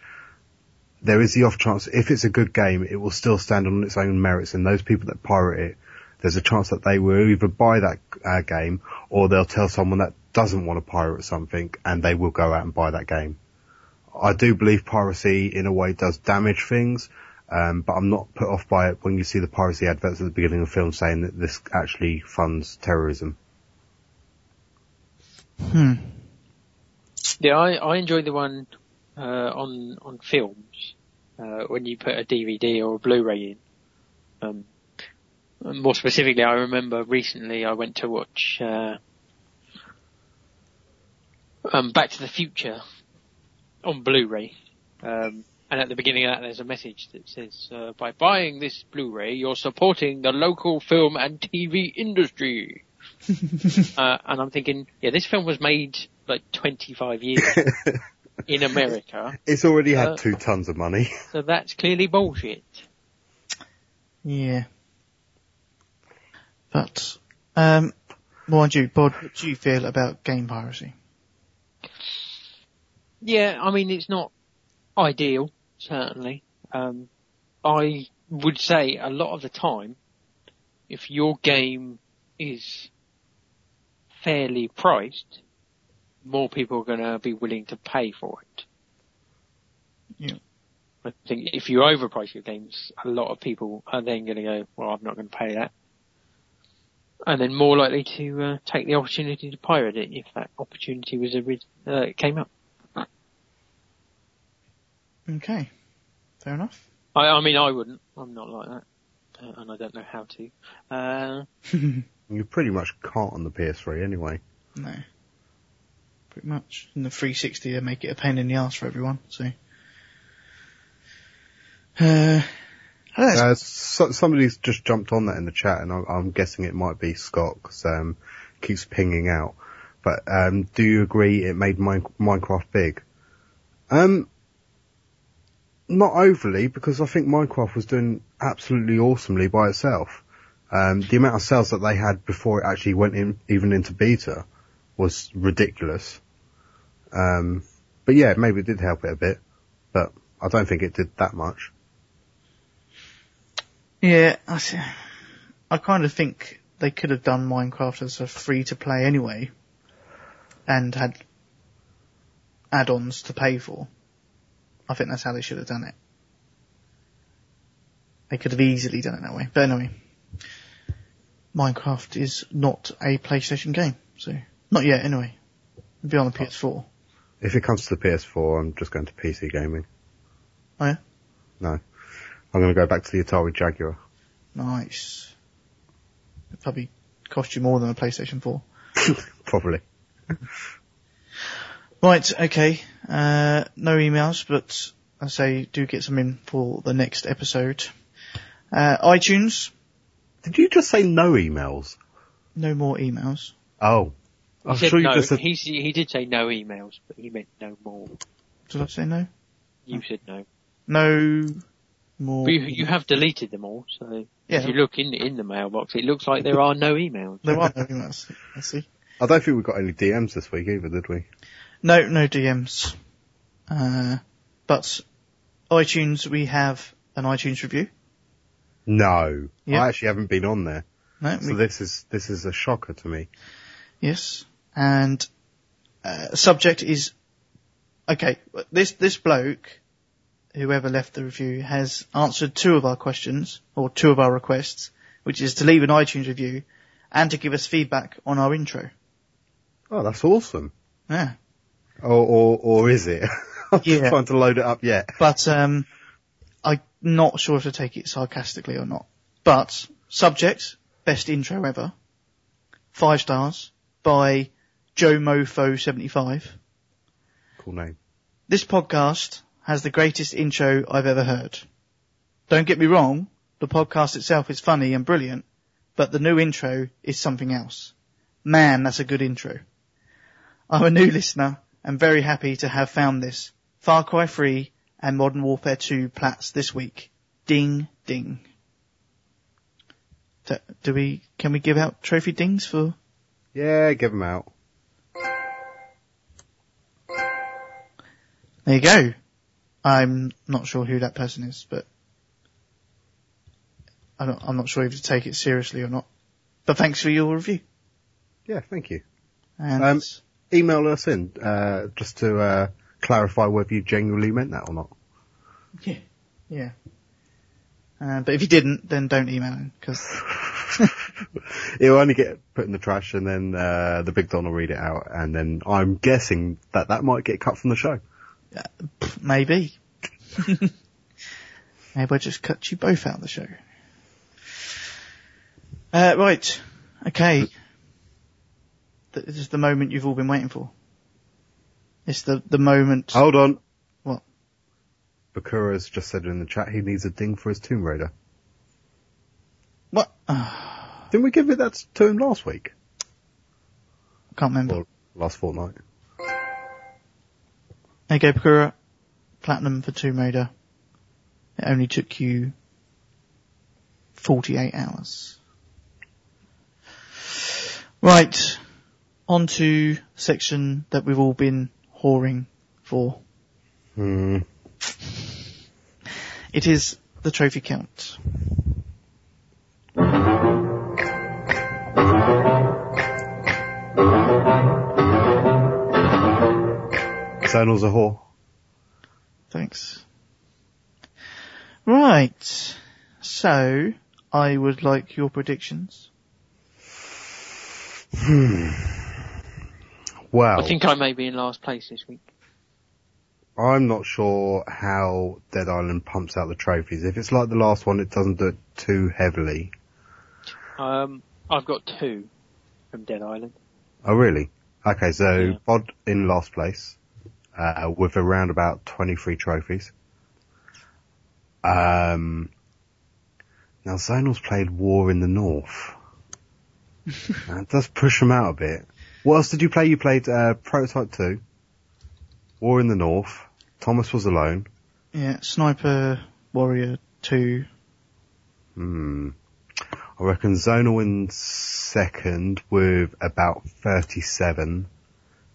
[SPEAKER 5] there is the off chance if it's a good game, it will still stand on its own merits. And those people that pirate it, there's a chance that they will either buy that uh, game or they'll tell someone that doesn't want to pirate something and they will go out and buy that game. I do believe piracy in a way does damage things, um, but I'm not put off by it when you see the piracy adverts at the beginning of the film saying that this actually funds terrorism.
[SPEAKER 3] Hmm.
[SPEAKER 4] Yeah, I, I enjoyed the one uh, on on films uh, when you put a DVD or a Blu-ray in. Um, and more specifically, I remember recently I went to watch uh, um, Back to the Future on Blu-ray, um, and at the beginning of that, there's a message that says, uh, "By buying this Blu-ray, you're supporting the local film and TV industry." uh, and I'm thinking, yeah, this film was made like 25 years ago in America,
[SPEAKER 5] It's already had
[SPEAKER 4] Uh,
[SPEAKER 5] two tons of money.
[SPEAKER 4] so that's clearly bullshit.
[SPEAKER 3] Yeah. But, um, mind you, Bod, what do you feel about game piracy?
[SPEAKER 4] Yeah, I mean, it's not ideal, certainly. Um, I would say a lot of the time, if your game is fairly priced, more people are going to be willing to pay for it.
[SPEAKER 3] Yeah.
[SPEAKER 4] I think if you overprice your games, a lot of people are then going to go, well, I'm not going to pay that. And then more likely to uh, take the opportunity to pirate it if that opportunity was orig- uh, came up.
[SPEAKER 3] Okay. Fair enough.
[SPEAKER 4] I, I mean, I wouldn't. I'm not like that, uh, and I don't know how to. Uh,
[SPEAKER 5] You pretty much can't on the PS3 anyway.
[SPEAKER 3] No. Pretty much. In the 360, they make it a pain in the ass for everyone, so. Uh, I don't know,
[SPEAKER 5] Uh, so, somebody's just jumped on that in the chat, and I'm, I'm guessing it might be Scott because um, keeps pinging out. But um, do you agree it made Min- Minecraft big? Um, not overly, because I think Minecraft was doing absolutely awesomely by itself. Um, the amount of sales that they had before it actually went in, even into beta, was ridiculous. Um, but yeah, maybe it did help it a bit, but I don't think it did that much.
[SPEAKER 3] Yeah, I, see. I kind of think they could have done Minecraft as a free to play anyway, and had add-ons to pay for. I think that's how they should have done it. They could have easily done it that way. But anyway, Minecraft is not a PlayStation game, so not yet. Anyway, it'll be on the PS4.
[SPEAKER 5] If it comes to the PS4, I'm just going to PC gaming.
[SPEAKER 3] Oh, yeah?
[SPEAKER 5] No. I'm going to go back to the Atari Jaguar.
[SPEAKER 3] Nice. It probably cost you more than a PlayStation 4.
[SPEAKER 5] Probably.
[SPEAKER 3] Right, okay. Uh, no emails, but I say do get some in for the next episode. Uh, iTunes,
[SPEAKER 5] Did you just say no emails?
[SPEAKER 3] no more emails.
[SPEAKER 5] Oh. I'm
[SPEAKER 4] he said
[SPEAKER 5] sure you
[SPEAKER 4] no.
[SPEAKER 5] just said,
[SPEAKER 4] he, s- he did say no emails, but he meant no more.
[SPEAKER 3] Did I say no?
[SPEAKER 4] You said no.
[SPEAKER 3] No more.
[SPEAKER 4] But you, you have deleted them all, so
[SPEAKER 3] Yeah.
[SPEAKER 4] if you look in in the mailbox, it looks like there are no emails.
[SPEAKER 3] There are no emails. I see.
[SPEAKER 5] I don't think we got any DMs this week either, did we?
[SPEAKER 3] No, no DMs. Uh, but iTunes, we have an iTunes review.
[SPEAKER 5] No.
[SPEAKER 3] Yeah.
[SPEAKER 5] I actually haven't been on there.
[SPEAKER 3] No,
[SPEAKER 5] So
[SPEAKER 3] we-
[SPEAKER 5] this is, this is a shocker to me.
[SPEAKER 3] Yes. And uh, subject is okay. This this bloke, whoever left the review, has answered two of our questions or two of our requests, which is to leave an iTunes review and to give us feedback on our intro.
[SPEAKER 5] Oh, that's awesome.
[SPEAKER 3] Yeah.
[SPEAKER 5] Or, or, or is it? I'm just
[SPEAKER 3] Yeah.
[SPEAKER 5] trying to load it up yet.
[SPEAKER 3] But um, I'm not sure if to take it sarcastically or not. But subject best intro ever, five stars by Joe Mofo seventy five.
[SPEAKER 5] Cool name.
[SPEAKER 3] This podcast has the greatest intro I've ever heard. Don't get me wrong, the podcast itself is funny and brilliant, but the new intro is something else. Man, that's a good intro. I'm a new listener and very happy to have found this. Far Cry 3 and Modern Warfare 2 plats this week. Ding, ding. Do, do we, can we give out trophy dings for,
[SPEAKER 5] Yeah, give them out.
[SPEAKER 3] there you go. I'm not sure who that person is, but I don't, I'm not sure if to take it seriously or not. But thanks for your review.
[SPEAKER 5] Yeah, thank you.
[SPEAKER 3] And
[SPEAKER 5] Um, Email us in, uh, just to, uh, clarify whether you genuinely meant that or not.
[SPEAKER 3] yeah, yeah. Uh, but if you didn't, then don't email him because
[SPEAKER 5] It'll only get put in the trash and then, uh, the big Don will read it out and then I'm guessing that that might get cut from the show.
[SPEAKER 3] maybe, maybe I just cut you both out of the show. Uh, right. Okay. Th- This is the moment you've all been waiting for. It's the, the moment.
[SPEAKER 5] Hold on.
[SPEAKER 3] What?
[SPEAKER 5] Bakura's just said in the chat he needs a ding for his Tomb Raider.
[SPEAKER 3] What? Ah.
[SPEAKER 5] Didn't we give it that to him last week?
[SPEAKER 3] Can't remember.
[SPEAKER 5] Or last fortnight?
[SPEAKER 3] There you go, Pakura. Platinum for Tomb Raider. It only took you 48 hours. Right. On to section that we've all been whoring for.
[SPEAKER 5] Hmm.
[SPEAKER 3] It is the trophy count.
[SPEAKER 5] Sonal's a whore.
[SPEAKER 3] Thanks. Right. So, I would like your predictions.
[SPEAKER 5] Hmm. Well,
[SPEAKER 4] I think I may be in last place this week.
[SPEAKER 5] I'm not sure how Dead Island pumps out the trophies. If it's like the last one, it doesn't do it too heavily.
[SPEAKER 4] Um, I've got two from Dead Island.
[SPEAKER 5] Oh, really? Okay, so
[SPEAKER 4] Yeah.
[SPEAKER 5] Bod in last place, uh, with around about 23 trophies. Um, now Zonal's played War in the North. that does push him out a bit. What else did you play? You played, uh, Prototype 2, War in the North, Thomas was alone.
[SPEAKER 3] Yeah, Sniper Warrior 2.
[SPEAKER 5] Hmm. I reckon Zonal in second with about 37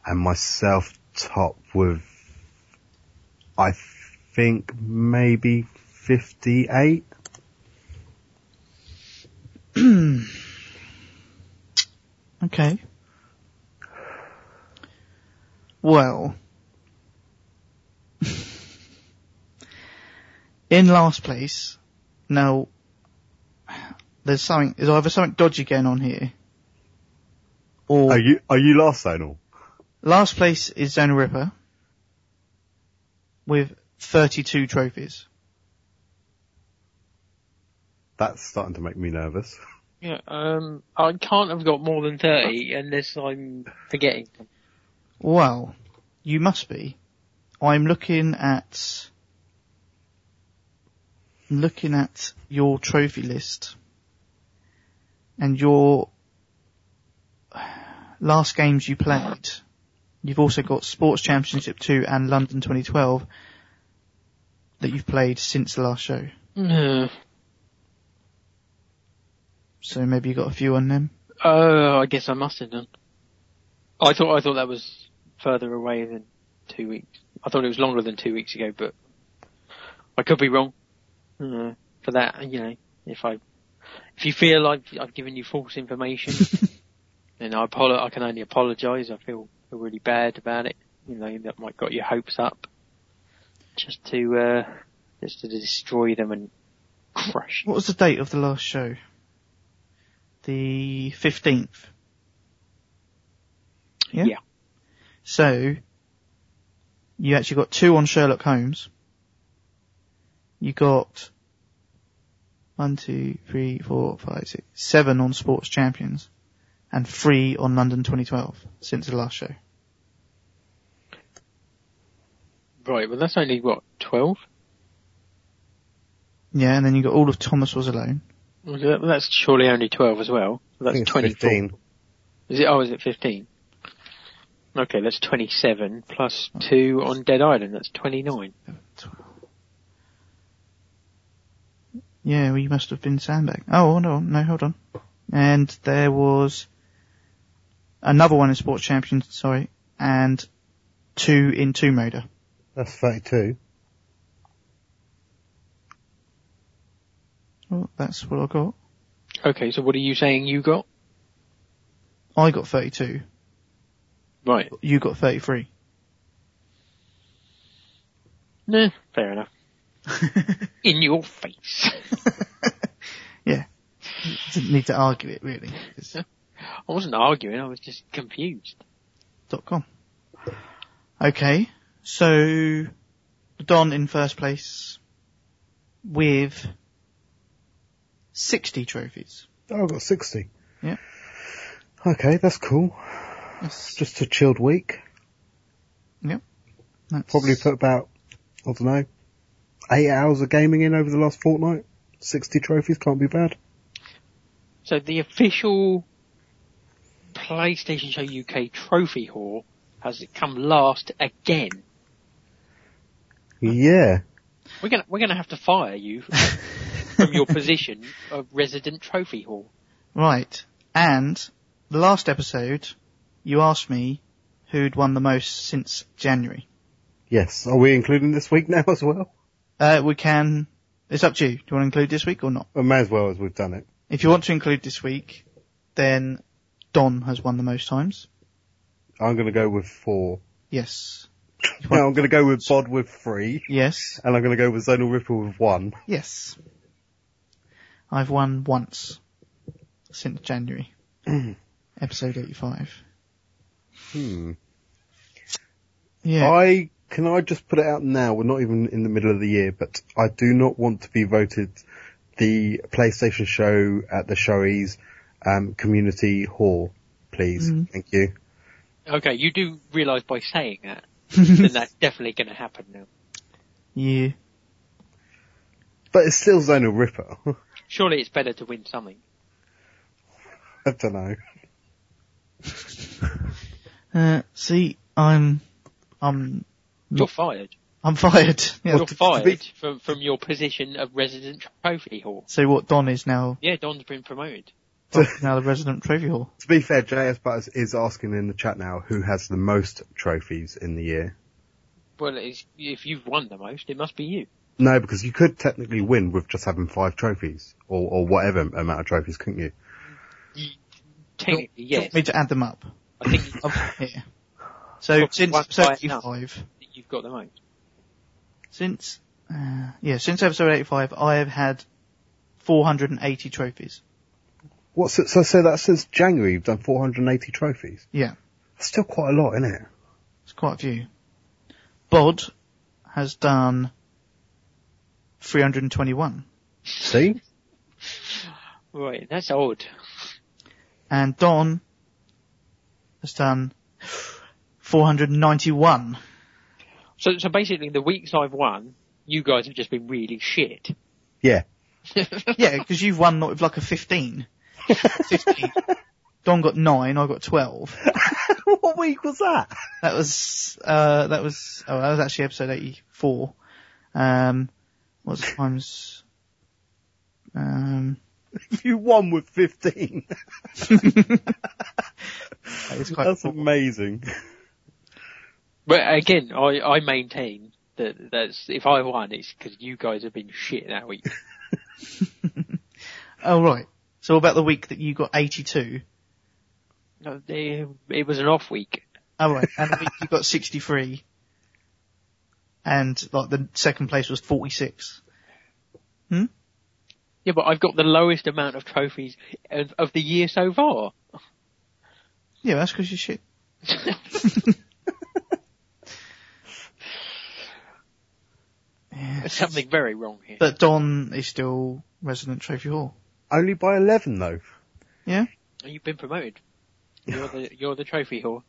[SPEAKER 5] and myself top with, I think maybe 58.
[SPEAKER 3] Okay. Well. in last place, now, there's something, there's either something dodgy going on here, or
[SPEAKER 5] Are you, are you last Zonal?
[SPEAKER 3] last place is Zona Ripper, with 32 trophies.
[SPEAKER 5] That's starting to make me nervous.
[SPEAKER 4] Yeah, um, I can't have got more than 30 unless I'm forgetting.
[SPEAKER 3] Well, you must be. I'm looking at, looking at your trophy list and your last games you played. You've also got Sports Championship 2 and London 2012 that you've played since the last show.
[SPEAKER 4] No.
[SPEAKER 3] So maybe you got a few on them.
[SPEAKER 4] Oh, I guess I must have done. I thought I thought that was further away than two weeks. I thought it was longer than two weeks ago, but I could be wrong. Uh, for that, you know, if I if you feel like I've given you false information, then I apolo- I can only apologise. I feel, feel really bad about it. You know, that might got your hopes up, just to uh, just to destroy them and crush. you.
[SPEAKER 3] What was the date of the last show? The 15th. Yeah.
[SPEAKER 4] Yeah.
[SPEAKER 3] So, you actually got two on Sherlock Holmes. You got one, two, three, four, five, six, seven on Sports Champions and three on London 2012 since the last show.
[SPEAKER 4] Right, well that's only what twelve.
[SPEAKER 3] Yeah, and then you got all of Thomas Was Alone.
[SPEAKER 4] Well, that- That's surely only 12 as well.
[SPEAKER 5] I think
[SPEAKER 4] That's
[SPEAKER 5] it's
[SPEAKER 4] 24.
[SPEAKER 5] 15.
[SPEAKER 4] Is it, oh, is it 15? Okay, that's 27 plus 2 on Dead Island. That's 29.
[SPEAKER 3] Yeah, well, you must have been sandbag. Oh, no, no, hold on. And there was another one in Sports Champions, sorry, and two in Tomb Raider.
[SPEAKER 5] That's 32.
[SPEAKER 3] Well, that's what I got.
[SPEAKER 4] Okay, so what are you saying you got?
[SPEAKER 3] I got 32.
[SPEAKER 4] Right.
[SPEAKER 3] You got 33.
[SPEAKER 4] Nah, fair enough. In your face.
[SPEAKER 3] yeah. Didn't need to argue it really. It's
[SPEAKER 4] I wasn't arguing, I was just confused.
[SPEAKER 3] dot com. Okay. So Don in first place with 60 trophies.
[SPEAKER 5] Oh, I've got 60.
[SPEAKER 3] Yeah.
[SPEAKER 5] Okay, that's cool.
[SPEAKER 3] That's,
[SPEAKER 5] Just a chilled week.
[SPEAKER 3] that's-
[SPEAKER 5] Probably put about, I don't know, eight hours of gaming in over the last fortnight. 60 trophies can't be bad.
[SPEAKER 4] So the official PlayStation Show UK trophy haul has come last again.
[SPEAKER 5] Yeah.
[SPEAKER 4] We're gonna we're gonna have to fire you from your position of resident trophy haul.
[SPEAKER 3] Right. And the last episode, you asked me who'd won the most since January.
[SPEAKER 5] Yes. Are we including this week now as well?
[SPEAKER 3] Uh, we can, it's up to you. Do you want to include this week or not?
[SPEAKER 5] Well, Uh, may as well as we've done it.
[SPEAKER 3] If you want to include this week, then Don has won the most times.
[SPEAKER 5] I'm going to go with four.
[SPEAKER 3] Yes.
[SPEAKER 5] No, I'm going to go with Bod with three.
[SPEAKER 3] Yes.
[SPEAKER 5] And I'm going to go with Zonal Ripple with one.
[SPEAKER 3] Yes. I've won once since January. Episode 85.
[SPEAKER 5] Hmm.
[SPEAKER 3] Yeah.
[SPEAKER 5] I can I just put it out now. We're not even in the middle of the year, but I do not want to be voted the PlayStation show at the Showies um, community hall. Please,
[SPEAKER 3] Mm.
[SPEAKER 5] thank you.
[SPEAKER 4] Okay, you do realise by saying that, then that's definitely gonna happen now.
[SPEAKER 3] yeah.
[SPEAKER 5] But it's still Zonal Ripper.
[SPEAKER 4] Surely it's better to win something.
[SPEAKER 5] I don't know.
[SPEAKER 3] Uh, see, I'm, I'm,
[SPEAKER 4] You're fired.
[SPEAKER 3] I'm fired. Yeah.
[SPEAKER 4] You're fired from, from your position of resident trophy haul.
[SPEAKER 3] So what Don is now,
[SPEAKER 4] Yeah, Don's been promoted.
[SPEAKER 3] Don's now the resident trophy hall.
[SPEAKER 5] To be fair, JS Butters is asking in the chat now who has the most trophies in the year.
[SPEAKER 4] Well, it's, if you've won the most, it must be you.
[SPEAKER 5] No, because you could technically win with just having five trophies or, or whatever amount of trophies, couldn't you?
[SPEAKER 4] Technically,
[SPEAKER 3] Do you want
[SPEAKER 4] yes.
[SPEAKER 3] Me to add them up.
[SPEAKER 4] I think
[SPEAKER 3] Up here. So
[SPEAKER 4] Well,
[SPEAKER 3] since
[SPEAKER 4] one
[SPEAKER 3] episode
[SPEAKER 4] by now.
[SPEAKER 3] 85,
[SPEAKER 4] you've got the most.
[SPEAKER 3] since, uh, yeah, since episode 85, I have had 480 trophies.
[SPEAKER 5] What's it, so, so that since January you've done 480 trophies.
[SPEAKER 3] Yeah.
[SPEAKER 5] That's still quite a lot, isn't it?
[SPEAKER 3] It's quite a few. Bod has done 321.
[SPEAKER 5] See?
[SPEAKER 4] Right, that's odd.
[SPEAKER 3] And Don has done 491.
[SPEAKER 4] So, so basically, the weeks I've won, you guys have just been really shit.
[SPEAKER 5] Yeah.
[SPEAKER 3] Yeah, because you've won not with like a 15. 15. Don got 9, I got 12.
[SPEAKER 5] what week was that?
[SPEAKER 3] That was, uh, that was, oh, that was actually episode 84. Um, what's the times? Um,
[SPEAKER 5] You won with 15.
[SPEAKER 3] that is quite
[SPEAKER 5] That's amazing.
[SPEAKER 4] But again, I, I maintain that that's if I won, it's because you guys have been shit that week.
[SPEAKER 3] Oh right. So what about the week that you got 82?
[SPEAKER 4] No, they- it was an off week.
[SPEAKER 3] Oh right. And the week you got 63. And like the second place was 46.
[SPEAKER 4] Yeah, but I've got the lowest amount of trophies of, of the year so far.
[SPEAKER 3] Yeah, that's cause you're shit.
[SPEAKER 4] There's something very wrong here.
[SPEAKER 3] But Don is still resident trophy hall.
[SPEAKER 5] Only by 11 though.
[SPEAKER 3] Yeah?
[SPEAKER 4] You've been promoted. You're the you're the trophy whore.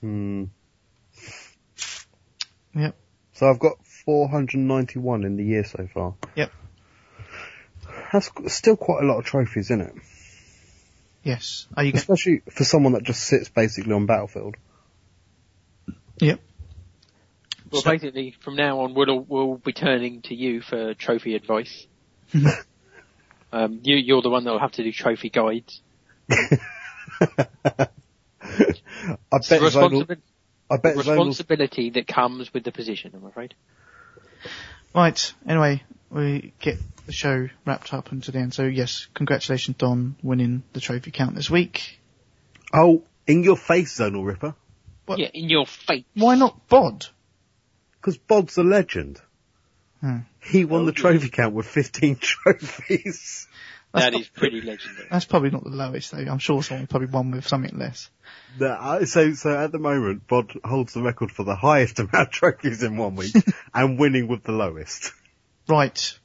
[SPEAKER 5] Hmm.
[SPEAKER 3] Yep.
[SPEAKER 5] So I've got 491 in the year so far.
[SPEAKER 3] Yep.
[SPEAKER 5] That's qu- still quite a lot of trophies, isn't it?
[SPEAKER 3] Yes. Are you going
[SPEAKER 5] Especially for someone that just sits basically on Battlefield.
[SPEAKER 3] Yep.
[SPEAKER 4] Well,
[SPEAKER 3] So-
[SPEAKER 4] basically, from now on, we'll we'll be turning to you for trophy advice. um, you you're the one that will have to do trophy guides.
[SPEAKER 5] I
[SPEAKER 4] It's
[SPEAKER 5] bet
[SPEAKER 4] the
[SPEAKER 5] Zonal,
[SPEAKER 4] responsibi-
[SPEAKER 5] I bet Zonal's
[SPEAKER 4] responsibility that comes with the position. I'm afraid.
[SPEAKER 3] Right. Anyway, we get the show wrapped up until the end. So yes, congratulations Don winning the trophy count this week.
[SPEAKER 5] Oh, in your face, Zonal Ripper.
[SPEAKER 3] What?
[SPEAKER 4] Yeah, in your face.
[SPEAKER 3] Why not Bod?
[SPEAKER 5] Because Bob's a legend.
[SPEAKER 3] Hmm.
[SPEAKER 5] He won
[SPEAKER 4] Oh,
[SPEAKER 5] the
[SPEAKER 4] yeah.
[SPEAKER 5] trophy count with 15 trophies.
[SPEAKER 3] That's
[SPEAKER 4] That
[SPEAKER 3] not-
[SPEAKER 4] is pretty legendary.
[SPEAKER 3] That's probably not the lowest though. I'm sure someone probably won with something less.
[SPEAKER 5] No, I- uh, so, so at the moment, Bod holds the record for the highest amount of trophies in one week and winning with the lowest.
[SPEAKER 3] Right.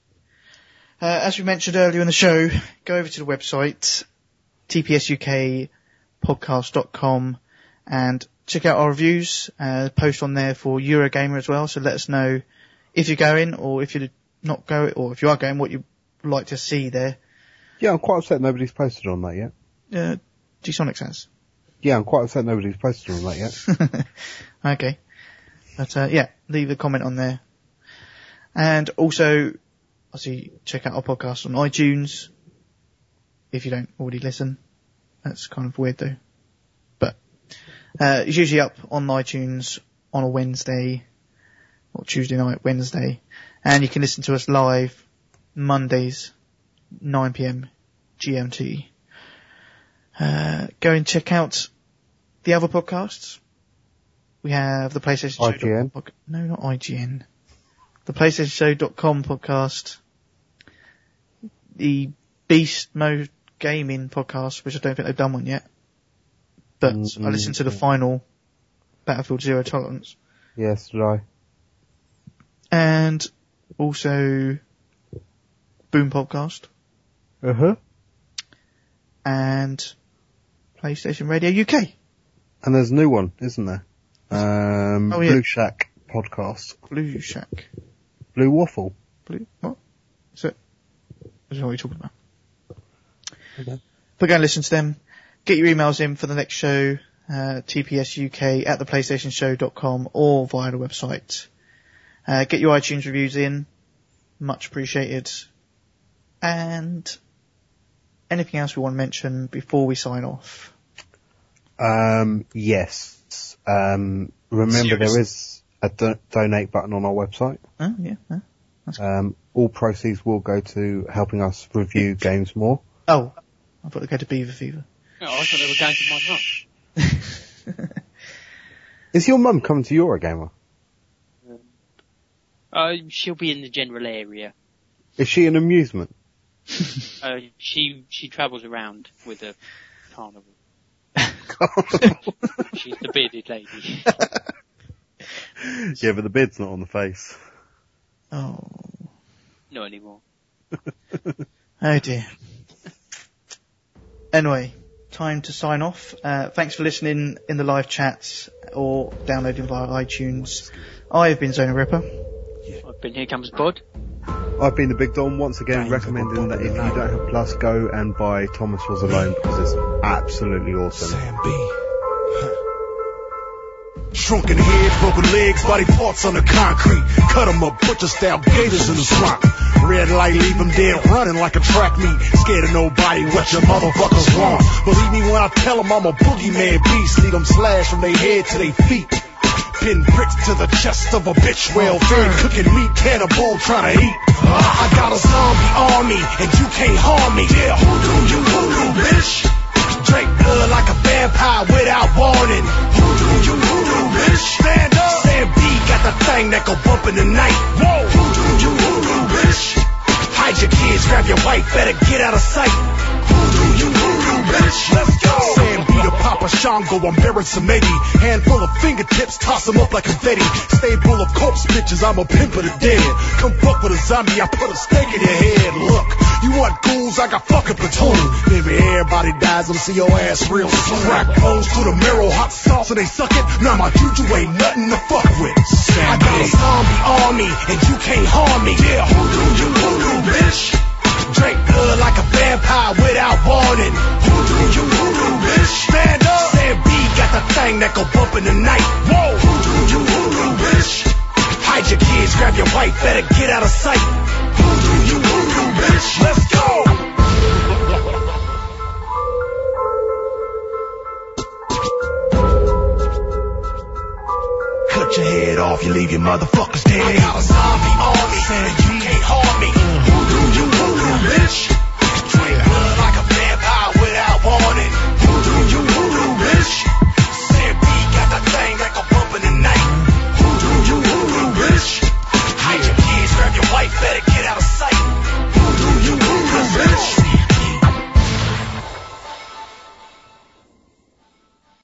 [SPEAKER 3] Uh, as we mentioned earlier in the show, go over to the website, tpsukpodcast.com and check out our reviews, uh, post on there for Eurogamer as well. So let us know if you're going or if you're not going or if you are going, what you'd like to see there.
[SPEAKER 5] Yeah, I'm quite upset nobody's posted on that yet.
[SPEAKER 3] Uh, G-Sonic says.
[SPEAKER 5] Yeah, I'm quite upset nobody's posted on that yet.
[SPEAKER 3] okay. But, uh, yeah, leave a comment on there. And also, obviously, check out our podcast on iTunes. If you don't already listen. That's kind of weird though. But, uh, it's usually up on iTunes on a Wednesday, or Tuesday night, Wednesday. And you can listen to us live Mondays, 9pm GMT. Uh, go and check out the other podcasts. We have the PlayStation Show.
[SPEAKER 5] IGN.
[SPEAKER 3] Podca- No, not IGN. The PlayStationShow.com podcast. The Beast Mode Gaming podcast, which I don't think they've done one yet. But I listened to the final Battlefield Zero Tolerance
[SPEAKER 5] yes, did I?
[SPEAKER 3] and also Boom Podcast
[SPEAKER 5] Uh huh.
[SPEAKER 3] and PlayStation Radio UK.
[SPEAKER 5] And there's a new one, isn't there? Um,
[SPEAKER 3] Oh, yeah.
[SPEAKER 5] Blue Shack podcast.
[SPEAKER 3] Blue Shack.
[SPEAKER 5] Blue Waffle.
[SPEAKER 3] Blue, what? Is it? I don't know what you're talking about.
[SPEAKER 5] Okay.
[SPEAKER 3] But go and listen to them. Get your emails in for the next show, uh, tpsuk at theplaystationshow.com or via the website. Uh, get your iTunes reviews in. Much appreciated. And anything else we want to mention before we sign off?
[SPEAKER 5] Um, yes. Um, remember there is a do- donate button on our website.
[SPEAKER 3] Oh, yeah. huh?
[SPEAKER 5] Um, all proceeds will go to helping us review games more.
[SPEAKER 3] Oh, I thought it go to Beaver Fever.
[SPEAKER 4] Oh, I thought they were going to my mum.
[SPEAKER 5] Is your mum coming to Eurogamer?
[SPEAKER 4] Uh, she'll be in the general area.
[SPEAKER 5] Is she an amusement?
[SPEAKER 4] Uh, she she travels around with a carnival. She's the bearded lady.
[SPEAKER 5] yeah, but the beard's not on the face.
[SPEAKER 3] Oh,
[SPEAKER 4] Not anymore.
[SPEAKER 3] oh dear. Anyway, time to sign off. Uh, thanks for listening in the live chats or downloading via iTunes. I have been Zona Ripper.
[SPEAKER 4] I've been here comes Bod.
[SPEAKER 5] I've been the Big Don once again recommending that if you don't have Plus, go and buy Thomas Was Alone because it's absolutely awesome.
[SPEAKER 7] Sam B. Shrunken head, broken legs, body parts on the concrete. Cut 'em up, butcher style gators in the swamp. Red light, leave 'em dead, running like a track meet. Scared of nobody, what your motherfuckers want. Believe me when I tell 'em I'm a boogeyman beast. Leave 'em slashed from their head to their feet. Pin bricks to the chest of a bitch, well fed, cooking meat, cannibal, trying to eat. Ah, I got a zombie army, and you can't harm me. Yeah, hoodoo, you hoodoo, bitch. Drink blood like a vampire without warning. Hoodoo, you hoodoo, bitch. Stand up. Sam B got the thing that go bump in the night. Whoa. Hoodoo, you hoodoo, bitch. Hide your kids, grab your wife, better get out of sight. Hoodoo, you hoodoo, bitch. Let's go. Sam B the Papa Shango, I'm buried some Eddie. Handful of fingertips, toss them up like confetti. Stable of corpse bitches, I'm a pimp of the dead. Come fuck with a zombie, I put a stake in your head. Look, you want ghouls, I got fucking platoon. Maybe everybody dies, I'm see your ass real soon. Crack bones to the marrow, hot sauce, and they suck it. Now my juju ain't nothing to fuck with. I got a zombie army, and you can't harm me. Yeah, hoodoo, you hoodoo, bitch. Drink blood like a vampire without warning. Hoodoo, you hoodoo, bitch. Stand up. Sam B got the thing that go bump in the night. Whoa. Hoodoo, you hoodoo, bitch. Hide your kids, grab your wife, better get out of sight. Hoodoo, you hoodoo, bitch. Let's go. Cut your head off, you leave your motherfuckers dead. I got a zombie army, and you can't harm me. Hoodoo, you bitch. Drink blood.